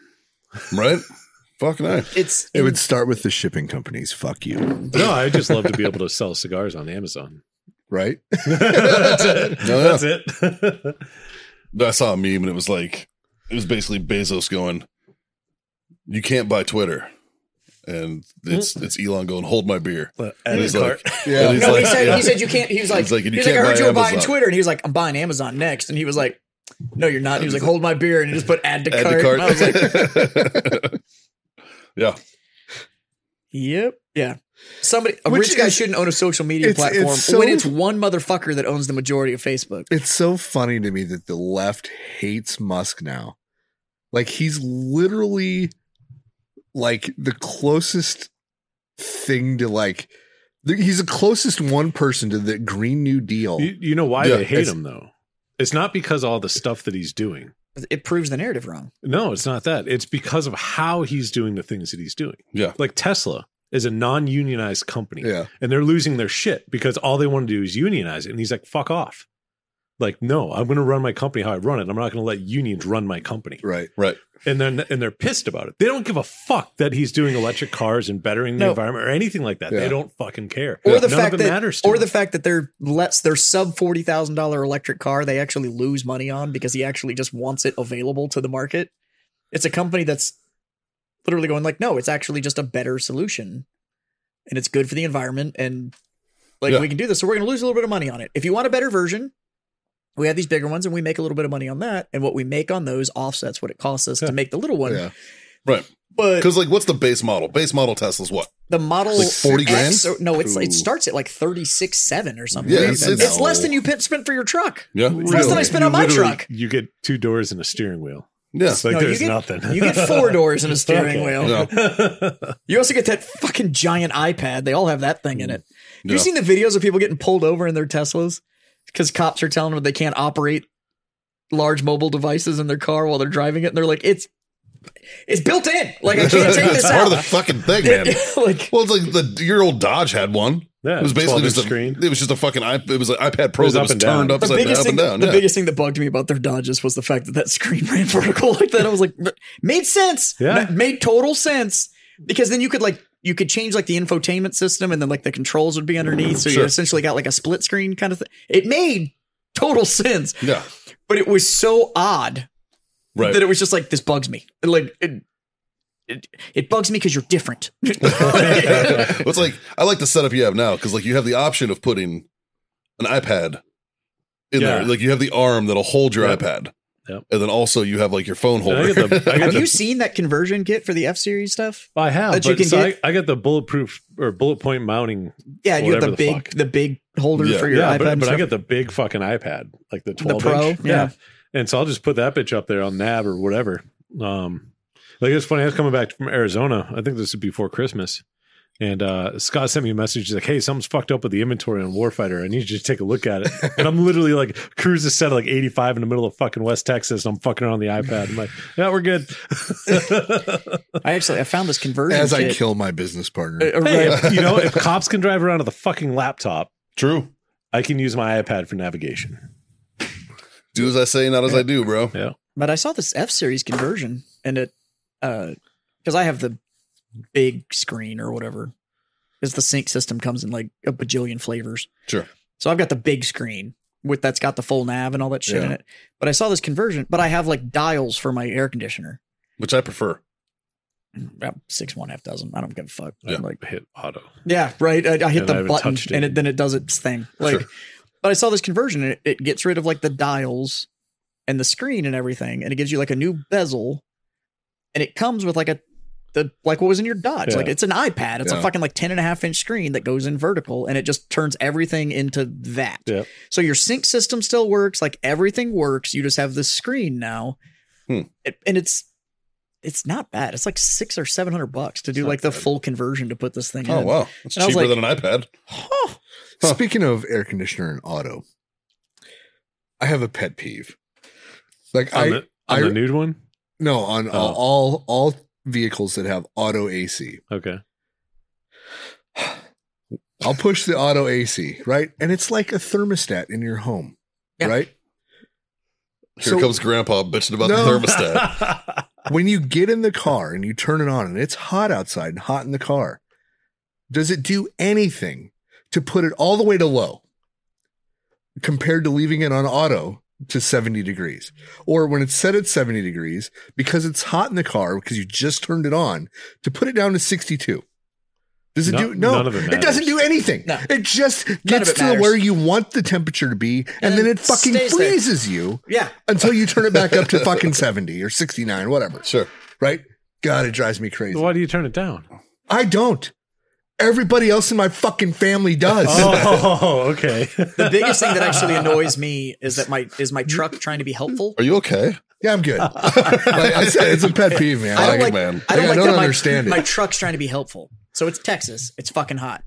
Speaker 4: right? Fucking I.
Speaker 2: It's
Speaker 5: It would start with the shipping companies. Fuck you.
Speaker 3: No, I just love to be able to sell cigars on Amazon.
Speaker 5: Right?
Speaker 3: that's it.
Speaker 4: No,
Speaker 3: That's it.
Speaker 4: I saw a meme and it was like it was basically Bezos going, "You can't buy Twitter," and it's it's Elon going, "Hold my beer." And he's like,
Speaker 5: Yeah.
Speaker 4: and he's
Speaker 2: Hmm. no,
Speaker 4: like,
Speaker 2: he said
Speaker 4: yeah.
Speaker 2: he said you can't he was like,
Speaker 4: He's like, "You
Speaker 2: he's like I
Speaker 4: can't
Speaker 2: heard
Speaker 4: buy
Speaker 2: you were buying
Speaker 4: Amazon."
Speaker 2: Twitter and he was like, I'm buying Amazon next and he was like, No, you're not. And he was like, Hold my beer and he just put add to
Speaker 4: Add
Speaker 2: cart.
Speaker 4: to
Speaker 2: And I was like,
Speaker 4: cart. yeah,
Speaker 2: Yep. Yeah. Somebody a
Speaker 5: Which
Speaker 2: rich guy
Speaker 5: is-
Speaker 2: shouldn't own a social media
Speaker 5: it's- it's
Speaker 2: platform
Speaker 5: so-
Speaker 2: when it's one motherfucker that owns the majority of Facebook.
Speaker 5: It's so funny to me that the left hates Musk now. Like he's literally like the closest thing to like th- he's the closest one person to the Green New Deal.
Speaker 3: You, you know why
Speaker 4: Yeah,
Speaker 3: they hate
Speaker 5: it's-
Speaker 3: him though? It's not because all the stuff that he's doing.
Speaker 2: It proves the narrative wrong.
Speaker 3: No, it's not that. It's because of how he's doing the things that he's doing.
Speaker 4: Yeah.
Speaker 3: Like Tesla is a non-unionized company
Speaker 5: Yeah.
Speaker 3: and they're losing their shit because all they want to do is unionize it and he's like fuck off. Like no, I'm going to run my company how I run it. I'm not going to let unions run my company.
Speaker 5: Right.
Speaker 4: right.
Speaker 3: and then and they're pissed about it. They don't give a fuck that he's doing electric cars and bettering the
Speaker 2: No.
Speaker 3: environment or anything like that.
Speaker 5: Yeah.
Speaker 3: They don't fucking care.
Speaker 2: Or the
Speaker 3: None
Speaker 2: fact
Speaker 3: of it
Speaker 2: that
Speaker 3: matters to
Speaker 2: or
Speaker 3: them.
Speaker 2: the fact that they're less their sub forty thousand dollar electric car they actually lose money on because he actually just wants it available to the market. It's a company that's literally going like, no, it's actually just a better solution. And it's good for the environment and like
Speaker 4: Yeah.
Speaker 2: we can do this. So we're gonna lose a little bit of money on it. If you want a better version, we have these bigger ones and we make a little bit of money on that. And what we make on those offsets what it costs us to make the little one.
Speaker 5: Yeah.
Speaker 4: Right.
Speaker 2: But
Speaker 4: Because like, what's the base model? Base model Tesla's what?
Speaker 2: the model
Speaker 4: Like 40 grand?
Speaker 2: X, or- no, it's
Speaker 5: Ooh.
Speaker 2: it starts at like thirty six seven or something.
Speaker 4: Yeah,
Speaker 2: Like,
Speaker 4: it's-
Speaker 2: it's,
Speaker 4: it's-
Speaker 2: less than you pit- spent for your truck.
Speaker 4: Yeah,
Speaker 2: It's less than I
Speaker 3: You
Speaker 2: spent on my
Speaker 3: literally-
Speaker 2: truck.
Speaker 3: You get two doors and a steering wheel.
Speaker 4: yeah.
Speaker 3: It's like
Speaker 2: No, you
Speaker 3: there's
Speaker 2: get-
Speaker 3: nothing.
Speaker 2: You get four doors and a steering wheel.
Speaker 4: No.
Speaker 2: You also get that fucking giant iPad. They all have that thing in it. Have
Speaker 4: Mm. Yeah.
Speaker 2: you seen the videos of people getting pulled over in their Teslas because cops are telling them they can't operate large mobile devices in their car while they're driving it, and they're like, "It's it's built in. Like I can't take this
Speaker 4: It's part
Speaker 2: out."
Speaker 4: of the fucking thing, man.
Speaker 2: like
Speaker 4: Well, it's like the your old Dodge had one.
Speaker 3: Yeah,
Speaker 4: it was basically
Speaker 3: 12 inch
Speaker 4: just a,
Speaker 3: screen.
Speaker 4: It was just a fucking iP- it was an iPad Pro
Speaker 3: It was
Speaker 4: that
Speaker 3: up
Speaker 4: was
Speaker 3: and down.
Speaker 4: turned
Speaker 3: The
Speaker 2: the
Speaker 4: upside down,
Speaker 2: biggest
Speaker 4: up
Speaker 2: thing,
Speaker 4: and down.
Speaker 2: the
Speaker 4: yeah.
Speaker 2: biggest thing that bugged me about their Dodges was the fact that that screen ran vertical like that. I was like, "But made sense.
Speaker 3: Yeah.
Speaker 2: Ma- made total sense because then you could like you could change like the infotainment system and then like the controls would be underneath, so
Speaker 4: Sure.
Speaker 2: you essentially got like a split screen kind of thing. It made total sense,
Speaker 4: yeah,
Speaker 2: but it was so odd
Speaker 4: right.
Speaker 2: that it was just like this bugs me. And, Like it, it, it bugs me because you're different.
Speaker 4: Well, it's like I like the setup you have now because like you have the option of putting an iPad in
Speaker 3: Yeah.
Speaker 4: there. Like you have the arm that'll hold your
Speaker 3: Yep.
Speaker 4: iPad,
Speaker 3: Yep.
Speaker 4: and then also you have like your phone
Speaker 3: And
Speaker 4: holder.
Speaker 3: I get the, I get
Speaker 2: Have
Speaker 3: the
Speaker 2: you seen that conversion kit for the F series stuff?
Speaker 3: I have,
Speaker 2: that
Speaker 3: but
Speaker 2: you can
Speaker 3: so
Speaker 2: get?
Speaker 3: I, I got the bulletproof or bullet point mounting.
Speaker 2: Yeah, you have the,
Speaker 3: Whatever the
Speaker 2: big
Speaker 3: fuck.
Speaker 2: the big holder
Speaker 4: Yeah.
Speaker 2: for your
Speaker 3: yeah,
Speaker 2: iPad.
Speaker 3: but,
Speaker 2: and
Speaker 3: but
Speaker 2: stuff.
Speaker 3: I get the big fucking iPad, like the
Speaker 2: The
Speaker 3: twelve
Speaker 2: Pro,
Speaker 3: inch.
Speaker 2: yeah.
Speaker 3: and so I'll just put that bitch up there on NAB or whatever. Um, like it's funny. I was coming back from Arizona. I think this is before Christmas, and uh, Scott sent me a message. He's like, "Hey, something's fucked up with the inventory on Warfighter. I need you to take a look at it." and I'm literally like, cruise is set at like 85 in the middle of fucking West Texas, and I'm fucking on the iPad. I'm like, "Yeah, we're good."
Speaker 2: I actually I found this conversion
Speaker 5: As I
Speaker 2: kit.
Speaker 5: kill my business partner.
Speaker 2: Uh,
Speaker 3: Hey,
Speaker 2: right.
Speaker 3: if- you know, if cops can drive around with a fucking laptop,
Speaker 4: True.
Speaker 3: I can use my iPad for navigation.
Speaker 4: Do as I say, not as I do, bro.
Speaker 3: Yeah.
Speaker 2: But I saw this F series conversion and it uh because I have the big screen or whatever. Because the sync system comes in like a bajillion flavors.
Speaker 4: Sure.
Speaker 2: So I've got the big screen with that's got the full nav and all that shit in
Speaker 5: Yeah.
Speaker 2: it. But I saw this conversion, but I have like dials for my air conditioner.
Speaker 4: Which I prefer.
Speaker 2: About six one half dozen. I don't give a fuck.
Speaker 3: Yeah.
Speaker 2: Like
Speaker 3: Hit auto.
Speaker 2: Yeah, right. I, I
Speaker 3: Yeah,
Speaker 2: hit
Speaker 3: I
Speaker 2: the
Speaker 3: haven't
Speaker 2: button
Speaker 3: touched it.
Speaker 2: and it, then it does its thing. Like,
Speaker 4: Sure.
Speaker 2: but I saw this conversion. And it, it gets rid of like the dials and the screen and everything, and it gives you like a new bezel, and it comes with like a the like what was in your Dodge. Like
Speaker 3: Yeah.
Speaker 2: it's an iPad. It's a
Speaker 5: Yeah.
Speaker 2: fucking like 10 and a half inch screen that goes in vertical, and it just turns everything into that.
Speaker 3: Yeah.
Speaker 2: So your sync system still works. Like everything works. You just have this screen now,
Speaker 4: Hmm.
Speaker 2: It- and it's. It's not bad. It's like six or seven hundred bucks to do
Speaker 3: not
Speaker 2: like the
Speaker 3: bad.
Speaker 2: full conversion to put this thing
Speaker 4: Oh
Speaker 2: in.
Speaker 4: wow, it's
Speaker 2: And I was
Speaker 4: cheaper
Speaker 2: like-
Speaker 4: than an iPad.
Speaker 2: Huh.
Speaker 4: Huh.
Speaker 5: Speaking of air conditioner and auto, I have a pet peeve. Like
Speaker 3: On,
Speaker 5: I
Speaker 3: the, on
Speaker 5: I-
Speaker 3: the nude one?
Speaker 5: no on all,
Speaker 3: Oh.
Speaker 5: all all vehicles that have auto AC.
Speaker 3: Okay.
Speaker 5: I'll push the auto AC, right? And it's like a thermostat in your home,
Speaker 2: Yeah.
Speaker 5: right?
Speaker 4: Here
Speaker 5: So-
Speaker 4: comes Grandpa bitching about
Speaker 5: No.
Speaker 4: the thermostat.
Speaker 5: when you get in the car and you turn it on and it's hot outside and hot in the car, does it do anything to put it all the way to low compared to leaving it on auto to 70 degrees? Or when it's set at 70 degrees, because it's hot in the car, because you just turned it on, to put it down to 62? Does it
Speaker 3: No-
Speaker 5: do no?
Speaker 3: none of it matters.
Speaker 5: doesn't do anything.
Speaker 2: No.
Speaker 5: It just
Speaker 2: of
Speaker 5: gets
Speaker 2: it
Speaker 5: to
Speaker 2: matters.
Speaker 5: where you want the temperature to be, and, then,
Speaker 2: then
Speaker 5: it fucking
Speaker 2: stays there.
Speaker 5: freezes you
Speaker 2: Yeah.
Speaker 5: until you turn it back up to fucking 70 or 69, whatever
Speaker 4: sure.
Speaker 5: right? God, it drives me crazy.
Speaker 3: Why do you turn it down?
Speaker 5: I don't. Everybody else in my fucking family does.
Speaker 3: Oh, okay.
Speaker 2: The biggest thing that actually annoys me is that my is my truck trying to be helpful.
Speaker 4: Are you okay?
Speaker 5: Yeah, I'm good. like I said, it's a pet peeve, man.
Speaker 2: I don't
Speaker 5: Like,
Speaker 2: like-
Speaker 4: man.
Speaker 2: I don't
Speaker 5: I
Speaker 2: like
Speaker 5: don't
Speaker 2: that my-
Speaker 5: understand it.
Speaker 2: my truck's trying to be helpful. So it's Texas. It's fucking hot.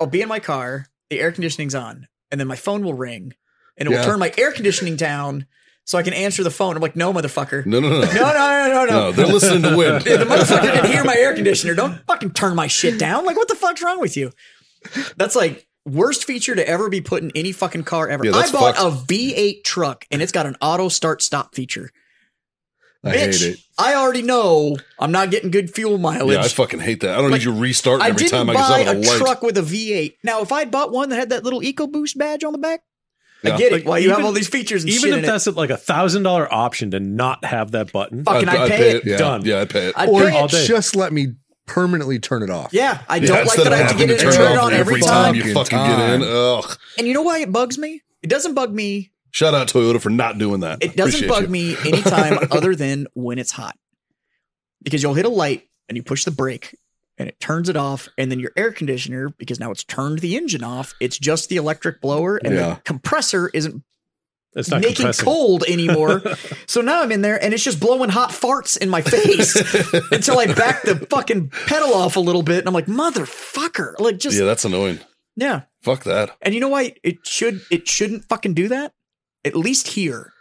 Speaker 2: I'll be in my car, the air conditioning's on, and then my phone will ring and it
Speaker 5: Yeah.
Speaker 2: will turn my air conditioning down so I can answer the phone. I'm like, no, motherfucker. No,
Speaker 4: No, no, no, no.
Speaker 2: no, no, no,
Speaker 4: No,
Speaker 2: no.
Speaker 4: they're listening to wind.
Speaker 2: the motherfucker can hear my air conditioner. Don't fucking turn my shit down. Like, what the fuck's wrong with you? That's like worst feature to ever be put in any fucking car ever.
Speaker 4: Yeah,
Speaker 2: I
Speaker 4: that's
Speaker 2: bought
Speaker 4: fucked.
Speaker 2: a V8 truck and it's got an auto start stop feature.
Speaker 5: I
Speaker 2: Bitch, I already know I'm not getting good fuel mileage.
Speaker 4: yeah, I fucking hate that. I don't
Speaker 2: Like,
Speaker 4: need you restarting
Speaker 2: I
Speaker 4: every
Speaker 2: didn't
Speaker 4: time I
Speaker 2: buy
Speaker 4: get out
Speaker 2: a
Speaker 4: of the light.
Speaker 2: truck with a V8. Now, if I'd bought one that had that little EcoBoost badge on the back,
Speaker 4: Yeah.
Speaker 2: I get
Speaker 3: Like,
Speaker 2: it. Why you have
Speaker 3: even-
Speaker 2: all these features and shit
Speaker 3: Even if
Speaker 2: in it.
Speaker 3: that's at, like a thousand dollar option to not have that button.
Speaker 2: Fucking,
Speaker 4: I'd-
Speaker 2: I
Speaker 4: I'd
Speaker 2: pay,
Speaker 4: pay
Speaker 2: it.
Speaker 4: it. Yeah,
Speaker 3: Done.
Speaker 4: yeah, I pay it.
Speaker 2: I
Speaker 5: Or
Speaker 2: pay
Speaker 3: all
Speaker 2: it.
Speaker 3: day.
Speaker 5: just let me permanently turn it off.
Speaker 2: Yeah, I
Speaker 4: Yeah,
Speaker 2: don't like
Speaker 4: instead
Speaker 2: that I
Speaker 4: of
Speaker 2: have to
Speaker 4: having
Speaker 2: get it and
Speaker 4: turn
Speaker 2: turn
Speaker 4: off
Speaker 2: it on every time.
Speaker 4: you
Speaker 5: Fucking
Speaker 4: fucking
Speaker 5: time.
Speaker 4: get in. Ugh.
Speaker 2: And you know why it bugs me? It doesn't bug me
Speaker 4: Shout out Toyota for not doing that.
Speaker 2: It doesn't
Speaker 4: Appreciate
Speaker 2: bug
Speaker 4: you.
Speaker 2: me anytime other than when it's hot. Because you'll hit a light and you push the brake and it turns it off. And then your air conditioner, because now it's turned the engine off, it's just the electric blower and
Speaker 5: Yeah.
Speaker 2: the compressor isn't
Speaker 3: It's not
Speaker 2: making
Speaker 3: compressing.
Speaker 2: cold anymore. so now I'm in there and it's just blowing hot farts in my face until I back the fucking pedal off a little bit. And I'm like, motherfucker. Like, just,
Speaker 4: Yeah, that's annoying.
Speaker 2: yeah.
Speaker 4: Fuck that.
Speaker 2: And you know why it should it shouldn't fucking do that? At least here.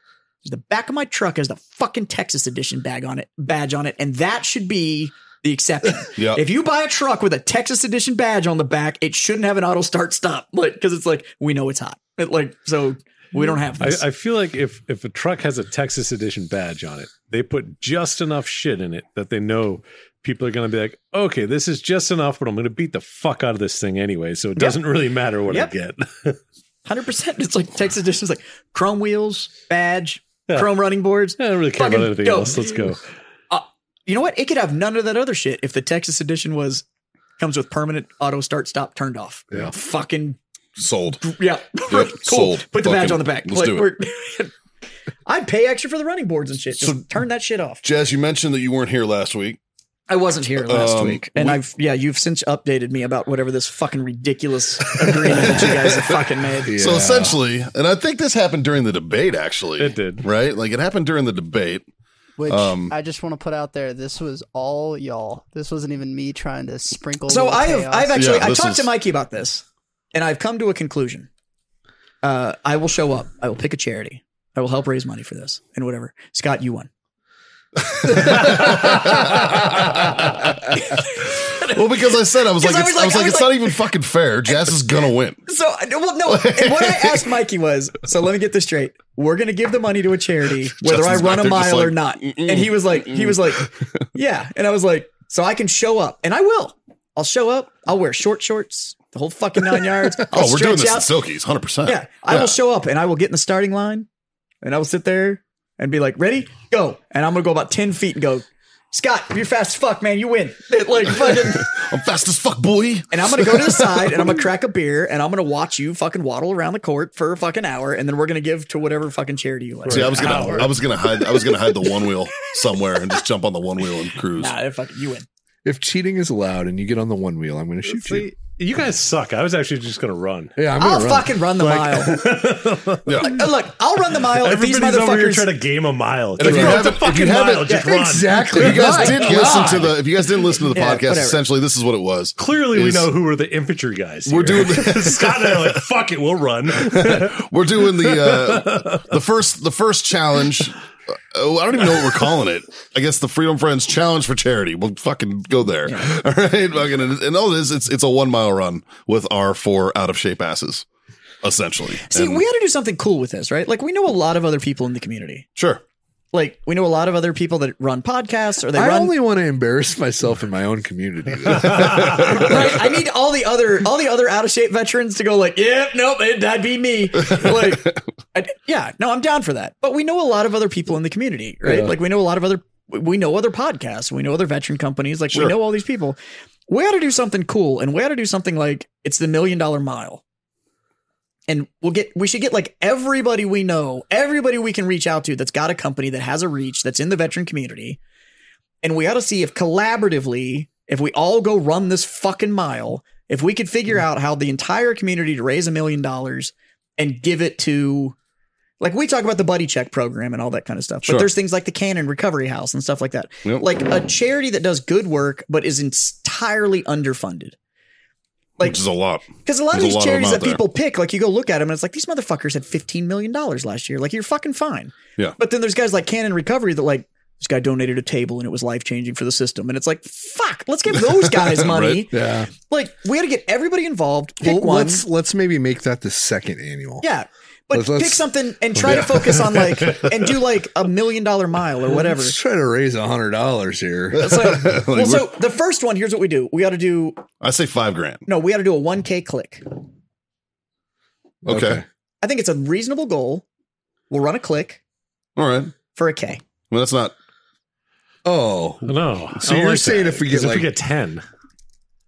Speaker 2: The back of my truck has the fucking Texas edition bag on it, badge on it, and that should be the exception.
Speaker 4: Yeah.
Speaker 2: If you buy a truck with a Texas edition badge on the back, it shouldn't have an auto start stop. Like cuz it's like we know it's hot. It, like so we don't have this.
Speaker 3: I, I feel like if if a truck has a Texas edition badge on it, they put just enough shit in it that they know people are going to be like, okay, this is just enough, but I'm going to beat the fuck out of this thing anyway, so it doesn't really matter what
Speaker 2: Yep.
Speaker 3: I get.
Speaker 2: 100% it's like Texas edition is like chrome wheels, badge, chrome running boards.
Speaker 3: I don't really care about
Speaker 2: Fucking
Speaker 3: anything
Speaker 2: dope.
Speaker 3: else. Let's go.
Speaker 2: You know what? It could have none of that other shit if the Texas edition was comes with permanent auto start stop turned off.
Speaker 4: Yeah.
Speaker 2: Fucking
Speaker 4: Sold.
Speaker 2: yeah.
Speaker 4: Yep,
Speaker 2: cool.
Speaker 4: sold.
Speaker 2: Put the badge
Speaker 4: Fucking-
Speaker 2: on the back.
Speaker 4: let's do it.
Speaker 2: we're- I'd pay extra for the running boards and shit. Just
Speaker 4: So-
Speaker 2: turn that shit off.
Speaker 4: Jazz, you mentioned that you weren't here last week.
Speaker 2: I wasn't here last
Speaker 4: Um,
Speaker 2: week, and
Speaker 4: we-
Speaker 2: I've yeah, you've since updated me about whatever this fucking ridiculous agreement that you guys have fucking made.
Speaker 4: So
Speaker 5: Yeah.
Speaker 4: essentially, and I think this happened during the debate, actually.
Speaker 3: It did.
Speaker 4: Right? Like it happened during the debate.
Speaker 1: Which
Speaker 4: Um,
Speaker 1: I just want to put out there. This was all y'all. This wasn't even me trying to sprinkle.
Speaker 2: So
Speaker 1: little
Speaker 2: I have
Speaker 1: chaos.
Speaker 2: I've actually
Speaker 4: Yeah,
Speaker 2: I
Speaker 4: this
Speaker 2: talked to
Speaker 4: is-
Speaker 2: Mikey about this, and I've come to a conclusion. Uh, I will show up. I will pick a charity. I will help raise money for this and whatever. Scott, you won.
Speaker 4: Well, because I said I was like, it's, I was
Speaker 2: 'Cause I was like- I
Speaker 4: like,
Speaker 2: was
Speaker 4: it's
Speaker 2: like-
Speaker 4: not even fucking fair. Jazz is gonna win.
Speaker 2: So I- well, no. and what I asked Mikey was, so let me get this straight. We're gonna give the money to a charity, whether I
Speaker 4: Justin's
Speaker 2: run
Speaker 4: back
Speaker 2: a
Speaker 4: there just
Speaker 2: mile or
Speaker 4: like,
Speaker 2: not. And he was like, he was like, yeah. And I was like, so I can show up, and I will. I'll show up. I'll wear short shorts, the whole fucking nine yards. I'll
Speaker 4: Oh, we're doing
Speaker 2: stretch
Speaker 4: this
Speaker 2: out.
Speaker 4: at Silkies, hundred percent.
Speaker 2: Yeah, I will show up and I will get in the starting line and I will sit there and be like, ready, go. And I'm going to go about 10 feet and go, Scott, you're fast as fuck, man. You win. like, fucking.
Speaker 4: I'm fast as fuck, boy.
Speaker 2: And I'm going to go to the side and I'm going to crack a beer and I'm going to watch you fucking waddle around the court for a fucking hour. And then we're going to give to whatever fucking charity you like.
Speaker 4: See, I was gonna, I was gonna hide, I was gonna hide the one wheel somewhere and just jump on the one wheel and cruise.
Speaker 2: Nah, fucking, you win.
Speaker 5: If cheating is allowed and you get on the one wheel, I'm going to shoot you.
Speaker 3: See, you guys suck. I was actually just gonna run.
Speaker 5: Yeah, I'm
Speaker 2: I'll
Speaker 5: going to run.
Speaker 2: fucking run the mile.
Speaker 4: Yeah.
Speaker 2: Look, look, I'll run the mile if these
Speaker 3: Everybody's over here
Speaker 2: motherfuckers.
Speaker 3: trying to game a mile.
Speaker 4: And if
Speaker 3: Just
Speaker 4: you
Speaker 3: run
Speaker 4: haven't-
Speaker 3: the
Speaker 4: if you
Speaker 3: fucking
Speaker 4: haven't-
Speaker 3: mile. Just
Speaker 2: Yeah.
Speaker 3: run.
Speaker 5: Exactly.
Speaker 4: If you guys
Speaker 2: My
Speaker 4: did
Speaker 2: God.
Speaker 4: listen to the, if you guys didn't listen to the
Speaker 2: Yeah,
Speaker 4: podcast,
Speaker 2: whatever.
Speaker 4: essentially this is what it was.
Speaker 3: Clearly, we
Speaker 4: Is-
Speaker 3: know who are the infantry guys.
Speaker 4: We're
Speaker 3: here.
Speaker 4: doing-
Speaker 3: Scott and I are like, fuck it, we'll run.
Speaker 4: We're doing the uh, the first the first challenge. Uh, oh, I don't even know what we're calling it. I guess the Freedom Friends Challenge for Charity. We'll fucking go there. All right, fucking, and, and all it is, it's it's a one mile run with our four out of shape asses, essentially.
Speaker 2: See,
Speaker 4: And-
Speaker 2: we got to do something cool with this, right? Like, we know a lot of other people in the community.
Speaker 4: sure.
Speaker 2: Like, we know a lot of other people that run podcasts or they
Speaker 5: I
Speaker 2: run.
Speaker 5: only want to embarrass myself in my own community.
Speaker 2: Right? I need all the other all the other out of shape veterans to go like, yep, nope, it, that'd be me. Like, I- yeah, no, I'm down for that. But we know a lot of other people in the community, right?
Speaker 5: Yeah.
Speaker 2: Like we know a lot of other we know other podcasts, we know other veteran companies, like
Speaker 4: Sure.
Speaker 2: we know all these people. We ought to do something cool, and we ought to do something like it's the million dollar mile. And we'll get we should get like everybody we know, everybody we can reach out to that's got a company that has a reach that's in the veteran community and we ought to see if collaboratively, if we all go run this fucking mile, if we could figure
Speaker 4: Mm-hmm.
Speaker 2: out how the entire community to raise a million dollars and give it to, like we talk about the buddy check program and all that kind of stuff,
Speaker 4: Sure.
Speaker 2: but there's things like the Cannon Recovery House and stuff like that,
Speaker 4: Yep.
Speaker 2: like a charity that does good work but is entirely underfunded. Like-
Speaker 4: Which is a lot.
Speaker 2: Because a lot
Speaker 4: There's a lot
Speaker 2: of these
Speaker 4: of
Speaker 2: charities
Speaker 4: them out
Speaker 2: that people pick, like you go look at them and it's like these motherfuckers had fifteen million dollars last year. Like you're fucking fine.
Speaker 4: Yeah.
Speaker 2: But then there's guys like Canon Recovery that like this guy donated a table and it was life changing for the system. And it's like, fuck, let's give those guys money.
Speaker 5: yeah.
Speaker 2: Like we had to get everybody involved. Pick
Speaker 5: Well,
Speaker 2: one.
Speaker 5: let's let's maybe make that the second annual.
Speaker 2: yeah. But
Speaker 5: let's- let's-
Speaker 2: pick something and try to focus on like and do like a million dollar mile or whatever.
Speaker 5: Let's try to raise a hundred dollars here.
Speaker 2: So, well,
Speaker 4: we're-
Speaker 2: so the first one, here's what we do. We ought to do
Speaker 4: I say five grand.
Speaker 2: no, we ought to do a 1K click.
Speaker 4: Okay.
Speaker 2: I think it's a reasonable goal. We'll run a click
Speaker 4: All right.
Speaker 2: for a K.
Speaker 4: Well, that's not.
Speaker 5: Oh,
Speaker 3: No.
Speaker 5: So you're saying if we get,
Speaker 3: if
Speaker 5: like-
Speaker 3: we get ten,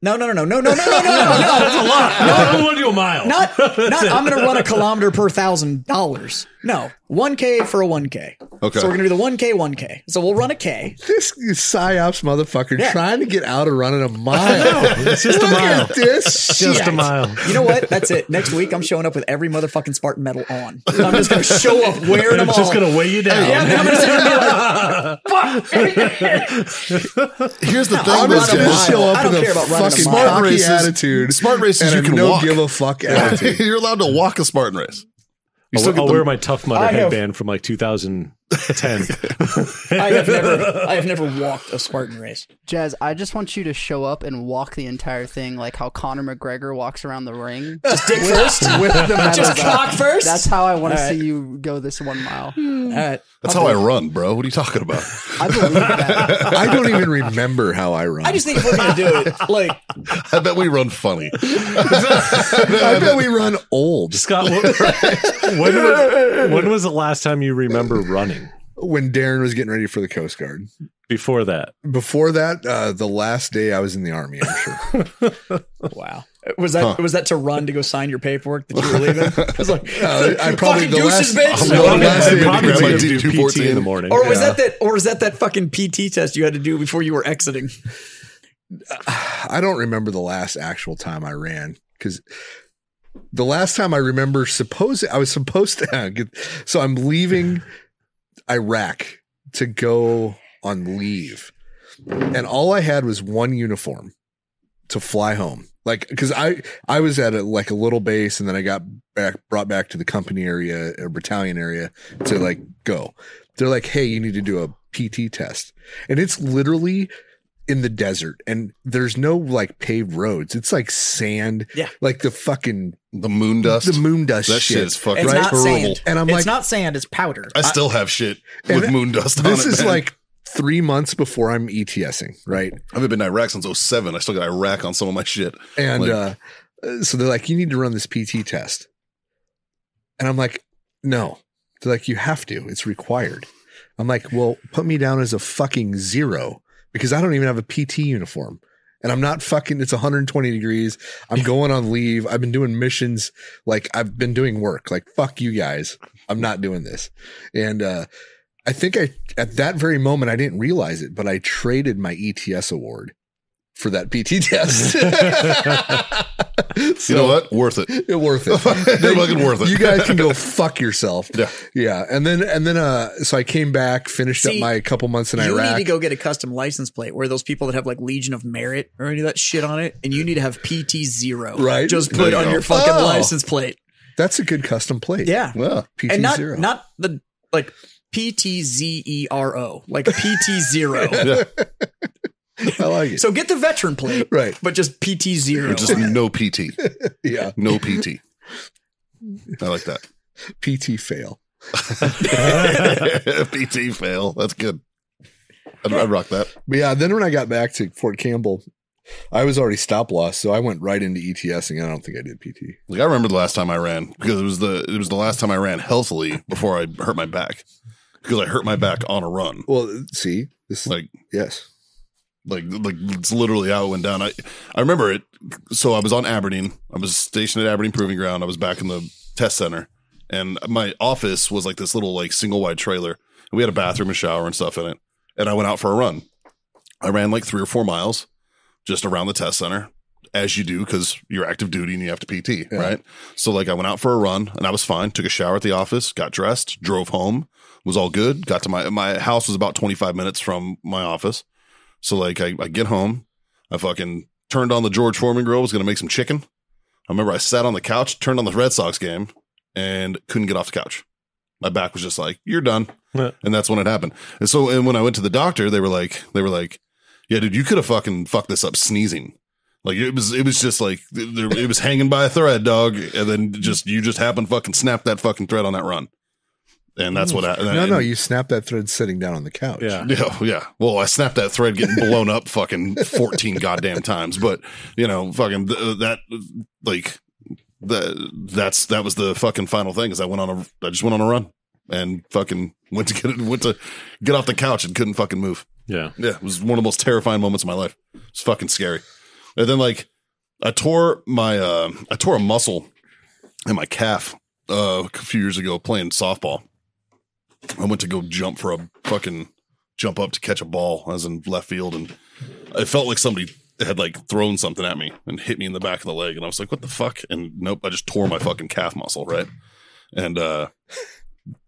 Speaker 2: No, no, no, no, no, no, no, no, no, no, no.
Speaker 3: no, we want to do a mile.
Speaker 2: Not, not. I'm going to run a kilometer per thousand dollars. No, one k for a one k.
Speaker 4: Okay.
Speaker 2: So we're going to do the one k, one k. So we'll run a k.
Speaker 5: this psyops motherfucker
Speaker 2: Yeah.
Speaker 5: trying to get out of running a mile.
Speaker 3: it's just a
Speaker 5: Look
Speaker 3: mile.
Speaker 5: at this.
Speaker 3: Just
Speaker 5: shit.
Speaker 3: a mile.
Speaker 2: You know what? That's it. Next week, I'm showing up with every motherfucking Spartan medal on. I'm just going to show up wearing
Speaker 3: And
Speaker 2: them
Speaker 3: it's just
Speaker 2: all.
Speaker 3: gonna weigh you down.
Speaker 2: yeah, then I'm just gonna be like,
Speaker 4: Here's the thing,
Speaker 2: I'm
Speaker 4: though,
Speaker 2: not a
Speaker 4: Jazz.
Speaker 2: mile.
Speaker 5: show up
Speaker 2: I don't
Speaker 5: with a
Speaker 2: care about running a
Speaker 5: fucking
Speaker 2: mile.
Speaker 5: cocky
Speaker 4: races-
Speaker 5: attitude.
Speaker 4: smart races
Speaker 5: and
Speaker 4: you
Speaker 5: a
Speaker 4: can
Speaker 5: no
Speaker 4: walk.
Speaker 5: give a fuck attitude.
Speaker 4: You're allowed to walk a Spartan race. You
Speaker 3: I'll,
Speaker 4: still get
Speaker 3: I'll
Speaker 4: the-
Speaker 3: wear my Tough Mudder
Speaker 2: I have-
Speaker 3: headband from like 2010.
Speaker 2: I have never, I have never walked a Spartan race.
Speaker 1: Jazz, I just want you to show up and walk the entire thing, like how Conor McGregor walks around the ring.
Speaker 2: Just dick first.
Speaker 5: With the
Speaker 2: Just cock first.
Speaker 1: That's how I want to
Speaker 2: All right.
Speaker 1: see you go this one mile.
Speaker 2: all right.
Speaker 4: That's how I run, bro. What are you talking about?
Speaker 1: I believe that.
Speaker 5: I don't even remember how I run.
Speaker 2: I just think if we're going to do it, like
Speaker 4: I bet we run funny.
Speaker 5: I bet we run old.
Speaker 3: Scott, what, when, was, when was the last time you remember running?
Speaker 5: when Darren was getting ready for the Coast Guard.
Speaker 3: Before that,
Speaker 5: Before that, uh, the last day I was in the army, I'm sure.
Speaker 2: Wow. Was that was that to run to go sign your paperwork that you were leaving? It was like,
Speaker 5: Uh, I probably-
Speaker 2: fucking
Speaker 5: the
Speaker 2: deuces,
Speaker 5: last-
Speaker 2: bitch.
Speaker 5: I'm
Speaker 3: Well,
Speaker 5: the last
Speaker 3: I
Speaker 5: day I
Speaker 3: probably
Speaker 5: did
Speaker 3: did
Speaker 5: my
Speaker 3: do PT in the
Speaker 4: D214.
Speaker 3: morning.
Speaker 2: Or was
Speaker 5: Yeah.
Speaker 2: that that? Or was that that fucking PT test you had to do before you were exiting?
Speaker 5: I don't remember the last actual time I ran because the last time I remember, supposed I was supposed to get. So I'm leaving Iraq to go on leave, and all I had was one uniform to fly home. Like, because I I was at a, like a little base, and then I got back brought back to the company area or battalion area to like go. They're like, hey, you need to do a PT test, and it's literally in the desert and there's no like paved roads. It's like sand.
Speaker 2: Yeah.
Speaker 5: Like the fucking
Speaker 4: The moon dust.
Speaker 5: the moon dust
Speaker 4: that
Speaker 5: shit.
Speaker 4: shit is fucking
Speaker 2: It's not
Speaker 4: terrible.
Speaker 2: sand.
Speaker 5: And I'm
Speaker 2: it's
Speaker 5: like,
Speaker 2: not sand; it's powder.
Speaker 4: I still have shit
Speaker 5: And
Speaker 4: with moon dust on it.
Speaker 5: this is
Speaker 4: man.
Speaker 5: like three months before I'm E ETSing, right?
Speaker 4: I haven't been to Iraq since 07. I still got Iraq on some of my shit.
Speaker 5: And
Speaker 4: Like-
Speaker 5: uh so they're like, you need to run this PT test. And I'm like, no. They're like, you have to. It's required. I'm like, well, put me down as a fucking zero because I don't even have a PT uniform. And I'm not fucking, it's 120 degrees. I'm going on leave. I've been doing missions. Like, I've been doing work. Like, fuck you guys. I'm not doing this. And uh, I think I, at that very moment, I didn't realize it, but I traded my ETS award for that PT test.
Speaker 4: You know what? Worth it.
Speaker 5: It worth it.
Speaker 4: They're fucking worth it.
Speaker 5: You guys can go fuck yourself.
Speaker 4: Yeah.
Speaker 5: Yeah. And then and then uh so I came back, finished up
Speaker 2: See,
Speaker 5: my couple months in
Speaker 2: you
Speaker 5: Iraq.
Speaker 2: need to go get a custom license plate where those people that have like Legion of Merit or any of that shit on it, and you need to have PT zero.
Speaker 5: Right.
Speaker 2: Just
Speaker 4: There
Speaker 2: put
Speaker 4: you
Speaker 2: on
Speaker 4: go.
Speaker 2: your fucking
Speaker 5: Oh.
Speaker 2: license plate.
Speaker 5: That's a good custom plate.
Speaker 2: Yeah.
Speaker 4: Yeah.
Speaker 5: PT
Speaker 2: and not
Speaker 5: zero.
Speaker 2: not the like P T Z E R O, like PT zero.
Speaker 5: I like it.
Speaker 2: So get the veteran plate,
Speaker 5: right.
Speaker 2: but just PT zero.
Speaker 4: Or just no PT.
Speaker 5: Yeah.
Speaker 4: No PT. I like that.
Speaker 5: PT fail.
Speaker 4: PT fail. That's good. I'd, I'd rock that.
Speaker 5: But yeah, then when I got back to Fort Campbell, I was already stop loss, so I went right into E ETSing. I don't think I did PT.
Speaker 4: Like I remember the last time I ran because it was the it was the last time I ran healthily before I hurt my back because I hurt my back on a run.
Speaker 5: Well, see, this is
Speaker 4: Like
Speaker 5: yes.
Speaker 4: like like it's literally how it went down. I I remember it. So I was on Aberdeen. I was stationed at Aberdeen Proving Ground. I was back in the test center, and my office was like this little like single wide trailer. And we had a bathroom and shower and stuff in it. And I went out for a run. I ran like three or four miles, just around the test center, as you do because you're active duty and you have to PT,
Speaker 5: Yeah.
Speaker 4: right? So like I went out for a run and I was fine. Took a shower at the office, got dressed, drove home, was all good. Got to my my house was about 25 minutes from my office. So like I, I get home, I fucking turned on the George Foreman grill, was gonna make some chicken. I remember I sat on the couch, turned on the Red Sox game, and couldn't get off the couch. My back was just like, You're done.
Speaker 3: Yeah.
Speaker 4: And that's when it happened. And so and when I went to the doctor, they were like, they were like, Yeah, dude, you could have fucking fucked this up sneezing. Like it was, it was just like th- there- it was hanging by a thread, dog. And then just you just happened to fucking snap that fucking thread on that run, and that's what happened.
Speaker 5: No,
Speaker 4: Uh, and,
Speaker 5: no, you snap that thread sitting down on the couch.
Speaker 3: yeah.
Speaker 4: yeah, yeah. Well, I snapped that thread getting blown up fucking 14 goddamn times, but you know, fucking th- uh, that like that that's that was the fucking final thing is I went on a I just went on a run and fucking went to get went to get off the couch and couldn't fucking move.
Speaker 3: Yeah.
Speaker 4: Yeah, it was one of the most terrifying moments of my life. It's fucking scary. And then like I tore my uh I tore a muscle in my calf uh a few years ago playing softball. I went to go jump for a fucking jump up to catch a ball. I was in left field and it felt like somebody had like thrown something at me and hit me in the back of the leg and I was like, what the fuck? And nope, I just tore my fucking calf muscle, right? And uh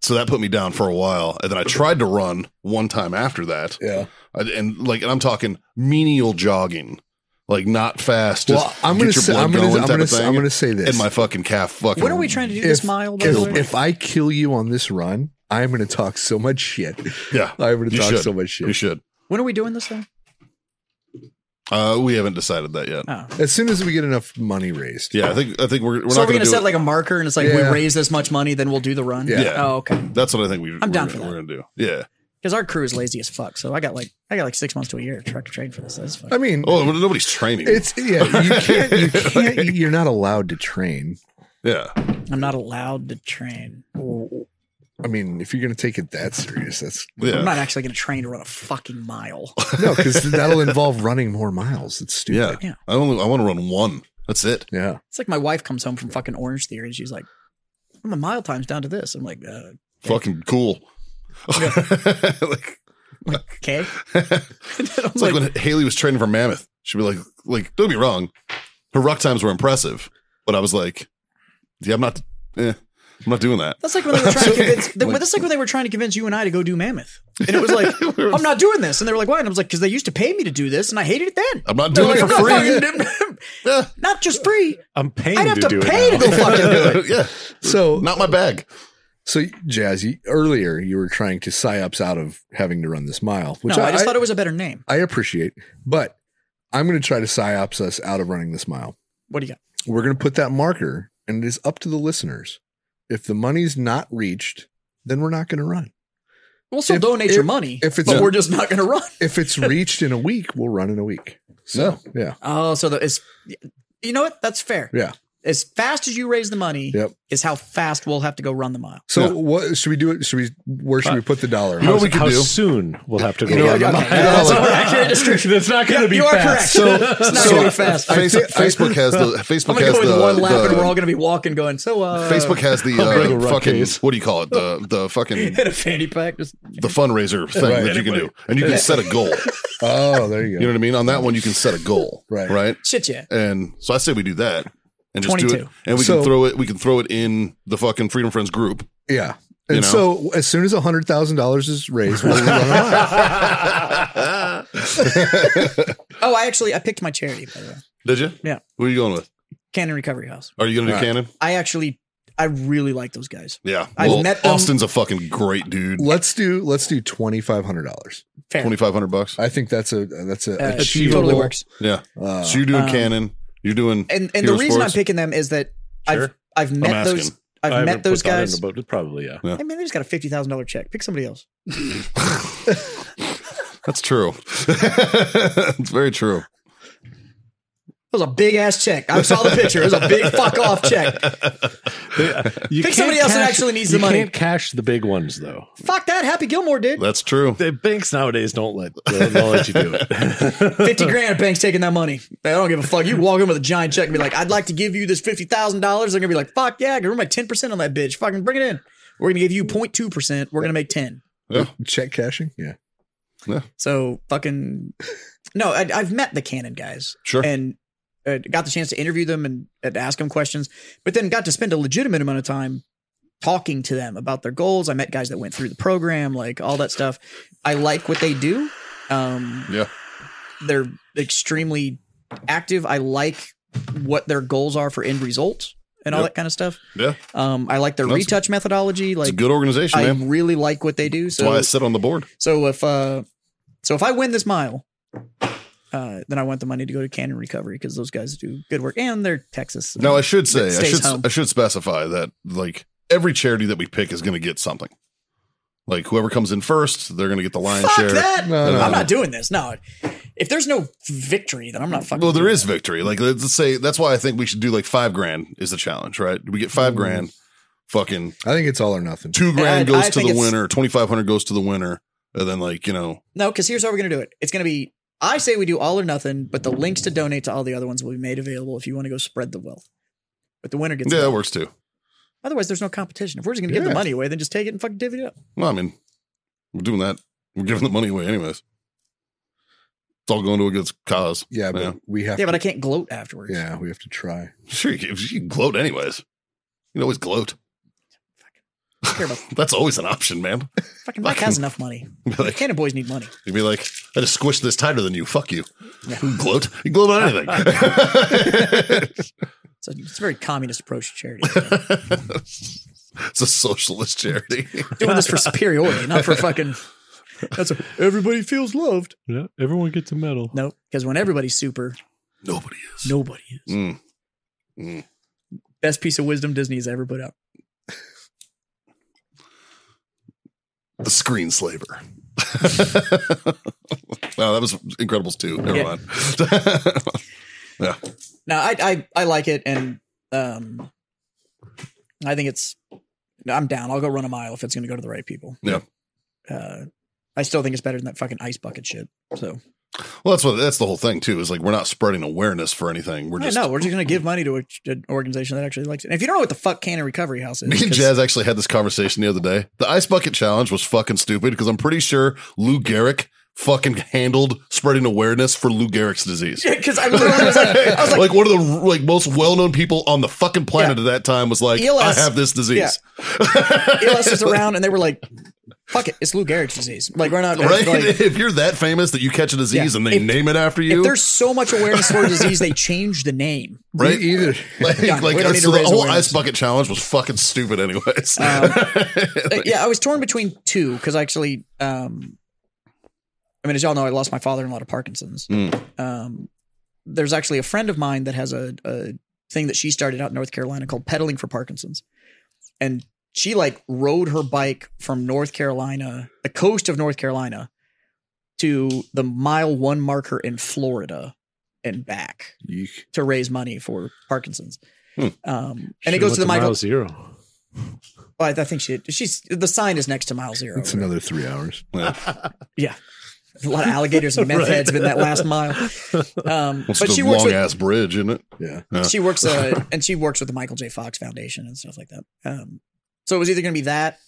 Speaker 4: so that put me down for a while. And then I tried to run one time after that.
Speaker 5: Yeah.
Speaker 4: I- and like and I'm talking menial jogging, like not fast. Just
Speaker 5: well, I'm gonna
Speaker 4: get your
Speaker 5: say
Speaker 4: blood
Speaker 5: I'm gonna,
Speaker 4: going
Speaker 5: I'm,
Speaker 4: type
Speaker 5: gonna
Speaker 4: of
Speaker 5: say,
Speaker 4: thing.
Speaker 5: I'm gonna say this.
Speaker 4: and my fucking calf fucking.
Speaker 2: What are we trying to do this mile? By the way?
Speaker 5: if, if I kill you on this run, I'm going to talk so much shit.
Speaker 4: Yeah,
Speaker 5: I'm going to
Speaker 4: You
Speaker 5: talk
Speaker 4: should.
Speaker 5: so much
Speaker 4: you
Speaker 5: shit.
Speaker 4: should.
Speaker 2: when are we doing this thing?
Speaker 4: Uh, we haven't decided that yet.
Speaker 2: Oh.
Speaker 5: As soon as we get enough money raised,
Speaker 4: Yeah, I think I think we're we're
Speaker 2: so
Speaker 4: not
Speaker 2: are we
Speaker 4: going
Speaker 2: gonna
Speaker 4: to do
Speaker 2: set
Speaker 4: it.
Speaker 2: like a marker and it's like
Speaker 5: Yeah.
Speaker 2: we raise this much money, then we'll do the run.
Speaker 5: Yeah.
Speaker 4: Yeah.
Speaker 2: Oh, okay.
Speaker 4: That's what I think we. we're
Speaker 2: down
Speaker 4: gonna,
Speaker 2: for that.
Speaker 4: We're going to do. Yeah.
Speaker 2: Because our crew is lazy as fuck. So I got like I got like six months to a year to track to train for this. That's fucking
Speaker 5: I mean,
Speaker 4: Oh, well, nobody's training.
Speaker 5: it's yeah. You can't. You can't. You're not allowed to train.
Speaker 4: yeah.
Speaker 2: I'm not allowed to train.
Speaker 5: I mean, if you're going to take it that serious, that's
Speaker 2: I'm
Speaker 4: Yeah.
Speaker 2: not actually going to train to run a fucking mile.
Speaker 5: no, because that'll involve running more miles. It's
Speaker 4: Yeah.
Speaker 5: stupid.
Speaker 2: Yeah.
Speaker 4: I only I want to run one. That's it.
Speaker 5: Yeah.
Speaker 2: It's like my wife comes home from fucking Orange Theory and she's like, "Well, my mile time's down to this. I'm like, uh,
Speaker 4: Fucking cool. like,
Speaker 2: okay.
Speaker 4: it's like, when Haley was training for Mammoth. She'd be like, like, don't be wrong. Her ruck times were impressive, but I was like, yeah, I'm not, eh, I'm not doing that.
Speaker 2: That's like when they were trying to convince.
Speaker 4: Like-
Speaker 2: that's like when they were trying to convince you and I to go do Mammoth, and it was like, "I'm not doing this," and they were like, "Why?" And I was like, "Because they used to pay me to do this, and I hated it then.
Speaker 4: I'm not doing it for free. Yeah.
Speaker 2: Not just free.
Speaker 3: I'm paying
Speaker 2: I'd have
Speaker 3: to
Speaker 2: to,
Speaker 3: do
Speaker 2: pay to
Speaker 3: it.
Speaker 2: go fucking do it."
Speaker 4: yeah.
Speaker 5: So-
Speaker 4: not my bag.
Speaker 5: So, Jazz, you, earlier you were trying to psyops out of having to run this mile, which
Speaker 2: no,
Speaker 5: I,
Speaker 2: I just thought it was a better name.
Speaker 5: I appreciate, but I'm going to try to psyops us out of running this mile.
Speaker 2: What do you got?
Speaker 5: We're going to put that marker, and it is up to the listeners. If the money's not reached, then we're not going to run.
Speaker 2: We'll still
Speaker 5: If-
Speaker 2: donate
Speaker 5: if-
Speaker 2: your money,
Speaker 5: if it's
Speaker 2: but
Speaker 5: a-
Speaker 2: we're just not going to run.
Speaker 5: If it's reached in a week, we'll run in a week. So, yeah,
Speaker 2: Oh, so the, it's you know what? That's fair.
Speaker 5: yeah.
Speaker 2: As fast as you raise the money,
Speaker 5: Yep.
Speaker 2: is how fast we'll have to go run the mile.
Speaker 5: So, what should we do? It should we? Where should we put the
Speaker 4: Uh,
Speaker 5: dollar?
Speaker 4: You know
Speaker 3: How,
Speaker 4: what we could
Speaker 3: how
Speaker 4: do?
Speaker 3: soon we'll have to go?
Speaker 5: Yeah,
Speaker 3: run?
Speaker 5: yeah,
Speaker 2: Okay,
Speaker 5: yeah,
Speaker 2: that's
Speaker 5: yeah.
Speaker 2: more accurate description.
Speaker 3: That's not going to be
Speaker 2: you are correct.
Speaker 3: fast.
Speaker 2: So,
Speaker 4: so-
Speaker 2: going fast.
Speaker 4: Face-
Speaker 5: think- I-
Speaker 4: Facebook has the
Speaker 2: I'm
Speaker 4: Facebook
Speaker 2: gonna
Speaker 4: has
Speaker 2: go with
Speaker 4: the,
Speaker 2: one lap,
Speaker 4: the-
Speaker 2: and we're all gonna be walking, going. So uh,
Speaker 4: Facebook has the
Speaker 3: Regular
Speaker 4: uh,
Speaker 3: rock
Speaker 4: fucking
Speaker 3: case.
Speaker 4: what do you call it the the fucking
Speaker 2: hit a fanny pack. Just
Speaker 4: the fundraiser thing
Speaker 5: Right.
Speaker 4: that you can do, and you can set a goal.
Speaker 5: Oh, there you
Speaker 4: You know
Speaker 5: go.
Speaker 4: what I mean? On that one, you can set a goal,
Speaker 5: Right.
Speaker 4: Right,
Speaker 2: shit, yeah.
Speaker 4: and so I say we do that and just do it,
Speaker 2: 22.
Speaker 4: and we
Speaker 5: So-
Speaker 4: can throw it. We can throw it in the fucking Freedom Friends group.
Speaker 5: Yeah.
Speaker 4: You
Speaker 5: And
Speaker 4: know?
Speaker 5: so, as soon as hundred thousand dollars is raised, we'll run a mile.
Speaker 2: Oh, I actually I picked my charity by the way,
Speaker 4: Did you?
Speaker 2: Yeah.
Speaker 4: What are you going with?
Speaker 2: Cannon Recovery House.
Speaker 4: Are you gonna do
Speaker 5: All right.
Speaker 4: Cannon?
Speaker 2: I actually I really like those guys.
Speaker 4: Yeah.
Speaker 2: I've
Speaker 4: Well,
Speaker 2: met them.
Speaker 4: Austin's a fucking great dude.
Speaker 5: Let's do let's do twenty five hundred dollars.
Speaker 2: Fair,
Speaker 4: Twenty five hundred bucks.
Speaker 5: I think that's a that's a
Speaker 2: Uh, it
Speaker 5: achievable.
Speaker 2: totally works.
Speaker 4: Yeah.
Speaker 5: Uh,
Speaker 4: So you're doing
Speaker 2: um,
Speaker 4: Cannon. You're doing
Speaker 2: And and
Speaker 4: Hero
Speaker 2: the reason
Speaker 4: Sports?
Speaker 2: I'm picking them is that
Speaker 3: Sure.
Speaker 2: I've I've met those
Speaker 4: asking.
Speaker 3: I
Speaker 2: I've
Speaker 3: haven't
Speaker 2: met
Speaker 3: put
Speaker 2: those
Speaker 3: that in
Speaker 2: guys.
Speaker 3: the book, but probably, yeah.
Speaker 2: I mean, they just got a fifty thousand dollar check. Pick somebody else.
Speaker 4: That's true. it's very true.
Speaker 2: That was a big ass check. I saw the picture. It was a big fuck off check.
Speaker 3: You
Speaker 2: Pick
Speaker 3: can't
Speaker 2: somebody else that actually needs the money.
Speaker 3: You can't cash the big ones, though.
Speaker 2: Fuck that. Happy Gilmore did
Speaker 4: That's true.
Speaker 3: The banks nowadays don't let, they'll, they'll let you do it.
Speaker 2: fifty grand. Bank's taking that money. They don't give a fuck. You walk in with a giant check and be like, "I'd like to give you this fifty thousand dollars." They're gonna be like, "Fuck yeah, give me my ten percent on that bitch. Fucking bring it in. We're gonna give you 02 percent. We're gonna make ten.
Speaker 5: check cashing. Yeah.
Speaker 2: So fucking no, I, I've met the Canon guys,
Speaker 4: Sure.
Speaker 2: and uh, got the chance to interview them and, and ask them questions, but then got to spend a legitimate amount of time talking to them about their goals. I met guys that went through the program, like all that stuff. I like what they do. Um,
Speaker 4: Yeah.
Speaker 2: they're extremely active. I like what their goals are for end results and all
Speaker 4: Yep.
Speaker 2: that kind of stuff.
Speaker 4: Yeah.
Speaker 2: Um, I like their
Speaker 4: That's-
Speaker 2: retouch methodology.
Speaker 4: It's
Speaker 2: Like
Speaker 4: a good organization,
Speaker 2: I
Speaker 4: man.
Speaker 2: really like what they do.
Speaker 4: That's
Speaker 2: So
Speaker 4: why I sit on the board.
Speaker 2: so if uh, so if I win this mile, uh, then I want the money to go to Cannon Recovery because those guys do good work and they're Texas.
Speaker 4: Now I should say I
Speaker 2: stays
Speaker 4: should
Speaker 2: home.
Speaker 4: I should specify that like every charity that we pick is going to get something. Like whoever comes in first, they're going to get the lion's
Speaker 2: fuck
Speaker 4: share.
Speaker 2: that.
Speaker 5: No, no,
Speaker 2: I'm
Speaker 5: no.
Speaker 4: uh,
Speaker 2: not doing this. No, if there's no victory, then I'm not fucking.
Speaker 4: Well, there
Speaker 2: doing
Speaker 4: is victory. Like let's say that's why I think we should do like five grand is the challenge, right? We get five grand. Fucking
Speaker 5: I think it's all or nothing.
Speaker 4: two grand
Speaker 2: I-
Speaker 4: goes
Speaker 2: I
Speaker 4: to
Speaker 2: think
Speaker 4: the
Speaker 2: it's-
Speaker 4: winner. Twenty five hundred goes to the winner, and then like you know,
Speaker 2: it. No, because here's how we're gonna do it. It's gonna be. I say we do all or nothing, but the links to donate to all the other ones will be made available if you want to go spread the wealth. But the winner gets
Speaker 4: yeah,
Speaker 2: it.
Speaker 4: that works too.
Speaker 2: Otherwise, there's no competition. If we're just gonna give
Speaker 5: Yeah.
Speaker 2: the money away, then just take it and fucking divvy it up.
Speaker 4: Well, I mean, we're doing that. We're giving the money away anyways. It's all going to a good cause.
Speaker 5: Yeah, but
Speaker 4: Yeah.
Speaker 5: we have.
Speaker 2: Yeah, but
Speaker 5: to,
Speaker 2: I can't gloat afterwards.
Speaker 5: Yeah, we have to try.
Speaker 4: Sure, you can, you can gloat anyways. You can always gloat.
Speaker 2: I don't care about
Speaker 4: That's always an option, man.
Speaker 2: fucking Mike has enough money.
Speaker 4: You'd be like,
Speaker 2: Cannon boys need money.
Speaker 4: you'd be like, I just squished this tighter than you. Fuck you. You gloat. You gloat on anything.
Speaker 2: It's a, it's a very communist approach to charity.
Speaker 4: it's a socialist charity.
Speaker 2: Doing this for superiority, not for fucking. That's what, everybody feels loved.
Speaker 3: yeah, everyone gets a medal.
Speaker 2: No, because when everybody's super,
Speaker 4: Nobody is.
Speaker 2: nobody is.
Speaker 4: Mm.
Speaker 2: Best piece of wisdom Disney has ever put out.
Speaker 4: The screenslaver. wow, that was Incredibles 2. Never
Speaker 2: Yeah.
Speaker 4: mind.
Speaker 2: Now I I, I like it, and um, I think it's No, I'm down. I'll go run a mile if it's going to go to the right people.
Speaker 4: Yeah.
Speaker 2: Uh, I still think it's better than that fucking ice bucket shit. So
Speaker 4: Well, that's what that's the whole thing too. Is like we're not spreading awareness for anything. We're
Speaker 2: Yeah,
Speaker 4: just
Speaker 2: no, we're just going to give money to a, an organization that actually likes it. And if you don't know what the fuck Cannon Recovery House is,
Speaker 4: Me and
Speaker 2: 'cause-
Speaker 4: Jazz actually had this conversation the other day. The ice bucket challenge was fucking stupid because I'm pretty sure Lou Gehrig fucking handled spreading awareness for Lou Gehrig's disease.
Speaker 2: Yeah, because I literally was like, I was like,
Speaker 4: like, one of the like most well-known people on the fucking planet at that time was like,
Speaker 2: ELS.
Speaker 4: I have this disease.
Speaker 2: ELS E is around, and they were like, fuck it, it's Lou Gehrig's disease. Like, we're not
Speaker 4: Right?
Speaker 2: Like,
Speaker 4: if you're that famous that you catch a disease
Speaker 2: Yeah.
Speaker 4: and they
Speaker 2: If-
Speaker 4: name it after you,
Speaker 2: if there's so much awareness for a disease, they changed the name.
Speaker 4: right?
Speaker 5: E-, either.
Speaker 4: Like,
Speaker 2: Yeah,
Speaker 4: like
Speaker 2: we don't need
Speaker 4: so
Speaker 2: to
Speaker 4: the
Speaker 2: raise
Speaker 4: whole
Speaker 2: awareness.
Speaker 4: ice bucket challenge was fucking stupid, anyways.
Speaker 2: Uh, yeah, I was torn between two because actually, um, I mean, as y'all know, I lost my father-in-law to Parkinson's. Um, there's actually a friend of mine that has a, a thing that she started out in North Carolina called pedaling for Parkinson's, and she like rode her bike from North Carolina, the coast of North Carolina, to the mile one marker in Florida and back
Speaker 5: Yeek.
Speaker 2: to raise money for Parkinson's.
Speaker 4: Hmm.
Speaker 2: Um, and it goes to the Michael.
Speaker 3: mile zero.
Speaker 2: Well, I I think she she's the sign is next to mile zero.
Speaker 5: It's another three hours.
Speaker 2: a lot of alligators and meth
Speaker 3: Right.
Speaker 2: heads in that last mile. Um,
Speaker 4: It's
Speaker 2: but
Speaker 4: just
Speaker 2: she
Speaker 4: a
Speaker 2: works
Speaker 4: long
Speaker 2: with
Speaker 4: ass bridge, isn't it?
Speaker 5: Yeah.
Speaker 4: Yeah.
Speaker 2: she works uh, and she works with the Michael J. Fox Foundation and stuff like that. Um, so it was either going to be that,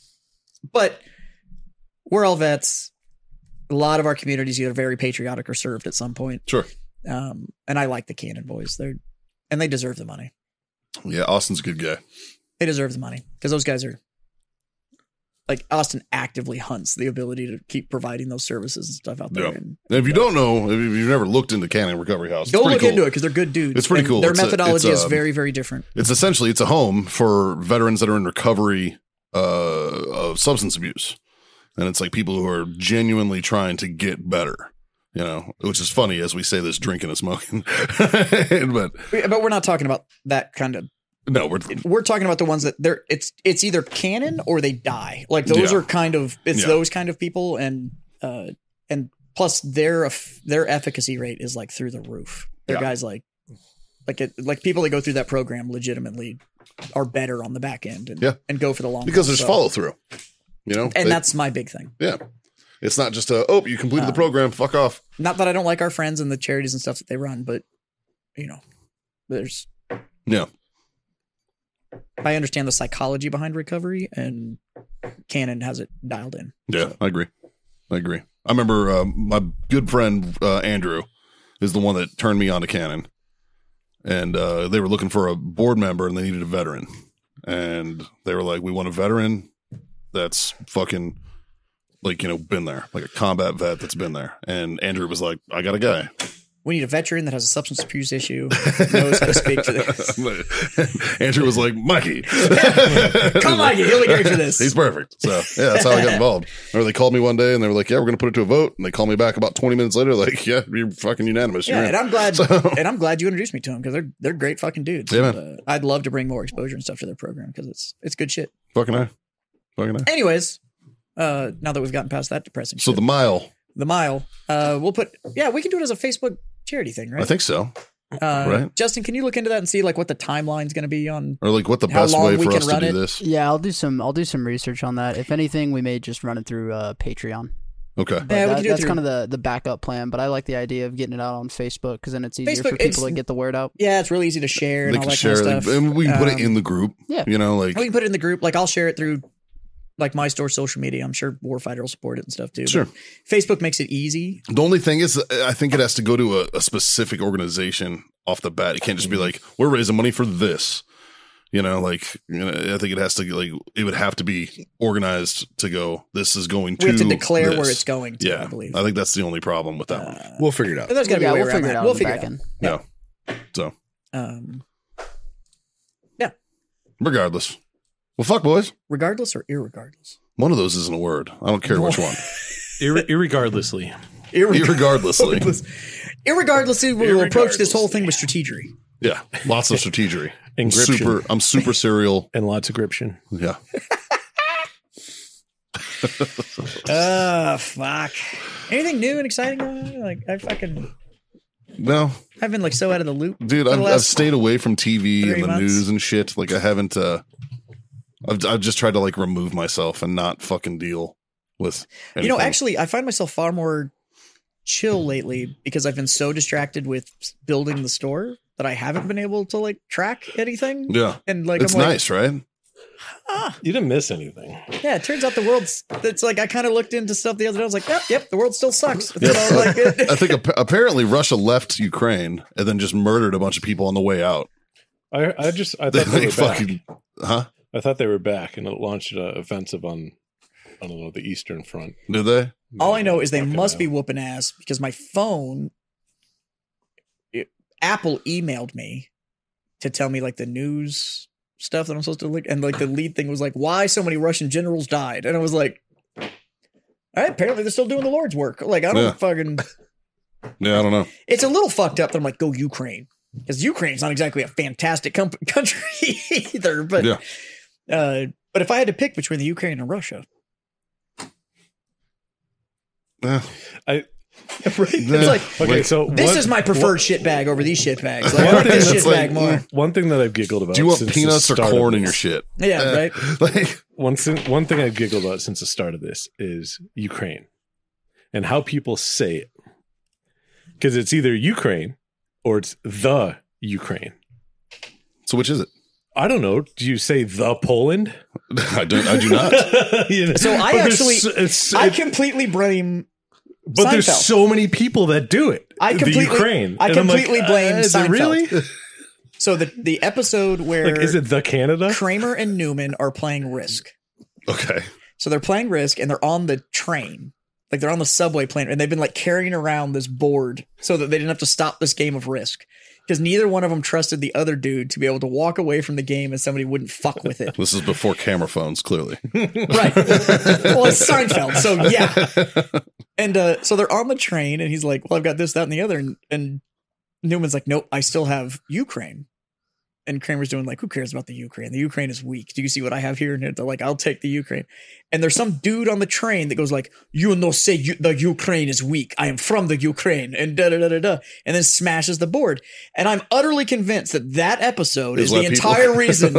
Speaker 2: but we're all vets. A lot of our communities either very patriotic or served at some point.
Speaker 4: Sure.
Speaker 2: Um, and I like the Cannon Boys. They're and they deserve the money.
Speaker 4: Yeah, Austin's a good guy.
Speaker 2: They deserve the money because those guys are like Austin actively hunts the ability to keep providing those services and stuff out there.
Speaker 4: Yeah.
Speaker 2: And
Speaker 4: And if you don't know, if you've never looked into Canning Recovery House,
Speaker 2: go
Speaker 4: it's pretty
Speaker 2: look
Speaker 4: cool.
Speaker 2: into it because they're good dudes.
Speaker 4: It's pretty
Speaker 2: and
Speaker 4: cool.
Speaker 2: Their
Speaker 4: It's a- it's
Speaker 2: methodology is
Speaker 4: a-
Speaker 2: very, very different.
Speaker 4: It's essentially it's a home for veterans that are in recovery uh, of substance abuse, and it's like people who are genuinely trying to get better. You know, which is funny as we say this drinking and smoking, but
Speaker 2: We- But we're not talking about that kind of.
Speaker 4: no, we're
Speaker 2: We're talking about the ones that they're. It's it's either canon or they die. Like those
Speaker 4: Yeah.
Speaker 2: are kind of. It's
Speaker 4: Yeah.
Speaker 2: those kind of people, and uh, and plus their eff- their efficacy rate is like through the roof. They're
Speaker 4: Yeah.
Speaker 2: guys like, like it, like people that go through that program legitimately are better on the back end and
Speaker 4: Yeah.
Speaker 2: and go for the long
Speaker 4: because
Speaker 2: haul.
Speaker 4: there's
Speaker 2: So-
Speaker 4: follow through. You know,
Speaker 2: And
Speaker 4: They-
Speaker 2: that's my big thing.
Speaker 4: yeah, it's not just a oh you completed the program, fuck off.
Speaker 2: Not that I don't like our friends and the charities and stuff that they run, but you know, there's
Speaker 4: Yeah,
Speaker 2: I understand the psychology behind recovery, and Canon has it dialed in.
Speaker 4: Yeah, I agree. I agree. I remember uh, my good friend uh, Andrew is the one that turned me on to Canon, and uh, they were looking for a board member and they needed a veteran, and they were like, "We want a veteran that's fucking like you know been there, like a combat vet that's been there." And Andrew was like, "I got a guy."
Speaker 2: We need a veteran that has a substance abuse issue, knows how to speak to this.
Speaker 4: Andrew was like, "Mikey,
Speaker 2: Come on, you really great for
Speaker 4: He's
Speaker 2: this.
Speaker 4: perfect. So yeah, that's how I got involved. Or they called me one day and they were like, "Yeah, we're gonna put it to a vote." And they called me back about twenty minutes later, like, "Yeah, you're fucking unanimous."
Speaker 2: Yeah,
Speaker 4: You're
Speaker 2: and
Speaker 4: in.
Speaker 2: I'm glad,
Speaker 4: So-
Speaker 2: and I'm glad you introduced me to them because they're they're great fucking dudes.
Speaker 4: Yeah, man.
Speaker 2: And, uh, I'd love to bring more exposure and stuff to their program because it's it's good shit.
Speaker 4: fucking I, fucking I.
Speaker 2: Anyways, uh, now that we've gotten past that depressing,
Speaker 4: So
Speaker 2: shit,
Speaker 4: the mile,
Speaker 2: the mile, uh, we'll put yeah, we can do it as a Facebook charity thing, right?
Speaker 4: I think so,
Speaker 2: uh,
Speaker 4: right.
Speaker 2: Justin, can you look into that and see like what the timeline's going to be on?
Speaker 4: or like what the
Speaker 2: How
Speaker 4: best
Speaker 2: long
Speaker 4: way
Speaker 2: we
Speaker 4: for
Speaker 2: can
Speaker 4: us to
Speaker 2: run
Speaker 4: do
Speaker 2: it?
Speaker 4: this?
Speaker 1: Yeah, I'll do some. I'll do some research on that. If anything, we may just run it through uh, Patreon.
Speaker 4: Okay,
Speaker 1: But
Speaker 2: Yeah, we
Speaker 1: that-
Speaker 2: can do it
Speaker 1: that's
Speaker 2: through-
Speaker 1: kind of the the backup plan. But I like the idea of getting it out on Facebook because then it's easier
Speaker 2: Facebook,
Speaker 1: for
Speaker 2: it's-
Speaker 1: people to get the word out.
Speaker 2: Yeah, it's really easy to share and
Speaker 4: they
Speaker 2: all
Speaker 4: can
Speaker 2: that
Speaker 4: share,
Speaker 2: kind
Speaker 4: it
Speaker 2: of stuff.
Speaker 4: and we can put it
Speaker 2: Um,
Speaker 4: in the group.
Speaker 1: yeah.
Speaker 4: you know, like
Speaker 2: We can put it in the group. Like I'll share it through like my store social media. I'm sure Warfighter will support it and stuff too. but
Speaker 4: Sure.
Speaker 2: Facebook makes it easy.
Speaker 4: the only thing is, uh, I think it has to go to a, a specific organization off the bat. It can't just be like, "We're raising money for this." You know, like you know, I think it has to like it would have to be organized to go. This is going to
Speaker 2: We have to declare where
Speaker 4: this."
Speaker 2: it's going to,
Speaker 4: Yeah, Uh,
Speaker 2: I believe. Uh,
Speaker 4: think that's the only problem with that one.
Speaker 5: We'll figure it out.
Speaker 2: There's gotta be
Speaker 1: yeah,
Speaker 2: a way
Speaker 1: we'll
Speaker 2: around
Speaker 1: figure
Speaker 2: that.
Speaker 1: it out.
Speaker 2: We'll
Speaker 1: on the
Speaker 2: figure
Speaker 1: back
Speaker 2: it out.
Speaker 1: end.
Speaker 4: Yeah. So
Speaker 2: Um,
Speaker 4: regardless, well, fuck boys.
Speaker 2: regardless or irregardless.
Speaker 4: One of those isn't a word. I don't care which one.
Speaker 3: Ir- irregardlessly.
Speaker 4: Irregardlessly,
Speaker 2: Irregardlessly, we will approach this whole thing with strategery.
Speaker 4: yeah. Lots of strategery. I'm
Speaker 3: Encryption.
Speaker 4: super. I'm super serial.
Speaker 3: and lots of gription.
Speaker 4: Yeah.
Speaker 2: Uh fuck. Anything new and exciting? going on? Like I fucking
Speaker 4: No,
Speaker 2: I've been like so out of the loop.
Speaker 4: dude.
Speaker 2: for the
Speaker 4: I've, I've
Speaker 2: last-
Speaker 4: stayed away from TV
Speaker 2: three
Speaker 4: and the
Speaker 2: months.
Speaker 4: news and shit. Like I haven't. uh I've, I've just tried to like remove myself and not fucking deal with.
Speaker 2: You know,
Speaker 4: anything.
Speaker 2: actually, I find myself far more chill lately because I've been so distracted with building the store that I haven't been able to like track anything.
Speaker 4: yeah,
Speaker 2: And like,
Speaker 4: it's
Speaker 2: I'm like,
Speaker 4: nice, right?
Speaker 2: ah,
Speaker 3: You didn't miss anything.
Speaker 2: yeah. It turns out the world's. It's like I kind of looked into stuff the other day. I was like, yep, yep. The world still sucks. You know, like, it-
Speaker 4: I think ap- apparently Russia left Ukraine and then just murdered a bunch of people on the way out.
Speaker 3: I I just I
Speaker 4: They
Speaker 3: thought they
Speaker 4: like
Speaker 3: were back.
Speaker 4: fucking, huh?
Speaker 3: I thought they were back, and it launched an offensive on I don't know the Eastern Front.
Speaker 4: Did they?
Speaker 2: All I know is they
Speaker 3: Fucking
Speaker 2: must be
Speaker 3: hell.
Speaker 2: whooping ass because my phone, it- Apple emailed me to tell me like the news stuff that I'm supposed to look, and like the lead thing was like why so many Russian generals died, and I was like, all right, apparently they're still doing the Lord's work. Like I don't
Speaker 4: Yeah.
Speaker 2: fucking.
Speaker 4: Yeah, I don't know.
Speaker 2: It's a little fucked up that I'm like go Ukraine because Ukraine's not exactly a fantastic com- country either, but.
Speaker 4: Yeah.
Speaker 2: Uh, but if I had to pick between the Ukraine and Russia,
Speaker 4: Eh,
Speaker 2: right? It's
Speaker 4: Yeah.
Speaker 2: like
Speaker 3: Okay, so
Speaker 2: This
Speaker 3: one-
Speaker 2: is my preferred
Speaker 3: one-
Speaker 2: shit bag over these shit bags. Like,
Speaker 3: One
Speaker 2: I like this
Speaker 3: thing
Speaker 2: shit
Speaker 3: that's
Speaker 4: like-
Speaker 2: bag more.
Speaker 3: One thing that I've giggled about.
Speaker 4: Do you want
Speaker 3: since the
Speaker 4: peanuts or
Speaker 3: start of
Speaker 4: corn in your
Speaker 3: this-
Speaker 4: shit?
Speaker 2: Yeah,
Speaker 4: Eh,
Speaker 2: right.
Speaker 4: Like,
Speaker 3: One thing, one thing I've giggled about since the start of this is Ukraine and how people say it. Because it's either Ukraine or it's the Ukraine.
Speaker 4: so which is it?
Speaker 3: I don't know. Do you say the Poland?
Speaker 4: I don't. I do not.
Speaker 3: You know,
Speaker 2: So I
Speaker 3: but there's
Speaker 2: actually-
Speaker 3: so- it's-
Speaker 2: I
Speaker 3: it-
Speaker 2: completely blame.
Speaker 3: but there's
Speaker 2: Seinfeld.
Speaker 3: so many people that do it.
Speaker 2: I
Speaker 3: The
Speaker 2: completely-
Speaker 3: Ukraine.
Speaker 2: I
Speaker 3: And I'm "Uh,
Speaker 2: completely blame
Speaker 3: is
Speaker 2: Seinfeld.
Speaker 3: it really?
Speaker 2: So the the episode where
Speaker 3: Like, is it the Canada?
Speaker 2: Kramer and Newman are playing Risk.
Speaker 4: Okay.
Speaker 2: So they're playing Risk and they're on the train. Like they're on the subway plane and they've been like carrying around this board so that they didn't have to stop this game of Risk. Because neither one of them trusted the other dude to be able to walk away from the game and somebody wouldn't fuck with it.
Speaker 4: This is before camera phones, clearly.
Speaker 2: Right. well, it's Seinfeld, so yeah. And uh, so they're on the train, and he's like, "Well, I've got this, that, and the other," and, and Newman's like, "Nope, I still have Ukraine." And Kramer's doing like, "Who cares about the Ukraine? The Ukraine is weak. Do you see what I have here?" And they're like, "I'll take the Ukraine." And there's some dude on the train that goes like, "You no say you, the Ukraine is weak. I am from the Ukraine," and da da da da da, and then smashes the board. And I'm utterly convinced that that episode is
Speaker 4: why
Speaker 2: the
Speaker 4: people-
Speaker 2: entire reason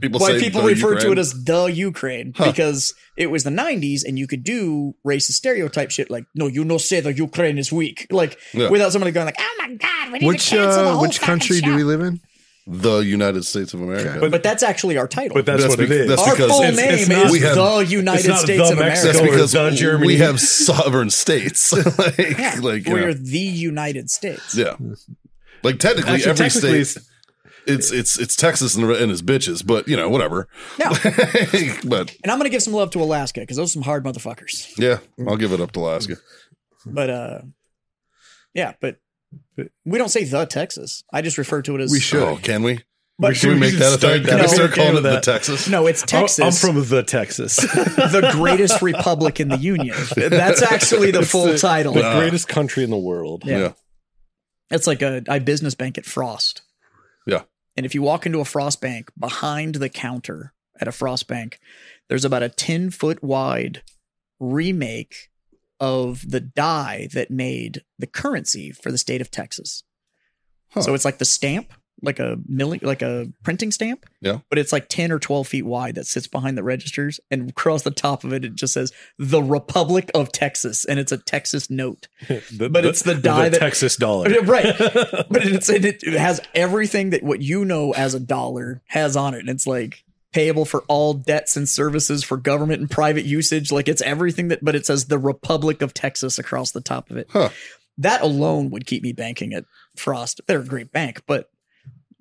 Speaker 4: people
Speaker 2: why
Speaker 4: say
Speaker 2: people
Speaker 4: the
Speaker 2: refer to
Speaker 4: Ukraine.
Speaker 2: it as the Ukraine because it was the 90s and you could do racist stereotype shit like no you no say the Ukraine is weak like
Speaker 4: Yeah.
Speaker 2: without somebody going like oh my god we need
Speaker 5: Which
Speaker 2: to cancel the
Speaker 5: uh,
Speaker 2: whole
Speaker 5: which
Speaker 2: fucking
Speaker 5: country
Speaker 2: show."
Speaker 5: do we live in?
Speaker 4: the United States of America.
Speaker 2: but, that's actually our title
Speaker 3: But that's,
Speaker 4: That's
Speaker 3: what it
Speaker 4: bec-
Speaker 3: is.
Speaker 4: that's
Speaker 2: our
Speaker 4: because
Speaker 2: full
Speaker 4: it's-
Speaker 2: name
Speaker 3: it's
Speaker 2: is
Speaker 3: not-
Speaker 4: we have-
Speaker 2: the
Speaker 3: it's
Speaker 2: United
Speaker 3: not
Speaker 2: States
Speaker 3: the
Speaker 2: of
Speaker 3: Mexico
Speaker 4: That's
Speaker 3: or
Speaker 2: America
Speaker 4: because
Speaker 3: the Germany.
Speaker 4: we have sovereign states. like,
Speaker 2: yeah.
Speaker 4: like,
Speaker 2: we're
Speaker 4: yeah.
Speaker 2: the United States
Speaker 4: yeah. Like technically,
Speaker 3: Actually,
Speaker 4: every
Speaker 3: technically,
Speaker 4: state
Speaker 3: it's-
Speaker 4: it's it's it's Texas and, and his bitches, but you know whatever.
Speaker 2: No.
Speaker 4: but
Speaker 2: and I'm gonna give some love to Alaska because those are some hard motherfuckers
Speaker 4: yeah, I'll give it up to Alaska.
Speaker 2: but uh yeah but we don't say the Texas I just refer to it as
Speaker 5: We should.
Speaker 4: Oh, can we?
Speaker 2: But-
Speaker 4: Should we
Speaker 3: we
Speaker 4: make
Speaker 3: should
Speaker 4: that a thing?
Speaker 3: start
Speaker 4: Can we
Speaker 2: that.
Speaker 4: start
Speaker 3: Okay
Speaker 4: calling it
Speaker 3: with
Speaker 4: the
Speaker 3: that.
Speaker 4: Texas?
Speaker 2: no
Speaker 5: Oh,
Speaker 2: it's
Speaker 3: I'm-
Speaker 2: Texas
Speaker 3: I'm from the Texas.
Speaker 2: the greatest republic in the union. That's actually the
Speaker 3: It's
Speaker 2: full title.
Speaker 3: The greatest country in the world.
Speaker 2: Yeah.
Speaker 4: Yeah.
Speaker 2: It's like a I business bank at Frost.
Speaker 4: Yeah.
Speaker 2: And if you walk into a Frost bank, behind the counter at a Frost bank, there's about a 10 foot wide remake of the die that made the currency for the state of Texas.
Speaker 4: Huh.
Speaker 2: So it's like the stamp, like a milling, like a printing stamp.
Speaker 4: Yeah.
Speaker 2: But it's like 10 or 12 feet wide that sits behind the registers. And across the top of it, it just says the Republic of Texas. And it's a Texas note.
Speaker 3: The-
Speaker 2: But it's the die that-
Speaker 3: Texas dollar.
Speaker 2: Right. but it's and it has everything that what you know as a dollar has on it. And it's like payable for all debts and services for government and private usage. Like it's everything that but it says the Republic of Texas across the top of it.
Speaker 4: Huh.
Speaker 2: That alone would keep me banking at Frost. They're a great bank, but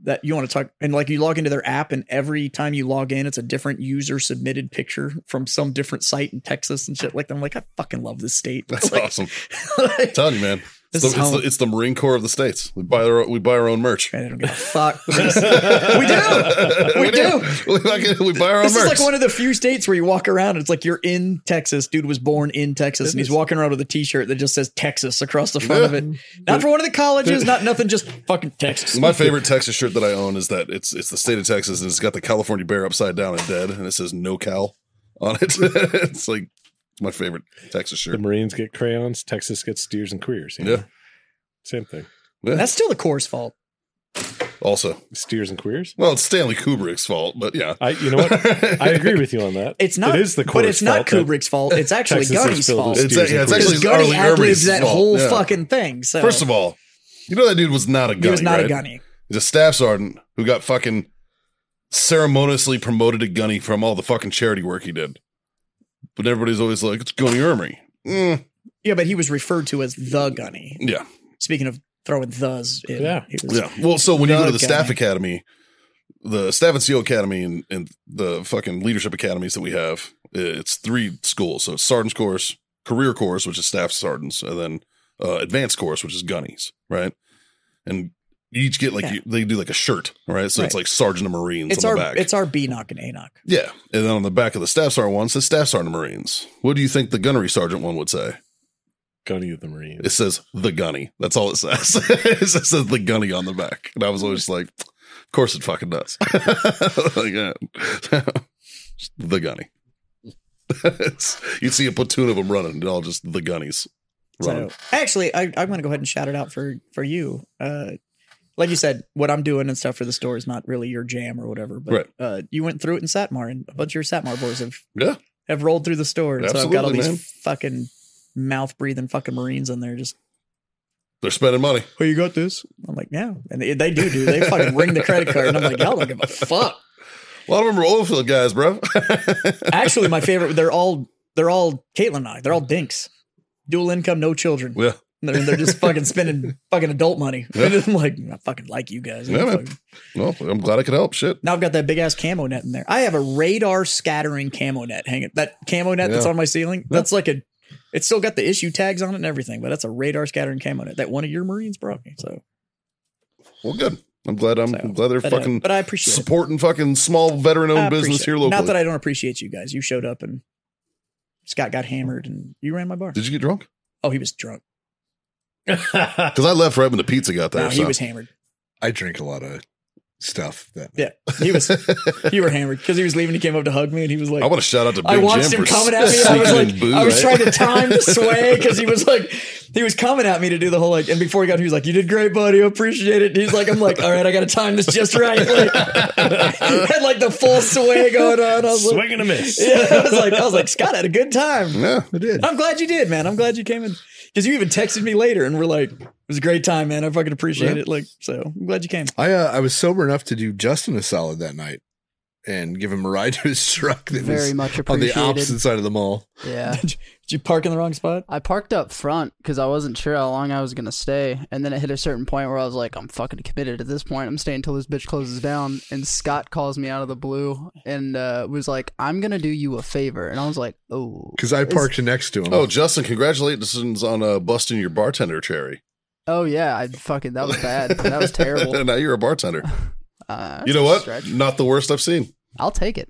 Speaker 2: that you want to talk and like you log into their app and every time you log in it's a different user submitted picture from some different site in Texas and shit like that. I'm like I fucking love this state.
Speaker 4: That's
Speaker 2: Like-
Speaker 4: awesome.
Speaker 2: like-
Speaker 4: telling you, man. It's
Speaker 2: This
Speaker 4: the,
Speaker 2: is
Speaker 4: it's,
Speaker 2: home.
Speaker 4: the, it's the Marine Corps of the states. We buy our we buy our own merch.
Speaker 2: I don't give a fuck. we do. We do.
Speaker 4: We, fucking- we buy our own
Speaker 2: This is
Speaker 4: merch.
Speaker 2: like one of the few states where you walk around and it's like you're in Texas. Dude was born in Texas and he's walking around with a t-shirt that just says Texas across the front of it. Not for one of the colleges, not nothing, just fucking Texas.
Speaker 4: My favorite Texas shirt that I own is that it's it's the state of Texas and it's got the California bear upside down and dead and it says no Cal on it. it's like my favorite Texas
Speaker 3: the
Speaker 4: shirt.
Speaker 3: Marines get crayons. Texas gets steers and queers. you know?
Speaker 4: Yeah.
Speaker 3: Same thing.
Speaker 2: That's still the Corps' fault.
Speaker 4: Also,
Speaker 3: Steers and queers.
Speaker 4: well, it's Stanley Kubrick's fault, but yeah.
Speaker 3: I, you know what? I agree with you on that.
Speaker 2: It's not.
Speaker 3: It is the
Speaker 2: but it's
Speaker 3: chorus
Speaker 2: not
Speaker 3: fault that
Speaker 2: Kubrick's fault. It's actually
Speaker 3: Texas has
Speaker 2: Gunny's
Speaker 3: filled
Speaker 2: fault.
Speaker 3: with
Speaker 4: It's-
Speaker 3: steers
Speaker 4: yeah,
Speaker 3: and
Speaker 4: it's
Speaker 3: queers.
Speaker 2: Because
Speaker 4: actually
Speaker 2: Gunny
Speaker 4: Arlie Ermey's
Speaker 2: ad-libs that
Speaker 4: fault,
Speaker 2: whole
Speaker 4: yeah.
Speaker 2: fucking thing. So
Speaker 4: First of all, you know that dude was not a gunny.
Speaker 2: he was not
Speaker 4: right?
Speaker 2: a Gunny.
Speaker 4: He's a staff sergeant who got fucking ceremoniously promoted to gunny from all the fucking charity work he did. But everybody's always like, it's Gunny Ermy. Mm,
Speaker 2: Yeah, but he was referred to as the Gunny.
Speaker 4: yeah.
Speaker 2: Speaking of throwing thes in,
Speaker 3: Yeah.
Speaker 2: he was,
Speaker 4: Yeah. Well, so when you go to the
Speaker 2: Okay.
Speaker 4: staff academy, the staff and CO academy and, and the fucking leadership academies that we have, it's three schools. So it's sergeant's course, career course, which is staff sergeants, and then uh, advanced course, which is gunnies, right? And you each get like
Speaker 2: Yeah.
Speaker 4: you, they do like a shirt, right? So it's
Speaker 2: Right.
Speaker 4: like sergeant of marines
Speaker 2: It's
Speaker 4: on
Speaker 2: our
Speaker 4: the back.
Speaker 2: it's our B knock and A knock.
Speaker 4: yeah, and then on the back of the staff sergeant one says staff sergeant marines. What do you think the gunnery sergeant one would say?
Speaker 3: Gunny of the Marines.
Speaker 4: It says the gunny. That's all it says. it just says the gunny on the back. And I was always like, of course it fucking does. like, yeah. the gunny. It's- You'd see a platoon of them running, and all just the gunnies running.
Speaker 2: So actually, I, I'm going to go ahead and shout it out for for you. Uh, like you said, what I'm doing and stuff for the store is not really your jam or whatever. But
Speaker 4: Right.
Speaker 2: uh, you went through it in Satmar, and a bunch of your Satmar boys have
Speaker 4: yeah.
Speaker 2: have rolled through the store. And so I've got all
Speaker 4: Absolutely,
Speaker 2: these
Speaker 4: man.
Speaker 2: fucking mouth breathing fucking Marines in there. Just
Speaker 4: They're spending money.
Speaker 2: oh, you got this? I'm like, yeah, and they, they do do. They fucking ring the credit card, and I'm like, y'all don't give a fuck.
Speaker 4: A lot of them are oil field guys, bro.
Speaker 2: Actually, my favorite. They're all they're all Caitlin and I. They're all dinks. Dual income, no children.
Speaker 4: yeah.
Speaker 2: And They're, they're just fucking spending fucking adult money.
Speaker 4: Yeah.
Speaker 2: And I'm like, I fucking like you guys.
Speaker 4: Yeah, man. Well, I'm glad I could help. Shit.
Speaker 2: Now I've got that big ass camo net in there. I have a radar scattering camo net hanging. That camo net that's
Speaker 5: Yeah.
Speaker 2: on my ceiling. That's like a. It's still got the issue tags on it and everything, but that's a radar scattering camo net that one of your Marines brought me. So,
Speaker 4: Well, good. I'm glad I'm,
Speaker 2: so-
Speaker 4: I'm glad they're
Speaker 2: but, uh,
Speaker 4: fucking
Speaker 2: but I appreciate it.
Speaker 4: supporting fucking small veteran
Speaker 2: I
Speaker 4: owned
Speaker 2: appreciate
Speaker 4: business here
Speaker 2: it.
Speaker 4: locally.
Speaker 2: Not that I don't appreciate you guys. You showed up and Scott got hammered and you ran my bar.
Speaker 4: Did you get drunk?
Speaker 2: Oh, he was drunk.
Speaker 4: Because I left right when the pizza got there.
Speaker 2: No, he
Speaker 4: so.
Speaker 2: was hammered.
Speaker 5: I drink a lot of stuff that
Speaker 2: Yeah, he was. you were hammered because he was leaving. He came up to hug me and he was like,
Speaker 4: I want to shout out to Big
Speaker 2: I watched
Speaker 4: Jim
Speaker 2: him
Speaker 4: for
Speaker 2: coming at me. I was
Speaker 4: sneaking in
Speaker 2: like,
Speaker 4: booze,
Speaker 2: I was
Speaker 4: right?
Speaker 2: trying to time the sway because he was like, he was coming at me to do the whole like. And before he got, he was like, "You did great, buddy. I appreciate it." And he's like, "I'm like, all right, I got to time this just right." Like, had like the full sway going on. I was like,
Speaker 3: Swing and a miss.
Speaker 2: yeah, I was like, I was like, Scott had a good time.
Speaker 4: Yeah,
Speaker 5: I did.
Speaker 2: I'm glad you did, man. I'm glad you came in because you even texted me later and we're like, "It was a great time, man. I fucking appreciate
Speaker 5: Yeah.
Speaker 2: it." Like, so I'm glad you came.
Speaker 5: I uh, I was sober enough to do Justin a solid that night and give him a ride to his truck that
Speaker 1: Very
Speaker 5: was
Speaker 1: much
Speaker 5: on
Speaker 1: appreciated.
Speaker 5: the opposite side of the mall.
Speaker 1: Yeah.
Speaker 2: Did you park in the wrong spot?
Speaker 1: I parked up front because I wasn't sure how long I was gonna stay, and then it hit a certain point where I was like, "I'm fucking committed at this point. I'm staying till this bitch closes down." And Scott calls me out of the blue and uh, was like, "I'm gonna do you a favor," and I was like, "Oh,
Speaker 5: Because I
Speaker 1: Is-
Speaker 5: parked next to him.
Speaker 4: Oh, Justin, congratulations on uh, busting your bartender cherry.
Speaker 1: oh yeah, I fucking that was bad. that was terrible."
Speaker 4: now you're a bartender.
Speaker 1: Uh,
Speaker 4: you know what?
Speaker 1: stretch.
Speaker 4: Not the worst I've seen.
Speaker 1: I'll take it.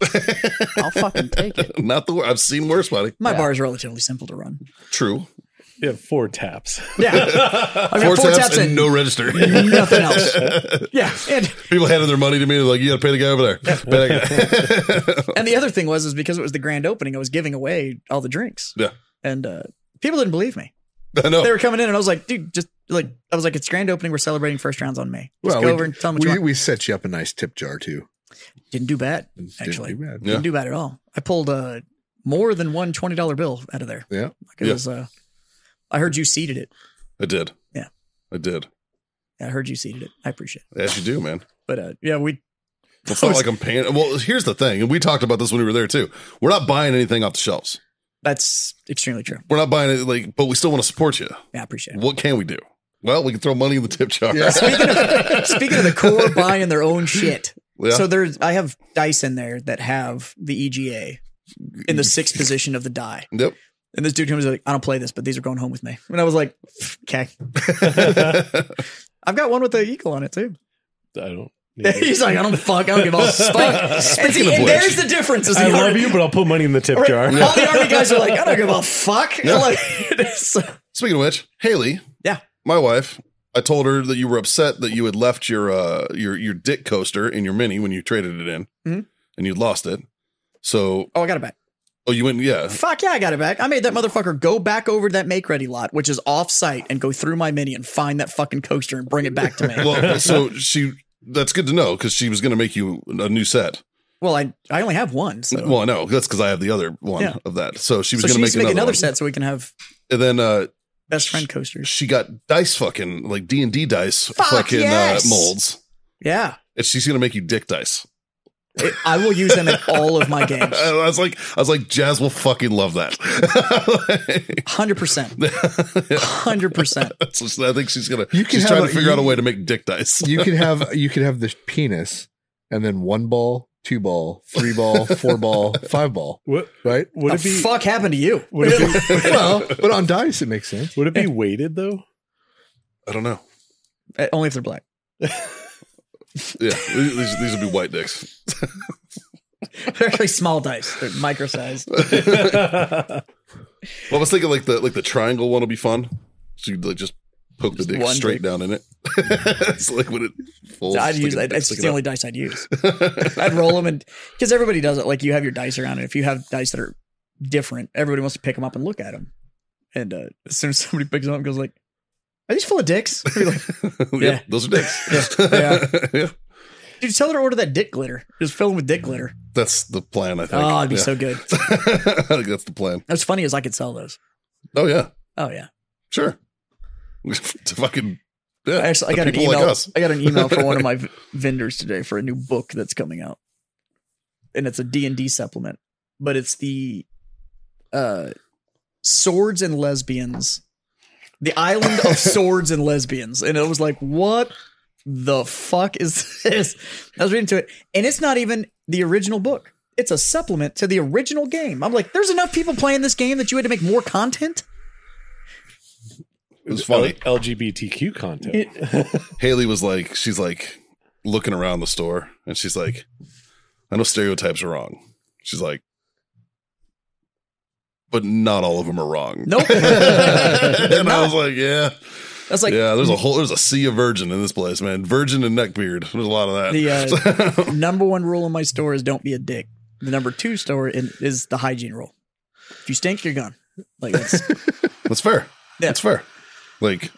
Speaker 1: I'll fucking take it.
Speaker 4: Not the worst. I've seen worse, buddy.
Speaker 2: My
Speaker 1: Yeah.
Speaker 2: bar is relatively simple to run.
Speaker 4: True.
Speaker 3: You have four taps.
Speaker 2: Yeah, I've got
Speaker 4: four taps and no register.
Speaker 2: nothing else. Yeah, and
Speaker 4: People handed their money to me. They're like, you got to pay the guy over there. Pay that guy.
Speaker 2: and the other thing was is because it was the grand opening, I was giving away all the drinks.
Speaker 4: Yeah.
Speaker 2: and uh, people didn't believe me.
Speaker 4: I
Speaker 5: Oh.
Speaker 4: know.
Speaker 2: They were coming in, and I was like, "Dude, just like I was like, it's grand opening. We're celebrating first rounds on May. Just
Speaker 5: Well,
Speaker 2: go
Speaker 5: we-
Speaker 2: over and tell them what you
Speaker 5: we,
Speaker 2: want."
Speaker 5: we set you up a nice tip jar too.
Speaker 2: Didn't do bad.
Speaker 5: Didn't do
Speaker 2: Actually, didn't do
Speaker 5: bad.
Speaker 2: bad, at all. I pulled uh, more than one twenty dollar bill out of there.
Speaker 5: Yeah.
Speaker 2: like it
Speaker 4: Yeah.
Speaker 2: was. Uh, I heard you seated it.
Speaker 4: I did.
Speaker 2: Yeah.
Speaker 4: I did.
Speaker 2: I heard you seated it. I appreciate it.
Speaker 4: As you do, man.
Speaker 2: But uh, yeah, we.
Speaker 4: It's not like I'm paying. Well, here's the thing. And we talked about this when we were there, too. We're not buying anything off the shelves.
Speaker 2: that's extremely true.
Speaker 4: We're not buying it, like, but we still want to support you.
Speaker 2: Yeah, I appreciate it.
Speaker 4: What can we do? Well, we can throw money in the tip jar.
Speaker 2: Speaking of, speaking of the core buying their own shit,
Speaker 4: Yeah.
Speaker 2: so there's I have dice in there that have the EGA
Speaker 3: E
Speaker 2: in the sixth position of the die,
Speaker 4: Yep.
Speaker 2: and this dude comes like, I don't play this, but these are going home with me, and I was like, okay, I've got one with the eagle on it too.
Speaker 3: I don't. need it.
Speaker 2: He's like, I don't fuck, I don't give a fuck. and see, and
Speaker 4: which-
Speaker 2: there's the difference. Is the
Speaker 3: I love
Speaker 2: army-
Speaker 3: you, but I'll put money in the tip
Speaker 2: right,
Speaker 3: jar.
Speaker 2: All the army guys are like, I don't give a fuck. Like, it's-
Speaker 4: Speaking of which, Haley,
Speaker 2: Yeah.
Speaker 4: my wife, I told her that you were upset that you had left your uh your your dick coaster in your mini when you traded it in,
Speaker 2: Mhm.
Speaker 4: and you'd lost it. So,
Speaker 2: oh, I got it back.
Speaker 4: oh, you went, yeah,
Speaker 2: Fuck yeah, I got it back. I made that motherfucker go back over to that make ready lot, which is off site, and go through my mini and find that fucking coaster and bring it back to me.
Speaker 4: well, so she That's good to know because she was going to make you a new set.
Speaker 2: Well, I I only have one, so,
Speaker 4: Well, I know that's because I have the other one
Speaker 2: Yeah.
Speaker 4: of that. So she was
Speaker 2: so she
Speaker 4: going
Speaker 2: needs
Speaker 4: to make another, set.
Speaker 2: set so we can have
Speaker 4: And then uh,
Speaker 2: best friend coasters.
Speaker 4: she got dice fucking like D and D dice
Speaker 2: Fuck
Speaker 4: fucking
Speaker 2: yes!
Speaker 4: uh, molds,
Speaker 2: Yeah,
Speaker 4: and she's going to make you dick dice.
Speaker 2: It- I will use them in all of my games,
Speaker 4: I was like, I was like, Jazz will fucking love that.
Speaker 2: hundred percent, hundred percent.
Speaker 4: So she- I think she's gonna.
Speaker 5: You can
Speaker 4: she's
Speaker 5: have
Speaker 4: trying
Speaker 5: a-
Speaker 4: to figure out a
Speaker 5: you-
Speaker 4: way to make dick dice.
Speaker 5: you could have you could have the penis and then one ball, two ball, three ball, four ball, five ball,
Speaker 3: What
Speaker 5: right?
Speaker 3: would
Speaker 2: The
Speaker 3: it be?
Speaker 2: fuck happened to you?
Speaker 3: Would it be,
Speaker 5: well, but on dice it makes sense.
Speaker 3: would it be weighted though?
Speaker 4: I don't know.
Speaker 2: Uh, Only if they're black.
Speaker 4: Yeah, these, these these would be white dicks.
Speaker 2: They're actually small dice. They're micro sized.
Speaker 4: Well, I was thinking like the like the triangle one will be fun. So you like just poke
Speaker 2: Just
Speaker 4: the dick
Speaker 2: one
Speaker 4: straight
Speaker 2: dick.
Speaker 4: down in it. it's like when it folds.
Speaker 2: I'd
Speaker 4: it's like
Speaker 2: use
Speaker 4: a
Speaker 2: that.
Speaker 4: dick
Speaker 2: It's the
Speaker 4: sticking
Speaker 2: only dice I'd use. I'd roll them and because everybody does it. Like you have your dice around, and if you have dice that are different, everybody wants to pick them up and look at them. And uh, as soon as somebody picks them up, and goes like, "Are these full of dicks?" I'd be like,
Speaker 4: out. Yep,
Speaker 2: Yeah.
Speaker 4: those are dicks.
Speaker 2: Yeah.
Speaker 4: Yeah.
Speaker 2: Dude, tell her to order that dick glitter. Just fill them with dick glitter.
Speaker 4: That's the plan. I think.
Speaker 2: oh, it'd be
Speaker 4: Yeah.
Speaker 2: so good.
Speaker 4: I think that's the plan.
Speaker 2: What's funny is I could sell those.
Speaker 4: Oh yeah,
Speaker 2: Oh yeah.
Speaker 4: sure. to fucking yeah,
Speaker 2: I actually, I
Speaker 4: to
Speaker 2: got an
Speaker 4: people like
Speaker 2: email.
Speaker 4: us.
Speaker 2: I got an email from one of my v- vendors today for a new book that's coming out, and it's a D and D supplement, but it's the uh, swords and lesbians, the island of swords and lesbians, and it was like, what the fuck is this? I was reading to it, and it's not even the original book. It's a supplement to the original game. I'm like, there's enough people playing this game that you had to make more content.
Speaker 4: It was funny.
Speaker 3: L- LGBTQ content.
Speaker 4: Haley was like, she's like looking around the store and she's like, I know stereotypes are wrong. She's like, but not all of them are wrong.
Speaker 2: Nope.
Speaker 4: and I was like, yeah,
Speaker 2: That's like
Speaker 4: yeah. There's a whole, there's a sea of virgin in this place, man. Virgin and neckbeard. There's a lot of that.
Speaker 2: The, uh, number one rule in my store is don't be a dick. The number two store in, is the hygiene rule. If you stink, you're gone. Like that's,
Speaker 4: That's fair.
Speaker 2: Yeah.
Speaker 4: That's fair. Like,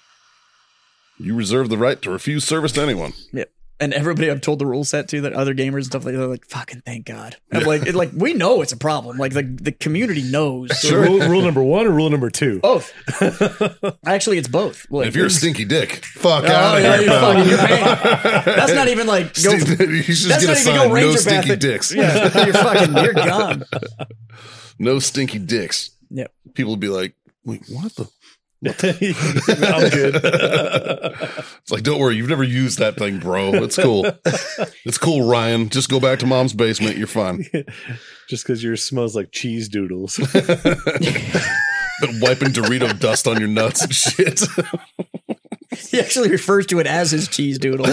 Speaker 4: you reserve the right to refuse service to anyone.
Speaker 2: yeah. And everybody I've told the rule set to that other gamers and stuff like that, they're like, fucking thank God. I'm like, it, like we know it's a problem. Like the, the community knows.
Speaker 3: So rule, rule number one or rule number two?
Speaker 2: Both. Actually, it's both. Like,
Speaker 4: If you're a stinky dick, fuck
Speaker 2: Oh,
Speaker 4: out of
Speaker 2: yeah,
Speaker 4: here.
Speaker 2: you're
Speaker 4: pal.
Speaker 2: fucking- you're right. That's not even like go.
Speaker 4: you should just get
Speaker 2: That's
Speaker 4: a
Speaker 2: not even go
Speaker 4: sign. No
Speaker 2: Ranger
Speaker 4: stinky
Speaker 2: Bath.
Speaker 4: dicks.
Speaker 2: Yeah, you're fucking. You're gone.
Speaker 4: no stinky dicks.
Speaker 2: Yep.
Speaker 4: People would be like, wait, what the?
Speaker 3: I'm good.
Speaker 4: It's like, don't worry, you've never used that thing, bro. It's cool. it's cool, Ryan. Just go back to mom's basement. You're fine.
Speaker 3: Just because yours smells like cheese doodles.
Speaker 4: Been wiping Dorito dust on your nuts and shit.
Speaker 2: He actually refers to it as his cheese doodle.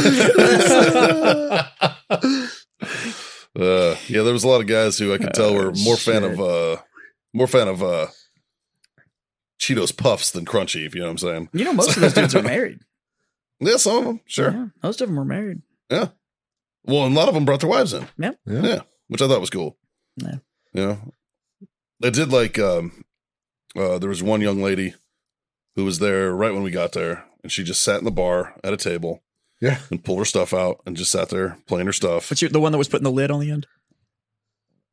Speaker 4: Uh, yeah, there was a lot of guys who I could tell were more fan of uh, more fan of uh, Cheetos Puffs than Crunchy. If you know what I'm saying.
Speaker 2: you know, most of those dudes are married.
Speaker 4: Yeah, some of them, sure.
Speaker 2: Yeah, most of them are married.
Speaker 4: Well, and a lot of them brought their wives in.
Speaker 2: Yeah.
Speaker 4: Yeah.
Speaker 5: Yeah.
Speaker 4: Which I thought was cool.
Speaker 2: Yeah.
Speaker 4: You know, I did like, um, uh, there was one young lady who was there right when we got there, and she just sat in the bar at a table
Speaker 5: Yeah.
Speaker 4: and pulled her stuff out and just sat there playing her stuff.
Speaker 2: But you, the one that was putting the lid on the end.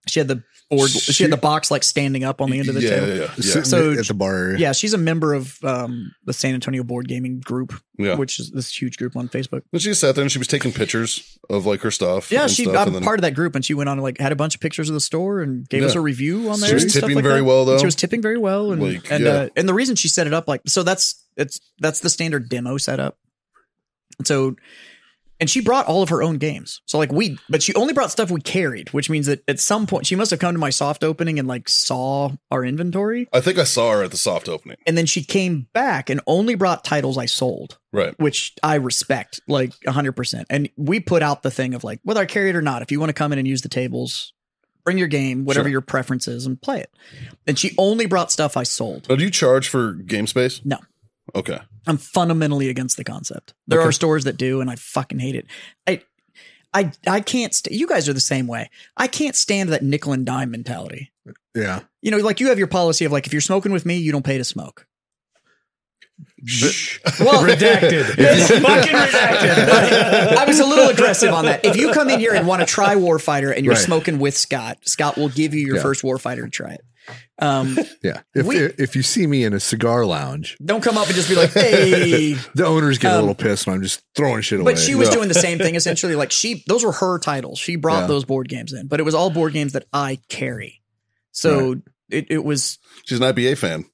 Speaker 2: She had the board. She, had the box like standing up on the end of the
Speaker 4: yeah,
Speaker 2: table.
Speaker 4: yeah, yeah, yeah,
Speaker 5: Sitting
Speaker 2: So-
Speaker 5: at the bar area.
Speaker 2: Yeah, she's a member of um, the San Antonio Board Gaming Group,
Speaker 4: yeah.
Speaker 2: which is this huge group on Facebook.
Speaker 4: and she just sat there and she was taking pictures of like her stuff.
Speaker 2: Yeah,
Speaker 4: and
Speaker 2: she
Speaker 4: stuff,
Speaker 2: I'm
Speaker 4: and then-
Speaker 2: part of that group, and she went on and, like had a bunch of pictures of the store and gave us
Speaker 4: Yeah.
Speaker 2: a review on
Speaker 4: She
Speaker 2: there.
Speaker 4: was
Speaker 2: and stuff
Speaker 4: tipping
Speaker 2: like
Speaker 4: very
Speaker 2: that.
Speaker 4: well, though.
Speaker 2: She was tipping very well, and
Speaker 4: Like,
Speaker 2: and
Speaker 4: yeah.
Speaker 2: uh, and the reason she set it up like so that's it's that's the standard demo setup. And So, and she brought all of her own games. So like we, but she only brought stuff we carried, which means that at some point she must have come to my soft opening and like saw our inventory,
Speaker 4: I think I saw her at the soft opening.
Speaker 2: and then she came back and only brought titles I sold
Speaker 4: Right.
Speaker 2: which I respect like 100%. And we put out the thing of like, whether I carry it or not, if you want to come in and use the tables, bring your game, whatever
Speaker 4: Sure.
Speaker 2: your preference is, and play it. And she only brought stuff I sold.
Speaker 4: Oh, do you charge for game space?
Speaker 2: No.
Speaker 4: Okay.
Speaker 2: I'm fundamentally against the concept. There
Speaker 4: Okay.
Speaker 2: are stores that do, and I fucking hate it. I, I, I can't. St- you guys are the same way. I can't stand that nickel and dime mentality.
Speaker 5: Yeah.
Speaker 2: You know, like you have your policy of like, if you're smoking with me, you don't pay to smoke. Well,
Speaker 3: Redacted.
Speaker 2: fucking redacted. I was a little aggressive on that. If you come in here and want to try Warfighter and you're
Speaker 5: Right.
Speaker 2: smoking with Scott, Scott will give you your
Speaker 5: Yeah.
Speaker 2: first Warfighter to try it. Um,
Speaker 5: Yeah. If,
Speaker 2: We-
Speaker 5: if you see me in a cigar lounge,
Speaker 2: don't come up and just be like, hey.
Speaker 5: the owners get a
Speaker 2: Um,
Speaker 5: little pissed when I'm just throwing shit away.
Speaker 2: But she was doing the same thing essentially. Like she, those were her titles. She brought
Speaker 5: Yeah.
Speaker 2: those board games in, but it was all board games that I carry. So it, it was.
Speaker 4: She's an IPA fan.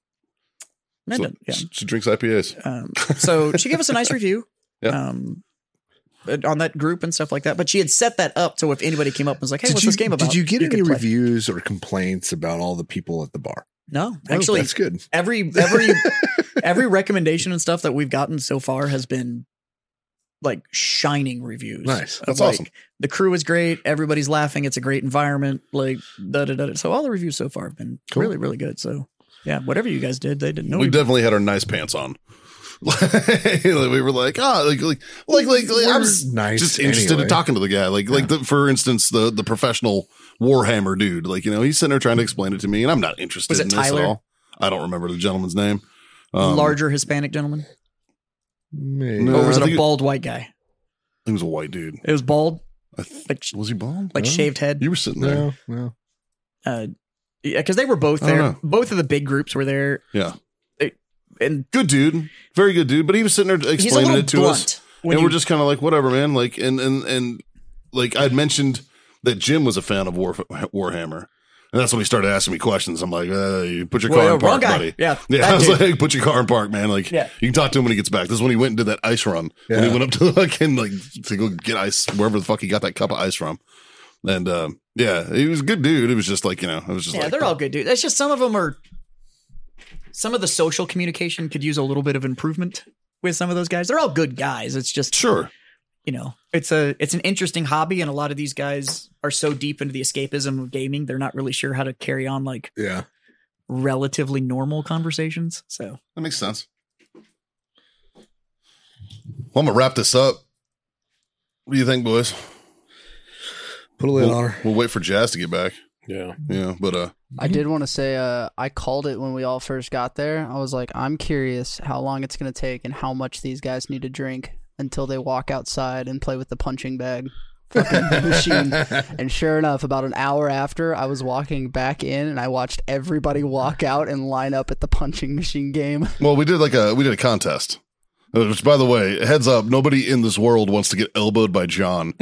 Speaker 2: meant
Speaker 4: So
Speaker 2: to- yeah.
Speaker 4: she, she drinks IPAs.
Speaker 2: Um, so she gave us a nice review
Speaker 4: Yeah.
Speaker 2: um, on that group and stuff like that. But she had set that up so if anybody came up and was like, "Hey,
Speaker 5: did
Speaker 2: what's
Speaker 5: you,
Speaker 2: this game about?"
Speaker 5: Did you get any
Speaker 2: could play.
Speaker 5: reviews or complaints about all the people at the bar?
Speaker 2: No,
Speaker 5: Oh,
Speaker 2: actually,
Speaker 5: that's good.
Speaker 2: every every every recommendation and stuff that we've gotten so far has been like shining reviews.
Speaker 5: Nice.
Speaker 2: of,
Speaker 4: That's
Speaker 2: like,
Speaker 4: awesome.
Speaker 2: The crew is great. Everybody's laughing. It's a great environment. Like da da da. da. So all the reviews so far have been
Speaker 5: Cool.
Speaker 2: really really good. So yeah, whatever you guys did, they didn't know.
Speaker 4: we definitely had our nice pants on. Like, we were like, ah, like, like, like, like, like I
Speaker 5: We're
Speaker 4: was
Speaker 5: nice
Speaker 4: just interested
Speaker 5: anyway.
Speaker 4: in talking to the guy. Like, like, the, for instance, the the professional Warhammer dude. Like, you know, he's sitting there trying to explain it to me, and I'm not interested
Speaker 2: Was it
Speaker 4: in this
Speaker 2: Tyler?
Speaker 4: at all. I don't remember the gentleman's name. um,
Speaker 2: larger Hispanic gentleman,
Speaker 5: Maybe.
Speaker 4: No.
Speaker 2: or was
Speaker 4: uh, I
Speaker 2: it
Speaker 4: think
Speaker 2: a
Speaker 4: it-
Speaker 2: bald white guy?
Speaker 4: He was a white dude.
Speaker 2: It was bald,
Speaker 4: I th-
Speaker 2: like sh-
Speaker 4: was he bald?
Speaker 2: like
Speaker 4: No.
Speaker 2: shaved head.
Speaker 4: You were sitting there.
Speaker 5: No, no.
Speaker 2: Uh, yeah, because they were both
Speaker 4: I don't
Speaker 2: there.
Speaker 4: know.
Speaker 2: Both of the big groups were there,
Speaker 4: Yeah,
Speaker 2: and
Speaker 4: good dude, very good dude. But he was sitting there
Speaker 2: he's a
Speaker 4: explaining
Speaker 2: little
Speaker 4: it to us.
Speaker 2: blunt. When
Speaker 4: and
Speaker 2: you,
Speaker 4: we're just kind of like, whatever, man. Like, and and and like I'd mentioned that Jim was a fan of War, Warhammer, and that's when he started asking me questions. I'm like, uh, you put your
Speaker 2: Well,
Speaker 4: car
Speaker 2: yeah,
Speaker 4: in
Speaker 2: wrong
Speaker 4: park,
Speaker 2: guy.
Speaker 4: buddy.
Speaker 2: Yeah,
Speaker 4: yeah.
Speaker 2: that
Speaker 4: I was
Speaker 2: dude.
Speaker 4: like, put your car in park, man. Like,
Speaker 2: Yeah.
Speaker 4: you can talk to him when he gets back. This is when he went and did that ice run. When he
Speaker 5: Yeah.
Speaker 4: went up to the fucking like to go get ice wherever the fuck he got that cup of ice from. And um, yeah, he was a good dude. It was just like you know, it was just
Speaker 2: yeah,
Speaker 4: like
Speaker 2: they're all good, dude. That's just some of them are. Some of the social communication could use a little bit of improvement with some of those guys. They're all good guys. It's just
Speaker 4: sure.
Speaker 2: you know, it's a it's an interesting hobby, and a lot of these guys are so deep into the escapism of gaming, they're not really sure how to carry on like
Speaker 5: Yeah.
Speaker 2: relatively normal conversations. So
Speaker 4: That makes sense. Well, I'm gonna wrap this up. What do you think, boys?
Speaker 5: Put a lid
Speaker 4: We'll-
Speaker 5: on her.
Speaker 4: We'll wait for Jazz to get back.
Speaker 3: Yeah.
Speaker 4: Yeah, but uh,
Speaker 1: I did want to say uh, I called it when we all first got there. I was like, I'm curious how long it's going to take and how much these guys need to drink until they walk outside and play with the punching bag fucking machine. And sure enough, about an hour after, I was walking back in and I watched everybody walk out and line up at the punching machine game.
Speaker 4: well, we did like a we did a contest. Uh, Which, by the way, heads up, nobody in this world wants to get elbowed by John.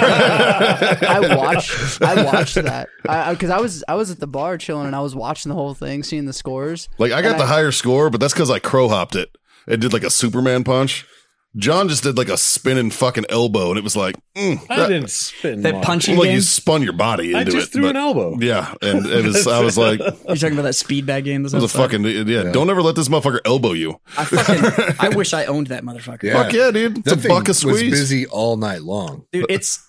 Speaker 1: I watched, I watched that because I, was, I was at the bar chilling and I was watching the whole thing, seeing the scores.
Speaker 4: Like, I got the higher score, but that's because I crow hopped it and did like a Superman punch. John just did like a spinning fucking elbow, and it was like, mm,
Speaker 3: I
Speaker 4: that-
Speaker 3: didn't spin.
Speaker 2: that
Speaker 3: much.
Speaker 2: punching
Speaker 4: like
Speaker 2: game.
Speaker 4: you spun your body into
Speaker 3: I just
Speaker 4: it.
Speaker 3: threw
Speaker 4: but-
Speaker 3: an elbow.
Speaker 4: Yeah, and it was. I was like,
Speaker 2: You're talking about that speed bag game. This
Speaker 4: the fucking yeah, Don't ever let this motherfucker elbow you.
Speaker 2: I fucking I wish I owned that motherfucker.
Speaker 5: Yeah.
Speaker 4: Fuck yeah, dude. It's
Speaker 5: That
Speaker 4: a
Speaker 5: thing
Speaker 4: buck a
Speaker 5: was
Speaker 4: squeeze.
Speaker 5: busy all night long.
Speaker 2: dude it's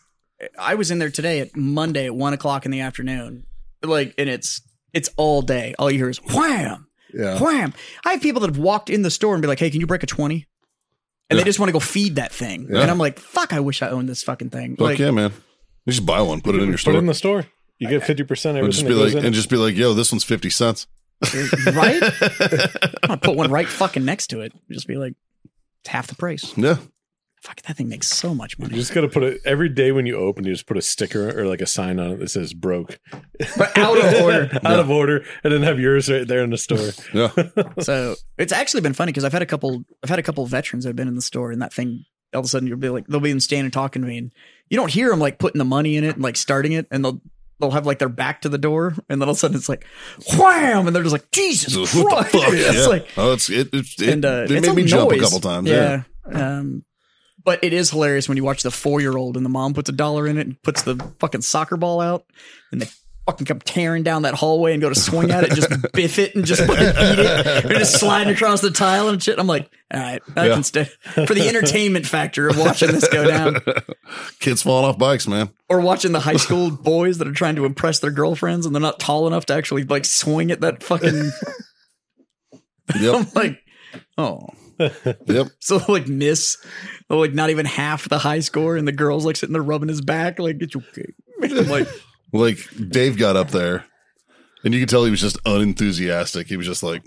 Speaker 2: i was in there today at monday at one o'clock in the afternoon like and it's it's all day all you hear is wham
Speaker 5: Yeah.
Speaker 2: wham i have people that have walked in the store and be like hey can you break a 20 and they just want to go feed that thing
Speaker 4: Yeah.
Speaker 2: and i'm like fuck i wish i owned this fucking thing
Speaker 4: Fuck
Speaker 2: like
Speaker 4: yeah, man. You should buy one, put it in your
Speaker 3: Put it
Speaker 4: store.
Speaker 3: in the store. You get fifty percent
Speaker 4: and
Speaker 3: everything
Speaker 4: just
Speaker 3: that
Speaker 4: be
Speaker 3: goes
Speaker 4: like,
Speaker 3: in.
Speaker 4: and just be like, yo, this one's fifty cents.
Speaker 2: right i'm gonna put one right fucking next to it just be like it's half the price
Speaker 4: Yeah,
Speaker 2: fuck that thing makes so much
Speaker 3: you
Speaker 2: money
Speaker 3: just gotta put it every day when you open. You just put a sticker or like a sign on it that says "broke,"
Speaker 2: but out of order
Speaker 3: out of order, and then have yours right there in the store.
Speaker 4: yeah.
Speaker 2: So it's actually been funny because I've had a couple I've had a couple veterans that have been in the store and that thing all of a sudden you'll be like they'll be in stand and talking to me and you don't hear them like putting the money in it and like starting it and they'll they'll have like their back to the door and then all of a sudden it's like wham and they're just like Jesus
Speaker 4: So,
Speaker 2: Christ
Speaker 4: what the fuck?
Speaker 2: it's
Speaker 4: Yeah.
Speaker 2: like
Speaker 4: oh, it's it. It, it,
Speaker 2: and uh,
Speaker 4: it
Speaker 2: it's
Speaker 4: made me jump a
Speaker 2: noise.
Speaker 4: couple times.
Speaker 2: Yeah. Um, but it is hilarious when you watch the four year old and the mom puts a dollar in it and puts the fucking soccer ball out and they fucking come tearing down that hallway and go to swing at it, and just biff it and just fucking eat it and just sliding across the tile and shit. I'm like, all right, I
Speaker 4: Yeah.
Speaker 2: can stay for the entertainment factor of watching this go down
Speaker 4: Kids falling off bikes, man.
Speaker 2: or watching the high school boys that are trying to impress their girlfriends and they're not tall enough to actually like swing at that fucking.
Speaker 4: Yep,
Speaker 2: I'm like, oh.
Speaker 4: yep.
Speaker 2: So they'll, like miss, they'll, like not even half the high score, and the girl's like sitting there rubbing his back, like it's okay. I'm like,
Speaker 4: Like Dave got up there, and you could tell he was just unenthusiastic. He was just like,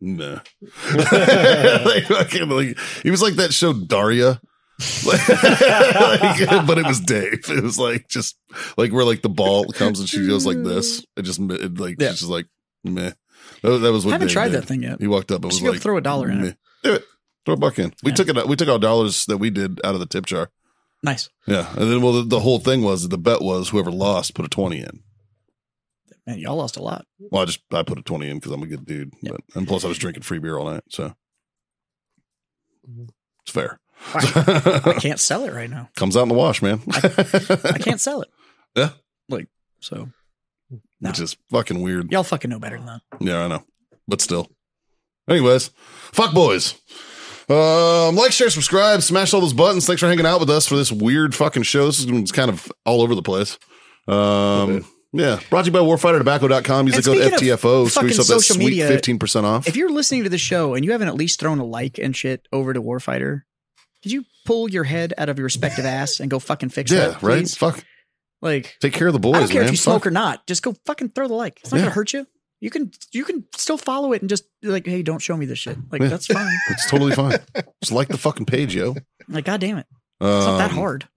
Speaker 4: nah. like, fucking, like, he was like that show Daria. Like, but it was Dave. It was like just like where like the ball comes and she goes like this. It just it, like
Speaker 2: Yeah.
Speaker 4: she's just like meh. That, that was what
Speaker 2: I haven't
Speaker 4: Dave
Speaker 2: tried
Speaker 4: did.
Speaker 2: that thing yet.
Speaker 4: He walked up and
Speaker 2: Just
Speaker 4: was
Speaker 2: go
Speaker 4: like,
Speaker 2: throw a dollar in
Speaker 4: meh.
Speaker 2: it.
Speaker 4: Do it. Throw a buck in. We
Speaker 2: Yeah.
Speaker 4: took it. out- We took our dollars that we did out of the tip jar.
Speaker 2: Nice.
Speaker 4: Yeah, and then well, the, the whole thing was the bet was whoever lost put a twenty in.
Speaker 2: Man, y'all lost a lot.
Speaker 4: Well, I just I put a twenty in because I'm a good dude,
Speaker 2: Yeah.
Speaker 4: but, and plus I was drinking free beer all night, so it's fair.
Speaker 2: Mm-hmm. I can't sell it right now.
Speaker 4: Comes out in the wash, man.
Speaker 2: I can't sell it.
Speaker 4: Yeah.
Speaker 2: Like so,
Speaker 4: Which is fucking weird.
Speaker 2: y'all fucking know better than that.
Speaker 4: Yeah, I know, but still. Anyways, fuck boys. Um, like, share, subscribe, smash all those buttons. Thanks for hanging out with us for this weird fucking show. This is kind of all over the place. Um, yeah, brought to you by warfightertobacco.com. Use the
Speaker 2: And
Speaker 4: code
Speaker 2: speaking of
Speaker 4: FTFO. Squeeze
Speaker 2: fucking
Speaker 4: up that
Speaker 2: social
Speaker 4: sweet
Speaker 2: media,
Speaker 4: 15% off.
Speaker 2: If you're listening to the show and you haven't at least thrown a like and shit over to Warfighter, could you pull your head out of your respective ass and go fucking fix
Speaker 4: yeah,
Speaker 2: that?
Speaker 4: right?
Speaker 2: please?
Speaker 4: Fuck.
Speaker 2: Like,
Speaker 4: Take care of the boys,
Speaker 2: I don't care
Speaker 4: man.
Speaker 2: if you smoke
Speaker 4: Fuck.
Speaker 2: or not. Just go fucking throw the like. It's not
Speaker 4: Yeah.
Speaker 2: gonna hurt you. You can you can still follow it and just be like, hey, don't show me this shit. Like
Speaker 4: Yeah.
Speaker 2: that's fine.
Speaker 4: It's totally fine. Just like the fucking page, yo.
Speaker 2: Like, god damn it, it's not
Speaker 4: Um,
Speaker 2: that hard.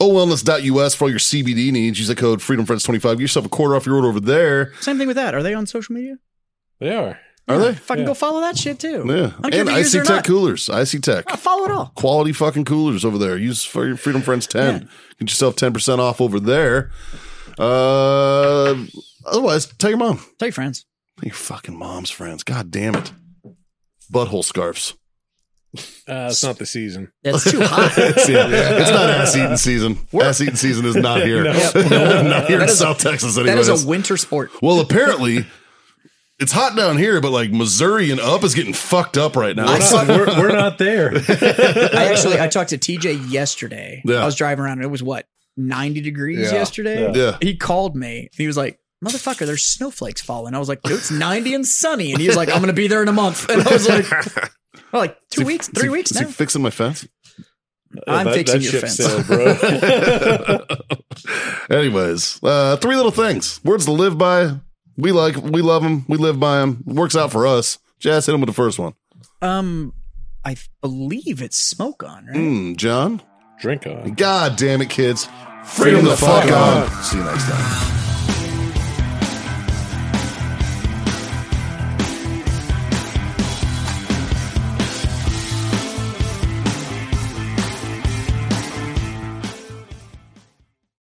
Speaker 4: Owellness.us Oh, for all your CBD needs. Use the code FreedomFriends25. Get yourself a quarter off your order over there.
Speaker 2: Same thing with that. Are they on social media?
Speaker 3: They are.
Speaker 4: Are they?
Speaker 2: Fucking
Speaker 3: Yeah.
Speaker 2: go follow that shit
Speaker 4: Yeah.
Speaker 2: too. I don't care
Speaker 4: And
Speaker 2: if you use it
Speaker 4: IC
Speaker 2: or
Speaker 4: Tech
Speaker 2: not. Ah,
Speaker 4: coolers. IC Tech.
Speaker 2: I follow it all.
Speaker 4: Quality fucking coolers over there. Use for your Freedom Friends 10. Get yourself 10% off over there. Uh, otherwise, tell your mom.
Speaker 2: Tell your friends.
Speaker 4: Tell your fucking mom's friends. God damn it. Butthole scarves.
Speaker 3: Uh, it's not the season.
Speaker 2: That's too hot.
Speaker 4: it's, yeah, it's not ass eating season. Ass eating season is not here. not here in South Texas
Speaker 2: that
Speaker 4: anyways.
Speaker 2: is a winter sport.
Speaker 4: well, apparently it's hot down here, but like Missouri and up is getting fucked up right now.
Speaker 3: We're not, we're, we're not there.
Speaker 2: I actually I talked to TJ yesterday.
Speaker 4: Yeah.
Speaker 2: I was driving around and it was what 90 degrees
Speaker 5: Yeah.
Speaker 2: yesterday.
Speaker 4: Yeah.
Speaker 2: He called me and he was like, Motherfucker, there's snowflakes falling. I was like, dude, it's 90 and sunny. And he was like, I'm gonna be there in a month. And I was like, well, like
Speaker 4: Is
Speaker 2: two
Speaker 4: he-
Speaker 2: weeks,
Speaker 4: is
Speaker 2: three
Speaker 4: he-
Speaker 2: week's
Speaker 4: Is
Speaker 2: now.
Speaker 4: he fixing my fence?
Speaker 2: I'm
Speaker 3: that,
Speaker 2: fixing
Speaker 3: that
Speaker 2: your
Speaker 3: ship
Speaker 2: fence.
Speaker 3: sailed, bro.
Speaker 4: Anyways, uh, three little things. Words to live by. We like, we love them. We live by them. Works out for us. Jazz, hit him with the first one.
Speaker 2: Um I believe it's smoke on, right?
Speaker 4: Mm, John?
Speaker 3: Drink on.
Speaker 4: God damn it, kids. Freedom,
Speaker 3: Freedom
Speaker 4: the,
Speaker 3: the
Speaker 4: fuck,
Speaker 3: fuck
Speaker 4: on. See you next time.